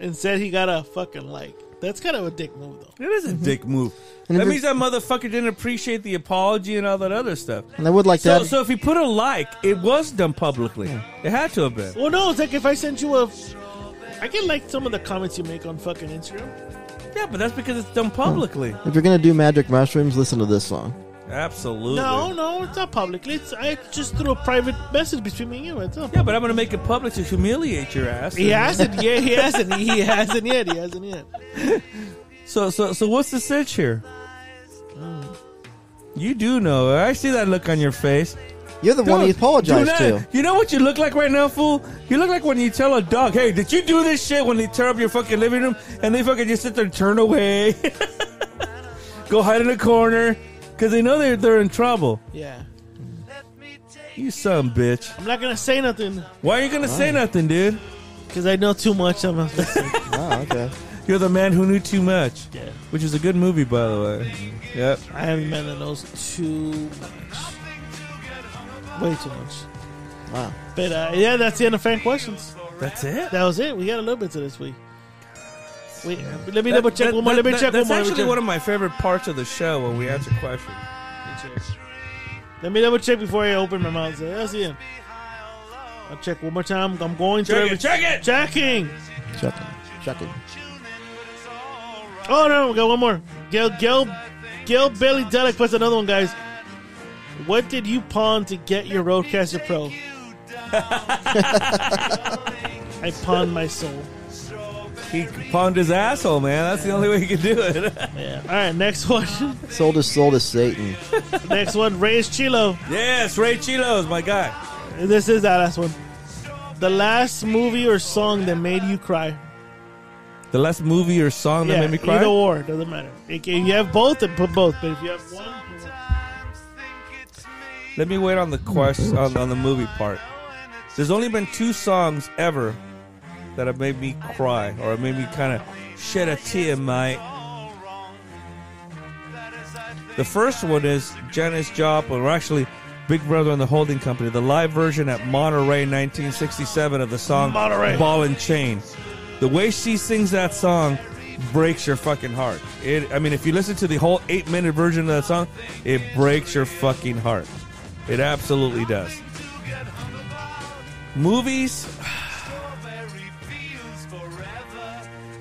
instead he got a fucking like. That's kind of a dick move, though. it is a dick move. And That if means that motherfucker didn't appreciate the apology and all that other stuff. And I would like So, that. so if he put a like, it was done publicly. It had to have been. Well, no, it's like if I sent you a, I can like some of the comments you make on fucking Instagram. Yeah, but that's because it's done publicly. if you're gonna do magic mushrooms, listen to this song. Absolutely. No, no, it's not publicly. It's I just threw a private message between me and you. That's all. Yeah, but I'm going to make it public to humiliate your ass. He hasn't. Yeah, he hasn't. He hasn't yet. He hasn't yet. So, so, so, what's the sitch here? You do know. I see that look on your face. You're the one he Dude, apologized do to. not- You know what you look like right now, fool? You look like when you tell a dog, "Hey, did you do this shit?" When they tear up your fucking living room and they fucking just sit there and turn away, go hide in a corner because they know they're they're in trouble. Yeah, You son of a bitch. I'm not gonna say nothing. Why are you gonna say nothing, dude? Because I know too much. I'm not Oh, okay. You're the man who knew too much, yeah. which is a good movie, by the way. Yep. I haven't been in those too much. Way too much. Wow. But uh, yeah, that's the end of fan questions. That's it. That was it. We got a little bit to this week. Wait, let me double check one more. Let me check one That's more. let me actually check. one of my favorite parts of the show when we answer questions. Let me double check before I open my mouth. So, I'll see him. I'll check one more time. I'm going Check through. it, every- check it! Checking. Checking. Checking. Oh no, we got one more. Gail, Gail, Gail Bailey Delic puts another one, guys. What did you pawn to get your Roadcaster Pro? I pawned my soul. He pawned his asshole, man. That's the only way he could do it. yeah. All right, next one. Sold his soul to Satan. next one, Reyes Chilo. Yes, Ray Chilo's my guy. This is that last one. The last movie or song that made you cry. The last movie or song that made me cry. Either or, doesn't matter. If you have both, then put both. But if you have one, put one. Let me wait on the question on, on the movie part. There's only been two songs ever that have made me cry or have made me kind of shed a tear, mate. The first one is Janis Joplin, or actually Big Brother and the Holding Company, the live version at Monterey 1967 of the song Monterey. Ball and Chain. The way she sings that song breaks your fucking heart. It, I mean, if you listen to the whole eight minute version of that song, it breaks your fucking heart. It absolutely does. Movies,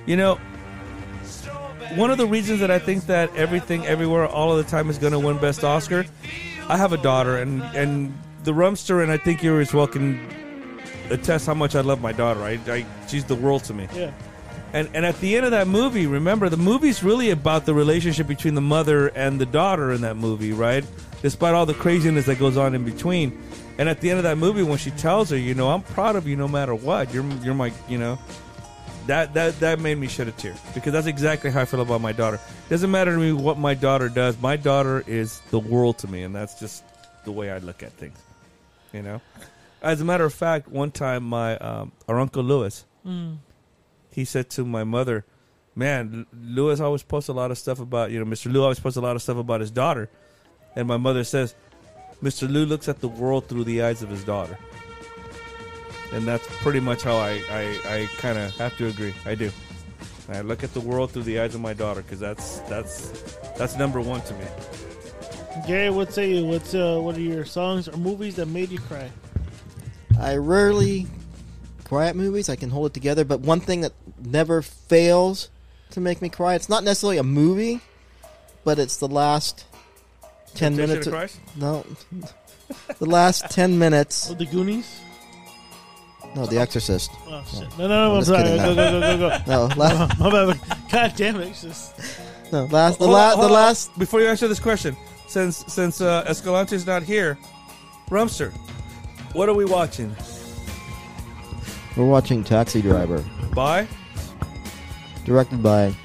you know, one of the reasons that I think that everything, everywhere, all of the time is going to win Best Oscar. I have a daughter, and and the Rumster, and I think you as well can attest how much I love my daughter. I, I she's the world to me. Yeah. And and at the end of that movie, remember the movie's really about the relationship between the mother and the daughter in that movie, right? Despite all the craziness that goes on in between. And at the end of that movie, when she tells her, you know, I'm proud of you no matter what. You're you're my, you know, that that that made me shed a tear because that's exactly how I feel about my daughter. Doesn't matter to me what my daughter does. My daughter is the world to me, and that's just the way I look at things. You know. As a matter of fact, one time my um, our uncle Lewis, Mm. he said to my mother, "Man, L- Lewis always posts a lot of stuff about you know Mr. Lou always posts a lot of stuff about his daughter," and my mother says, "Mr. Lou looks at the world through the eyes of his daughter." and that's pretty much how I, I, I kind of have to agree. I do. I look at the world through the eyes of my daughter because that's that's that's number one to me. Gary, what say you? What's uh, what are your songs or movies that made you cry? I rarely cry at movies. I can hold it together, but one thing that never fails to make me cry, it's not necessarily a movie, but it's the last 10 Temptation minutes. of of- Christ? No. the last 10 minutes. Oh, the Goonies? No, The Exorcist. Oh, shit. No, no, no, I'm just sorry. kidding. Go, go, go, go, go. No, last, My bad. God damn it. It's just... no, last, the, Hold on, la- the hold on. last. Before you answer this question, since since uh, Escalante's not here, Rumster, what are we watching? We're watching Taxi Driver, By directed by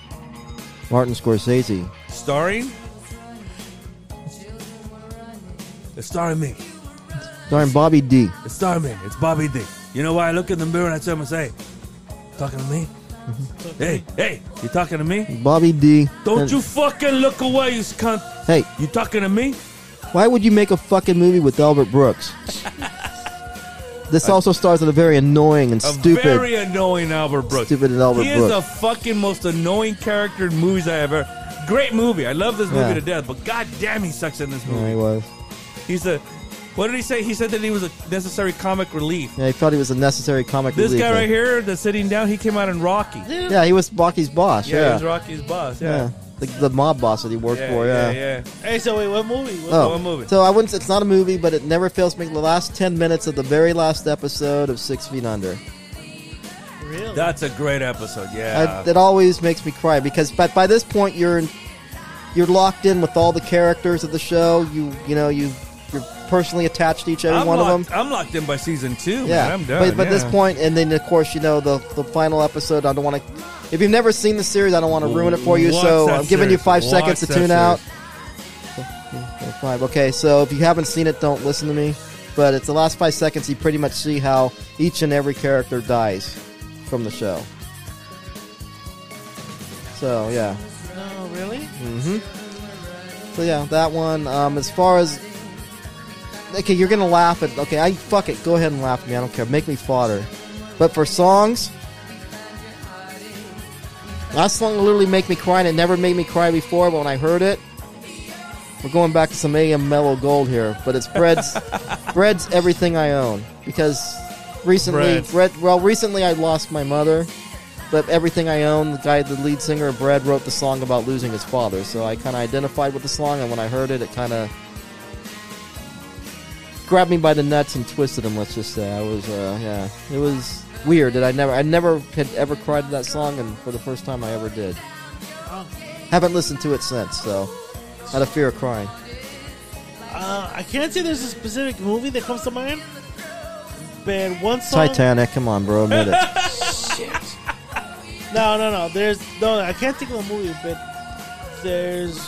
Martin Scorsese. starring. It's starring me. Starring Bobby D. It's starring me. It's Bobby D. You know why I look in the mirror and I tell myself, "Hey, talking to me? Hey, hey, you talking to me? Bobby D. Don't And- you fucking look away, you cunt. Hey, You talking to me? why would you make a fucking movie with Albert Brooks? this also stars a very annoying and A stupid. very annoying Albert Brooks. Stupid Albert he is Brooks. the fucking most annoying character in movies I ever. Great movie. I love this movie Yeah. to death, but goddamn, he sucks in this yeah, movie. he was. He's a. What did he say? He said that he was a necessary comic relief. Yeah, he thought he was a necessary comic. This relief, guy but- right here that's sitting down, he came out in Rocky. Yeah, he was Bucky's boss. Yeah, Yeah, he was Rocky's boss. Yeah. The, the mob boss that he worked for. Yeah. yeah. Hey, so wait, what movie? What Oh, movie? so I wouldn't. It's not a movie, but it never fails to make the last ten minutes of the very last episode of Six Feet Under. Really? That's a great episode. Yeah. I, it always makes me cry because by, by this point you're in, you're locked in with all the characters of the show. You you know you you're personally attached to each every I'm one locked, of them. I'm locked in by season two. yeah, man. I'm done. But, but this yeah. point, and then of course you know the the final episode. I don't want to. If you've never seen the series, I don't want to ruin it for you. Watch so that I'm giving you series. five Watch seconds to that tune series. out. Okay, Five. Okay, so if you haven't seen it, don't listen to me. But it's the last five seconds. You pretty much see how each and every character dies from the show. So yeah. No, really? hmm So yeah, that one. Um, as far as okay, you're gonna laugh at. Okay, I fuck it. Go ahead and laugh at me. I don't care. Make me fodder. But for songs, That song literally make me cry, and it never made me cry before. But when I heard it, we're going back to some AM mellow gold here. But it's Bread's Bread's everything I own because recently, Bread. Bread. Well, recently I lost my mother, but everything I own. The guy, the lead singer of Bread, wrote the song about losing his father. So I kind of identified with the song, and when I heard it, it kind of grabbed me by the nuts and twisted them. Let's just say I was, uh, yeah, it was weird that I never, I never had ever cried to that song, and for the first time I ever did. Wow. Haven't listened to it since, so out of fear of crying. Uh, I can't say there's a specific movie that comes to mind, but one song. Titanic, come on, bro, admit it. Shit. No, no, no. There's no. I can't think of a movie, but there's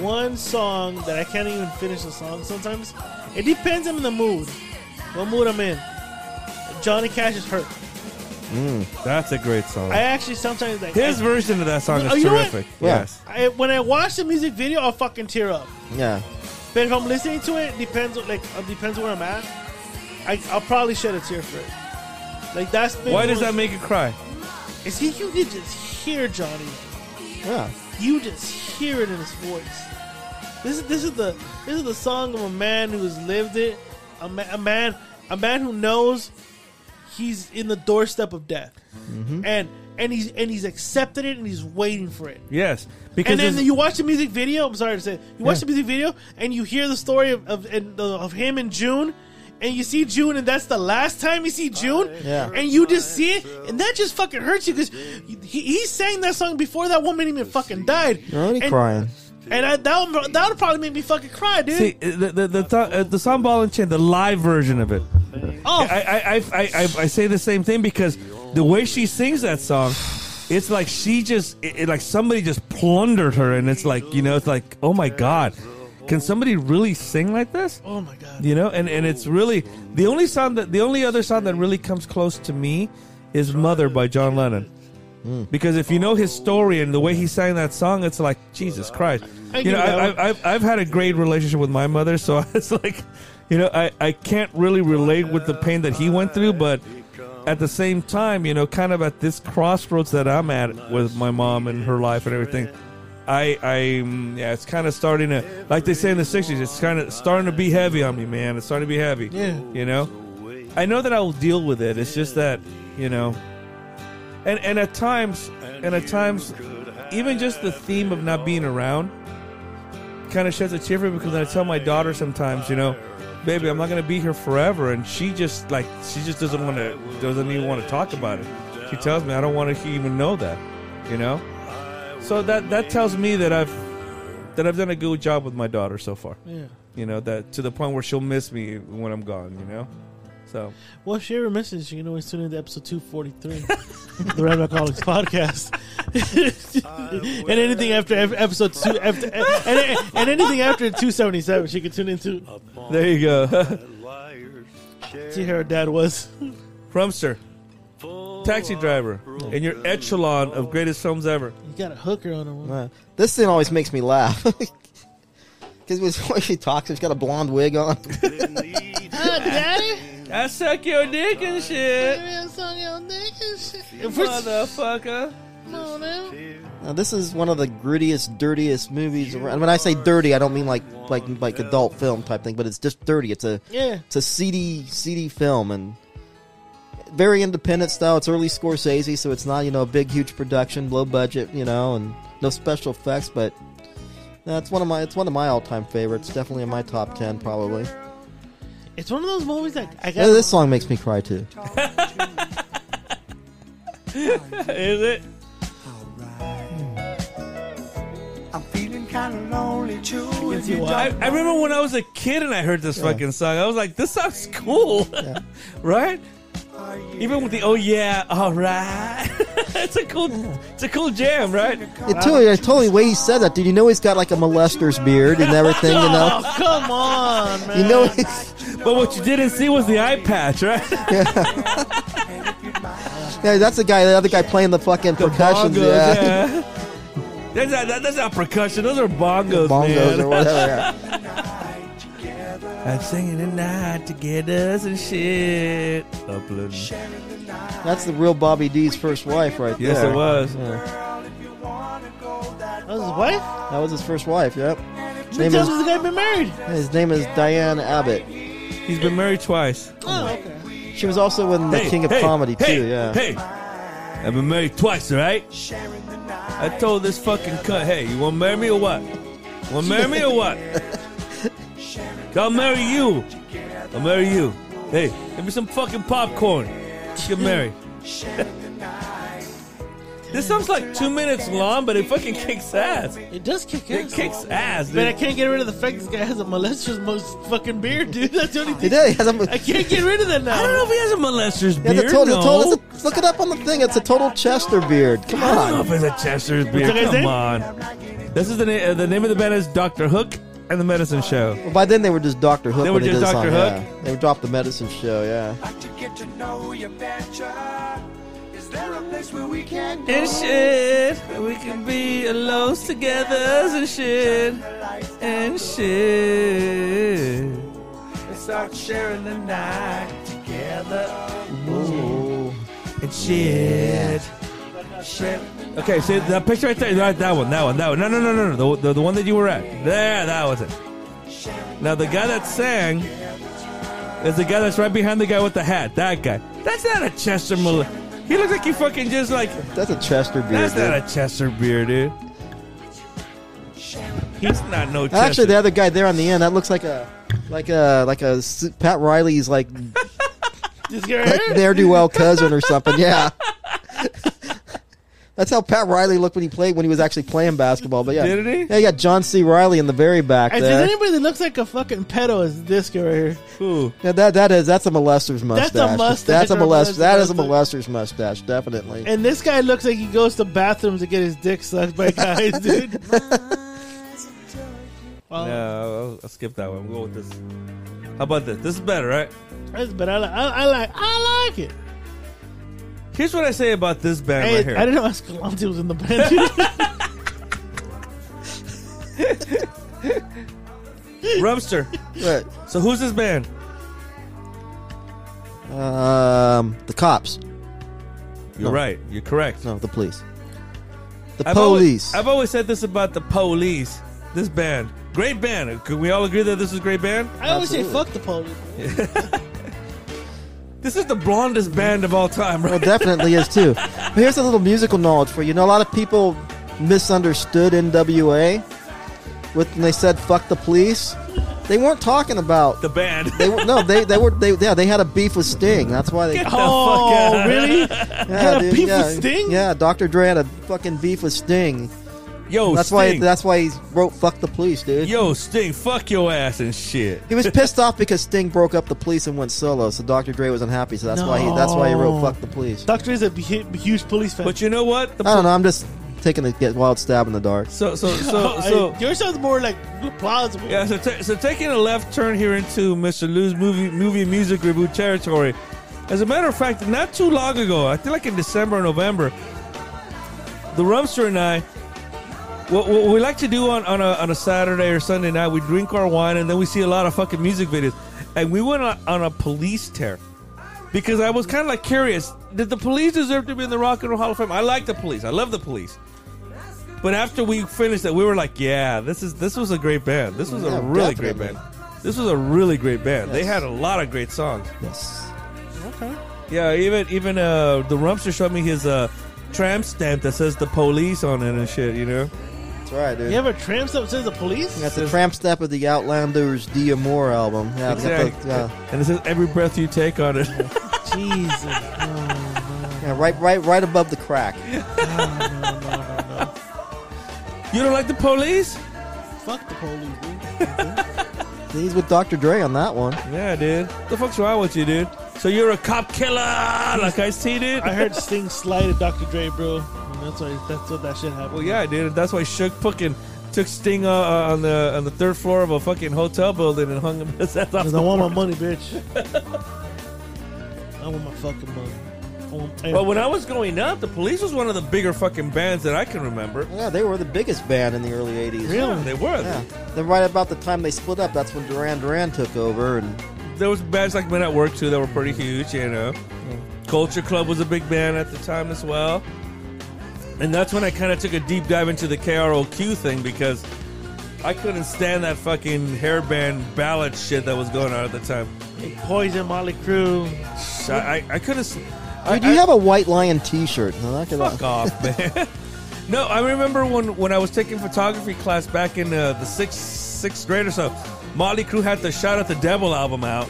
one song that I can't even finish the song. Sometimes it depends on the mood. What mood I'm in. Johnny Cash is hurt. That's a great song. I actually sometimes like Oh. His I- version of that song Oh, is you know what? terrific. Yeah. Yes. I, when I watch the music video, I'll fucking tear up. Yeah. But if I'm listening to it, depends on- like it depends where I'm at. I, I'll probably shed a tear for it. Like that's been Why does one- that make you cry? Is he? You can just hear Johnny. Yeah. You just hear it in his voice. This is this is the this is the song of a man who has lived it. A, ma- a man a man who knows he's in the doorstep of death, and and he's and he's accepted it and he's waiting for it. Yes. Because and then there's- you watch the music video. I'm sorry to say, you watch the music video and you hear the story of of, and the, of him and June, and you see June, and that's the last time you see June. Yeah. And you just see it, and that just fucking hurts you because he, he sang that song before that woman even fucking died. You're already and, crying. And I, that would, that would probably make me fucking cry, dude. See, the the the, th- uh, the song Ball and Chain, the live version of it. Oh. I, I, I, I, I, I say the same thing because the way she sings that song, it's like she just, it, it- like somebody just plundered her, and it's like you know, it's like oh my god, can somebody really sing like this? Oh my god. You know, and and it's really the only song that the only other song that really comes close to me is "Mother" by John Lennon. Because if you know his story and the way he sang that song, it's like Jesus Christ. I you give know, that I, one. I, I've I've had a great relationship with my mother, so it's like, you know, I I can't really relate with the pain that he went through, but at the same time, you know, kind of at this crossroads that I'm at with my mom and her life and everything. I, I, um, yeah, it's kind of starting to, like they say in the '60s, it's kind of starting to be heavy on me, man. It's starting to be heavy. Yeah. you know, I know that I will deal with it. It's just that, you know, and and at times, and at times, even just the theme of not being around kind of sheds a tear for me because I tell my daughter sometimes, you know, baby, I'm not gonna be here forever, and she just like she just doesn't want to, doesn't even want to talk about it. She tells me I don't want to even know that, you know. So that that tells me that I've that I've done a good job with my daughter so far. Yeah. You know that to the point where she'll miss me when I'm gone. You know, so Well, if she ever misses, you can always tune in to episode 243, the Red Alcoholics podcast. and anything after ep- episode 2, after, and, and anything after 277, she can tune into there you go. see how her dad was. Prumster, taxi driver, and your echelon of greatest films ever. You got a hooker on him. Uh, this thing always makes me laugh. Because when she talks, she's got a blonde wig on. daddy? I suck your dick and shit, motherfucker. Now, this is one of the grittiest, dirtiest movies around. When I say dirty, I don't mean like like like adult film type thing, but it's just dirty. It's a Yeah. it's a seedy, seedy film and very independent style. It's early Scorsese, so it's not you know a big, huge production, low budget, you know, and no special effects. But that's one of my it's one of my all time favorites. Definitely in my top ten, probably. It's one of those movies that I Yeah, got. this song makes me cry too. Is it? I'm feeling kind of lonely too. If you I, don't I remember when I was a kid and I heard this fucking song. I was like, this song's cool. right? Even with the oh yeah, all right. it's a cool it's a cool jam, right? It totally, it's totally the way he said that. Did you know he's got like a molester's beard and everything? You know, Oh, come on, man. you know. But what you didn't see was the eye patch, right? Yeah, that's the guy. The other guy playing the fucking percussion. Bongos, yeah. yeah. That's not, that- that's not percussion. Those are bongos, bongos man. or whatever. yeah. I'm singing tonight together and shit. Uploading. That's the real Bobby D's first wife, right Yes, there. it was. Yeah. That was his wife? That was his first wife, yep. His She name, tells me the is, guy been married. his name is Diane Abbott. He's been married twice. Oh, okay. She was also in The Hey, King of hey, Comedy, hey, too, yeah. Hey, I've been married twice, all right? I told this fucking cunt, hey, you want to marry me or what? Want to marry me or what? I'll marry you. I'll marry you. Hey, give me some fucking popcorn. Let's get married. this sounds like two minutes long, but it fucking kicks ass. It does kick It ass. kicks ass, But I dude. can't get rid of the fact this guy has a molester's most fucking beard, dude. That's the only thing. did, he has a mo- I can't get rid of that now. I don't know if he has a molester's Yeah, beard. the total, the no. total, it's a- look it up on the thing. It's a total Chester beard. Come I don't know on. if it's a Chester's beard. that guy's Come name? on. This is the name. Uh, the name of the band is Doctor Hook and the Medicine Show. Well, by then they were just Doctor Hook. They when were did just this Dr. song, Hook? yeah. They dropped the medicine show. Yeah. And shit, we can be alone together and shit, and shit. And start sharing the night together. And shit. Shit. Okay, see that picture right there. That, that one, that one, that one. No, no, no, no, no. The, the, the one that you were at. There, that was it. Now, the guy that sang is the guy that's right behind the guy with the hat. That guy. That's not a Chester Miller. He looks like he fucking just like. That's a Chester beard. That's dude. not a Chester beer, dude. He's not no Chester. Actually, the other guy there on the end that looks like a like a like a s- Pat Riley's like This guy right here? ne'er do well cousin or something. Yeah. That's how Pat Riley looked when he played when he was actually playing basketball. But yeah, Did he? yeah, you got John C. Riley in the very back If there. there's anybody that looks like a fucking pedo, is this guy right here. Ooh. yeah, that that is that's a molester's mustache. mustache That's a or a molest. That is a molester. molester's mustache, definitely. And this guy looks like he goes to bathrooms to get his dick sucked by guys, dude. Well, No, I'll, I'll skip that one. We'll go with this. How about this? This is better, right? that's- but I like, I, I like, I like it. Here's what I say about this band Hey, right here. I didn't know Escalante was in the band. Dude. Rumster. Right. So who's this band? Um, the cops. You're right. You're correct. No, the police. The I've always- police. I've always said this about the police. This band. Great band. Could we all agree that this is a great band? I always say Absolutely. fuck the police. This is the blondest band of all time, well, right? Oh, definitely is too. But here's a little musical knowledge for you. You know, a lot of people misunderstood NWA with when they said "fuck the police." They weren't talking about. The band. They were, no, they they were they yeah they had a beef with Sting. That's why they. the fuck Oh, out. really? yeah, had a beef with yeah, Sting? Yeah, Dr. Dre had a fucking beef with Sting. Yo, that's Oh, Sting. why that's why he wrote "fuck the police," dude. Yo, Sting, fuck your ass and shit. He was pissed off because Sting broke up the police and went solo, so Dr. Dre was unhappy. So that's why he that's why he wrote No. "fuck the police." Doctor is a hu- huge police fan. But you know what? The I don't know. I'm just taking a get wild stab in the dark. So so so Oh, I- so yours sounds more like plausible. yeah. So ta so taking a left turn here into Mr. Lou's movie movie music review territory. As a matter of fact, not too long ago, I think like in December or November, the Rumster and I, what, what we like to do on, on, a, on a Saturday or Sunday night, we drink our wine and then we see a lot of fucking music videos. And we went on, on a police tear because I was kind of like curious did the police deserve to be in the Rock and Roll Hall of Fame? I like the police, I love the police. But after we finished that, we were like, "Yeah, this is this was a great band. This was a Yeah, really great definitely. band. This was a really great band. They Yes. had a lot of great songs. Yes. Yeah, even even uh, the Rumpster showed me his uh, tramp stamp that says the police on it and shit. You know, That's right, dude. You have a tramp stamp that says the police? That's the tramp stamp of the Outlanders Dia Moore album. Yeah, they got Exact- the- yeah. and it says every breath you take on it. Jesus. Yeah, right, right, right above the crack. you don't like the police? fuck the police, dude. He's with Dr. Dre on that one. Yeah, dude. the fuck's wrong with you, dude? So you're a cop killer, like I see, dude. I heard Sting slighted Dr. Dre, bro. And that's why that's what that shit happened. Well, yeah, dude. That's why Shook fucking took Sting uh, uh, on the on the third floor of a fucking hotel building and hung him his ass off. Because the I want my wall. money, bitch. I want my fucking money. I want, hey, But when I was growing up, the police was one of the bigger fucking bands that I can remember. Yeah, they were the biggest band in the early 80s. Yeah, they were. Yeah. Then right about the time they split up, that's when Duran Duran took over. And There was bands like Men at Work too that were pretty huge. You know, Culture Club was a big band at the time as well. And that's when I kind of took a deep dive into the KROQ thing because I couldn't stand that fucking hairband ballad shit that was going on at the time. Poison, Molly Crew. I, I, I couldn't. s- I- Dude, you I- have a White Lion T-shirt. Now, knock it Fuck off. off, man. no, I remember when, when I was taking photography class back in uh, the sixth sixth grade or so. Motley Crue had the "Shout Out the Devil" album out,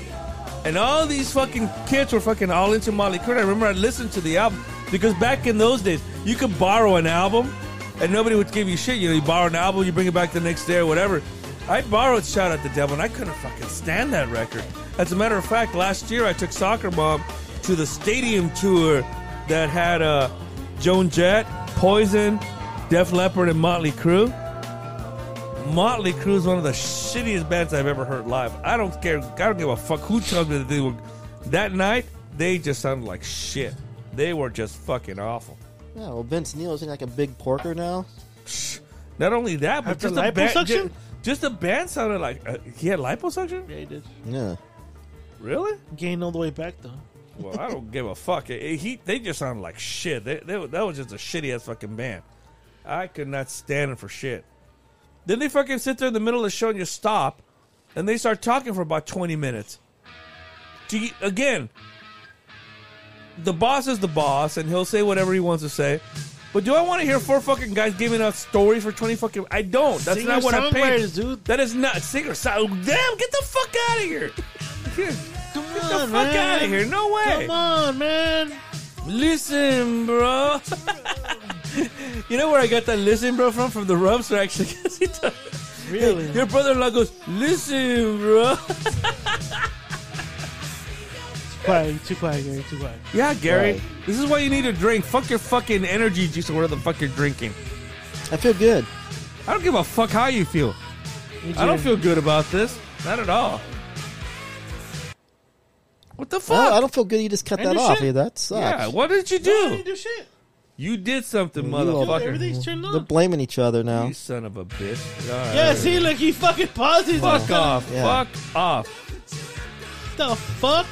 and all these fucking kids were fucking all into Motley Crue. And I remember I listened to the album because back in those days, you could borrow an album, and nobody would give you shit. You know, you borrow an album, you bring it back the next day or whatever. I borrowed "Shout Out the Devil" and I couldn't fucking stand that record. As a matter of fact, last year I took Soccer Mom to the stadium tour that had uh, Joan Jett, Poison, Def Leppard, and Motley Crue. Motley Crue is one of the shittiest bands I've ever heard live. I don't care. I don't give a fuck who tells me that they were. That night, they just sounded like shit. They were just fucking awful. Yeah, well, Vince Neil is like a big porker now. Not only that, but After just the band. liposuction? Just, just the band sounded like uh, he had liposuction. Yeah, he did. Yeah. Really? Gained all the way back though. Well, I don't give a fuck. It- it- he, they just sounded like shit. They, they, that was just a shitty ass fucking band. I could not stand it for shit. Then they fucking sit there in the middle of the show and you stop, and they start talking for about twenty minutes. Do you, again, the boss is the boss, and he'll say whatever he wants to say. But do I want to hear four fucking guys giving out stories for twenty fucking? I don't. That's not what I paid. Singer-songwriters, dude. That is not singer. So damn, get the fuck out of here. Come on, the fuck man. outta here. No way. Come on, man. Listen, bro. you know where I got that listen, bro, from? From the Rumster, actually. 'Cause he told- Really? Your brother in law goes, listen, bro. quiet, too quiet, Gary. Too quiet. yeah, Gary. This is why you need a drink. Fuck your fucking energy juice or whatever the fuck you're drinking. I feel good. I don't give a fuck how you feel. I don't feel good about this. Not at all. What the I fuck? don't, I don't feel good. You just cut End that your off. shit. Yeah, that sucks. Yeah, what did you No, I didn't do? do shit. You did something, You all- motherfucker. turned They're blaming each other now. You son of a bitch. All right. Yeah, see, look, he fucking pauses. Fuck off. Yeah. Fuck off. What the fuck?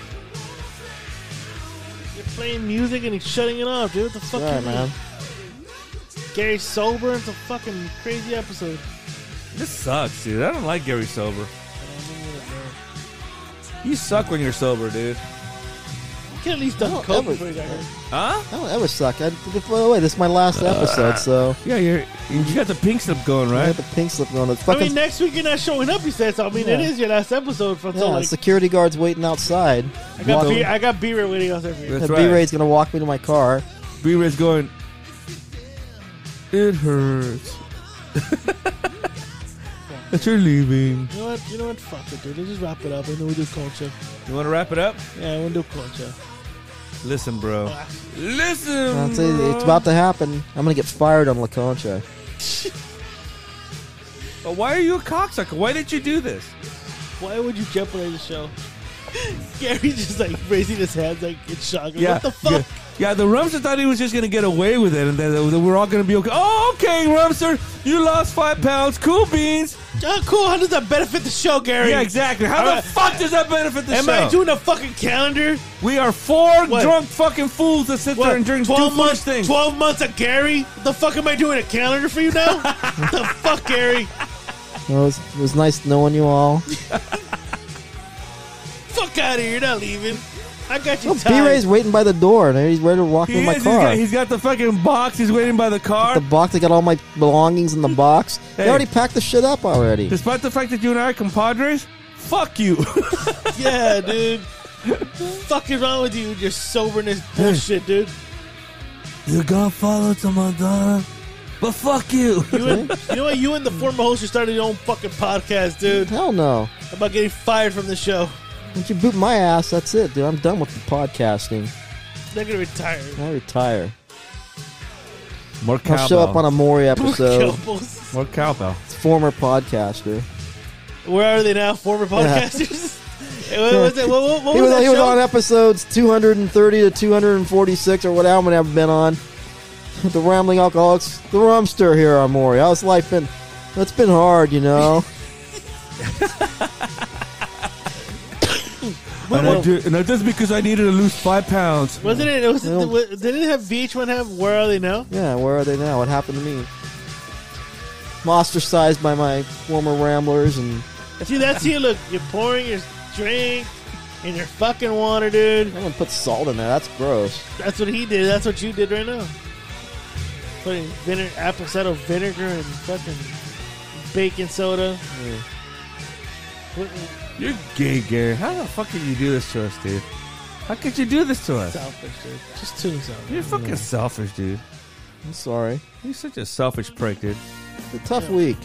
You're playing music and he's shutting it off, dude. What the fuck? Sorry, you man. Gary sober. It's a fucking crazy episode. This sucks, dude. I don't like Gary sober. You suck when you're sober, dude. You can at least done Well, coke that was- before you got here. Huh? I don't ever suck. I, by the way, this is my last episode, so Yeah, you're. You got the pink slip going, I right? had the pink slip going. It's I fucking mean, next week you're not showing up. He said so. I mean, it Yeah. is your last episode for yeah, until like security guards waiting outside. I got Walking- beer. I got beer waiting outside for you. That's the right. B-Ray's gonna walk me to my car. B-Ray's going. It hurts. that you're leaving. You know what? You know what? Fuck it, dude. Let's just wrap it up and then we do culture. You want to wrap it up? Yeah, we'll do culture. Listen, bro. Listen. That's easy. It's about to happen. I'm gonna get fired on La Concha. But why are you a cocksucker? Why did you do this? Why would you jeopardize the show? Gary's just like raising his hands like it's shock. Like, Yeah, what the fuck? Yeah, Yeah, the Rumster thought he was just going to get away with it and then then we're all going to be okay. Oh, okay, Rumster. You lost five pounds. Cool beans. Oh, cool. How does that benefit the show, Gary? Yeah, exactly. How the Alright. fuck does that benefit the Am show? I doing a fucking calendar? we are four What? drunk fucking fools that sit there and drink two foolish months? things. Twelve months of Gary? What the fuck am I doing a calendar for you now? What the fuck, Gary? Well, it, was, it was nice knowing you all. Fuck out of here! You're not leaving. I got you. Oh, tied. B-Ray's waiting by the door, and he's ready to walk He me to my is. He's car. got, he's got the fucking box. He's waiting by the car. the box. They got all my belongings in the box. Hey. They already packed the shit up already. Despite the fact that you and I are compadres, fuck you. Yeah, dude. fuck is wrong with you with your soberness bullshit, dude? you got followed to my daughter, but fuck you. You, and, you know what? You and the former host should start your own fucking podcast, dude. Hell no. About getting fired from the show. Once you boot my ass, that's it, dude. I'm done with the podcasting. They're gonna retire. I retire. More I'll show up on a Maury episode. Cowbells. More cowbell. Former podcaster. Where are they now? Former podcasters. Hey, what was it? What, what, what he was was, that he was show? on episodes 230 to 246 or whatever one I've been on. The Rambling Alcoholics, the Rumster here on Maury. How's life been? It's been hard, you know. and, I did, and I- that's because I needed to lose five pounds. Wasn't it? it was, They don't- it didn't it have VH1 have Where Are They Now? Yeah, where are they now? What happened to me? I'm ostracized by my former Ramblers and See, that's you. Look, you're pouring your drink in your fucking water, dude. I'm gonna put salt in there. That's gross. That's what he did. That's what you did right now. Putting vinegar, apple cider vinegar, and fucking baking soda. What- You're gay, Gary. How the fuck could you do this to us, dude? How could you do this to us? Selfish, dude. Just tune us out. You're fucking selfish, dude. I'm sorry. You're such a selfish prick, dude. It's a tough week.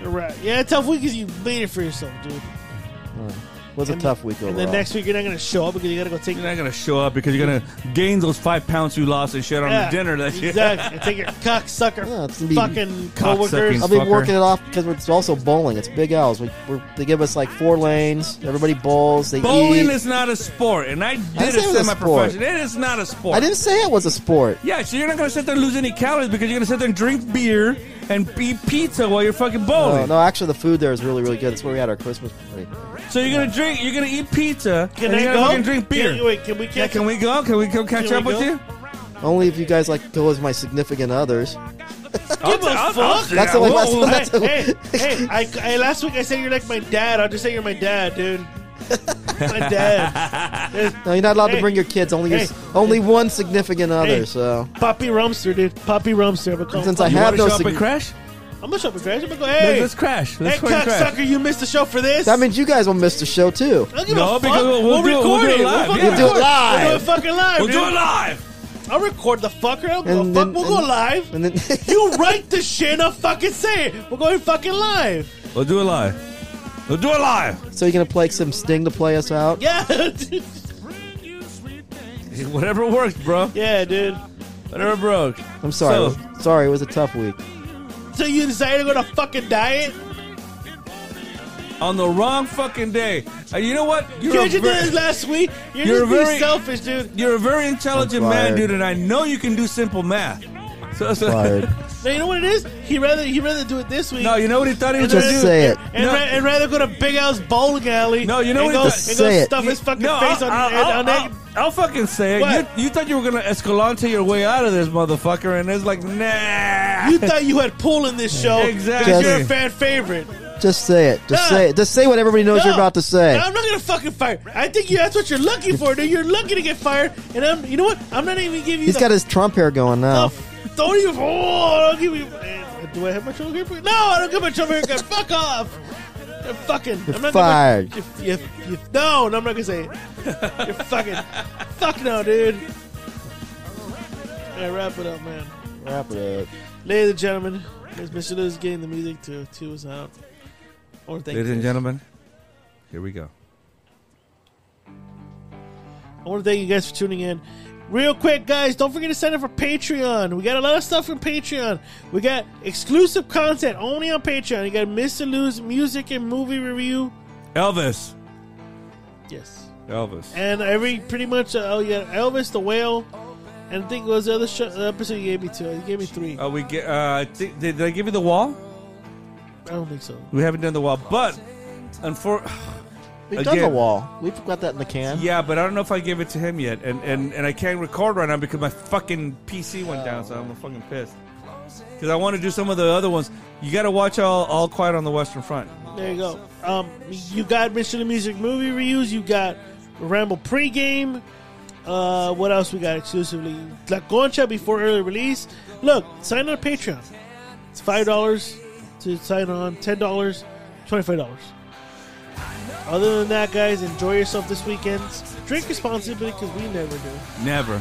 You're right. Yeah, tough week because you made it for yourself, dude. It was a And- tough week And overall. then next week you're not gonna show up because you gotta go take. You're not gonna show up because you're gonna gain those five pounds you lost and shit on Yeah, the dinner that you exactly. take your cocksucker fucking I'll coworkers. be working it off because it's also bowling. It's big L's. We, we're, they give us like four lanes. Everybody bowls. They Bowling eat. is not a sport, and I I did said it it was a semi professional. sport. It is not a sport. I didn't say it was a sport. Yeah, so you're not gonna sit there and lose any calories because you're gonna sit there and drink beer and eat pizza while you're fucking No, bowling. no, actually, the food there is really, really good. That's where we had our Christmas party. So you're gonna drink, you're gonna eat pizza, Can and I you're gonna go? fucking drink beer. Can, wait, can we? yeah, catch can we go? Can we go catch Can we up with go? you? Only if you guys like to go as my significant others. Give a I'll- I'll- fuck. That's the way- that's the- Hey, that's the- hey, hey, I, I, last week I said you're like my dad. I'll just say you're my dad, dude. my dad. There's No, you're not allowed Hey. to bring your kids. Only your, Hey. only one significant other. Hey. So Poppy Rumster, dude. Poppy Rumster. I'm gonna call him Since I Poppy. have no show up and signi- crash? I'm gonna show up and crash. I'm gonna go, hey, Let's crash. hey, Let's fucking crash. cocksucker, you missed the show for this. that means you guys will miss the show too. I don't give No, a fuck. because we'll- we'll do it- we'll record do it it. live. We'll We'll fucking do it record live. We'll do it fucking live. We'll dude. do it live. I'll record the fucker. I'll go, And fuck, then- we'll go and- live. And then you write the shit. I'll fucking say it. We're going fucking live. We'll do it live. We'll do it live. so you're gonna play some Sting to play us out. Yeah, dude. Whatever works, bro. yeah, dude. Whatever broke. I'm sorry. So- it was- sorry, it was a tough week. So you decided to go to fucking diet? On the wrong fucking day. Uh, you know what? You're Can't you a do ver- this last week? You're, You're just being very- selfish, dude. You're a very intelligent I'm man, fired. dude, and I know you can do simple math. So, so- Fired. Now you know what it is? He rather he rather do it this week. no, you know what he thought he was Just gonna do? say it. and, No. ra- and rather go to Big Al's bowling alley. No, you know and what go, he and does? go Say it. stuff his fucking No, face I'll, on, I'll, on, on I'll- that. I'll fucking say it. What? You, you thought you were gonna Escalante your way out of this motherfucker, and it's like, nah. You thought you had pull in this show Exactly. because you're a fan favorite. Just say it. Just No. say it. Just say what everybody knows you're No. about to say. No, I'm not gonna fucking fire. I think you, that's what you're looking for, dude. You're lucky to get fired, and I'm. You know what? I'm not even giving you. He's the got his Trump hair going now. f- Don't even. Oh, don't give me. eh, Do I have my trouble haircut? No, I don't get my trouble haircut. Fuck off. You're fucking. You're I'm not fired. Gonna, you, you, you, no, no, I'm not gonna say it. You're fucking. Fuck no, dude. Yeah, wrap it up, man. Wrap it up. Ladies and gentlemen, it's Mr. Lewis getting the music to to us out. Or thank Ladies you. and gentlemen, here we go. I want to thank you guys for tuning in. Real quick, guys, don't forget to sign up for Patreon. We got a lot of stuff from Patreon. We got exclusive content only on Patreon. You got Mr. Lou's music and movie review. Elvis. Yes. Elvis. And every pretty much, uh, oh, you got Elvis the Whale. And I think it was the other show, the episode you gave me two. You gave me three. Uh, we get. Uh, th- did, did I give you the wall? I don't think so. We haven't done the wall, but unfor- We've done Again. the wall. We've got that in the can. yeah, but I don't know if I gave it to him yet, and and, and I can't record right now because my fucking PC went down, so I'm fucking pissed. Because I want to do some of the other ones. You got to watch all All Quiet on the Western Front. There you go. Um, you got Mission to Music movie reviews. You got Ramble pregame. Uh, what else we got exclusively? La Concha before early release. Look, sign on Patreon. It's five dollars to sign on. Ten dollars, twenty-five dollars. Other than that, guys, enjoy yourself this weekend. Drink responsibly because we never do. Never.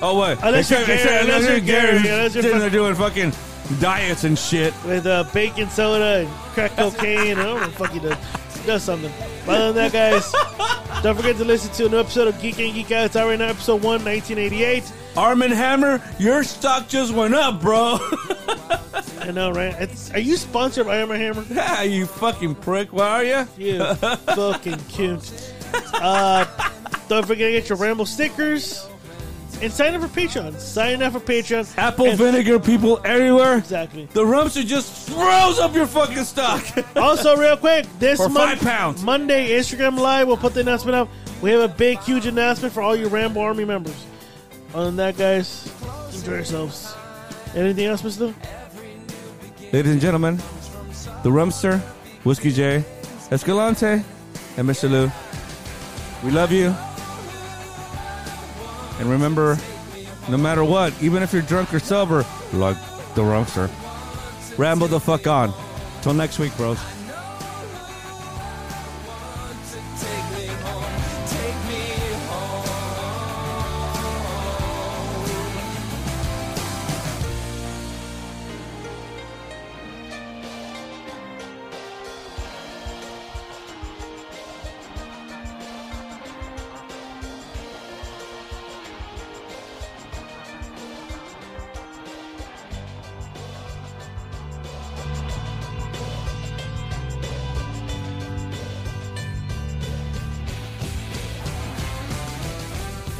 Oh wait, Unless you're Gary- unless you're Gary, unless you're sitting there fuck- doing fucking diets and shit. with uh, bacon soda and crack cocaine. I don't know what the fuck he does. He does something. But other than that, guys, don't forget to listen to a new episode of Geek and Geek Out. It's out right now, episode 1, 1988. Arm and Hammer, your stock just went up, bro. I know, uh, right? It's, are you sponsored by Armor Hammer? you fucking prick. Why are you? You fucking cute. Uh, don't forget to get your Ramble stickers. and sign up for Patreon. Sign up for Patreon. Apple vinegar people everywhere. Exactly. The rumpster just throws up your fucking stock. also, real quick, this For month, five pounds. Monday, Instagram Live, we'll put the announcement up. We have a big, huge announcement for all you Rambo Army members. Other than that, guys, enjoy yourselves. Anything else, Mister? Ladies and gentlemen, the Rumster, Whiskey J, Escalante, and Mr. Lou. We love you. And remember, no matter what, even if you're drunk or sober, like the Rumster, ramble the fuck on. Till next week, bros.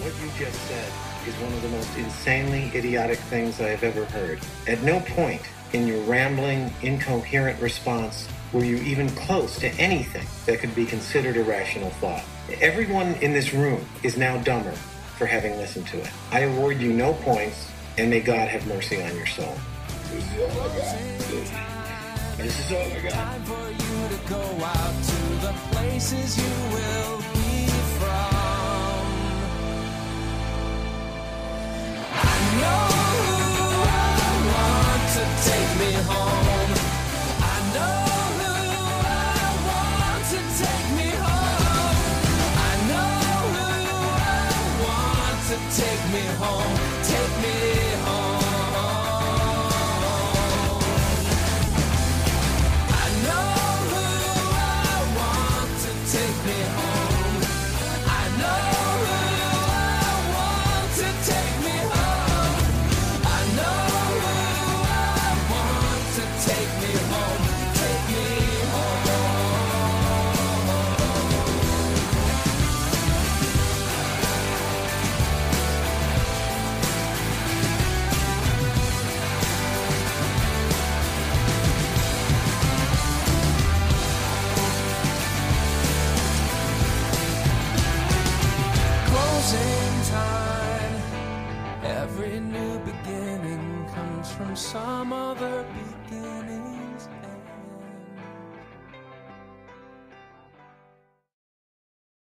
What you just said is one of the most insanely idiotic things I have ever heard. At no point in your rambling, incoherent response were you even close to anything that could be considered a rational thought. Everyone in this room is now dumber for having listened to it. I award you no points, and may God have mercy on your soul. This is all I got. This is all I got. Time for you to go out to the places you will be from. I know who I want to take me home. I know who I want to take me home. I know who I want to take me home. Take me home. I know who I want to take me home. I know who I want to take me home. I know who I want to take me home. Take me home. Closing time. Every new beginning comes from some other beginning's end.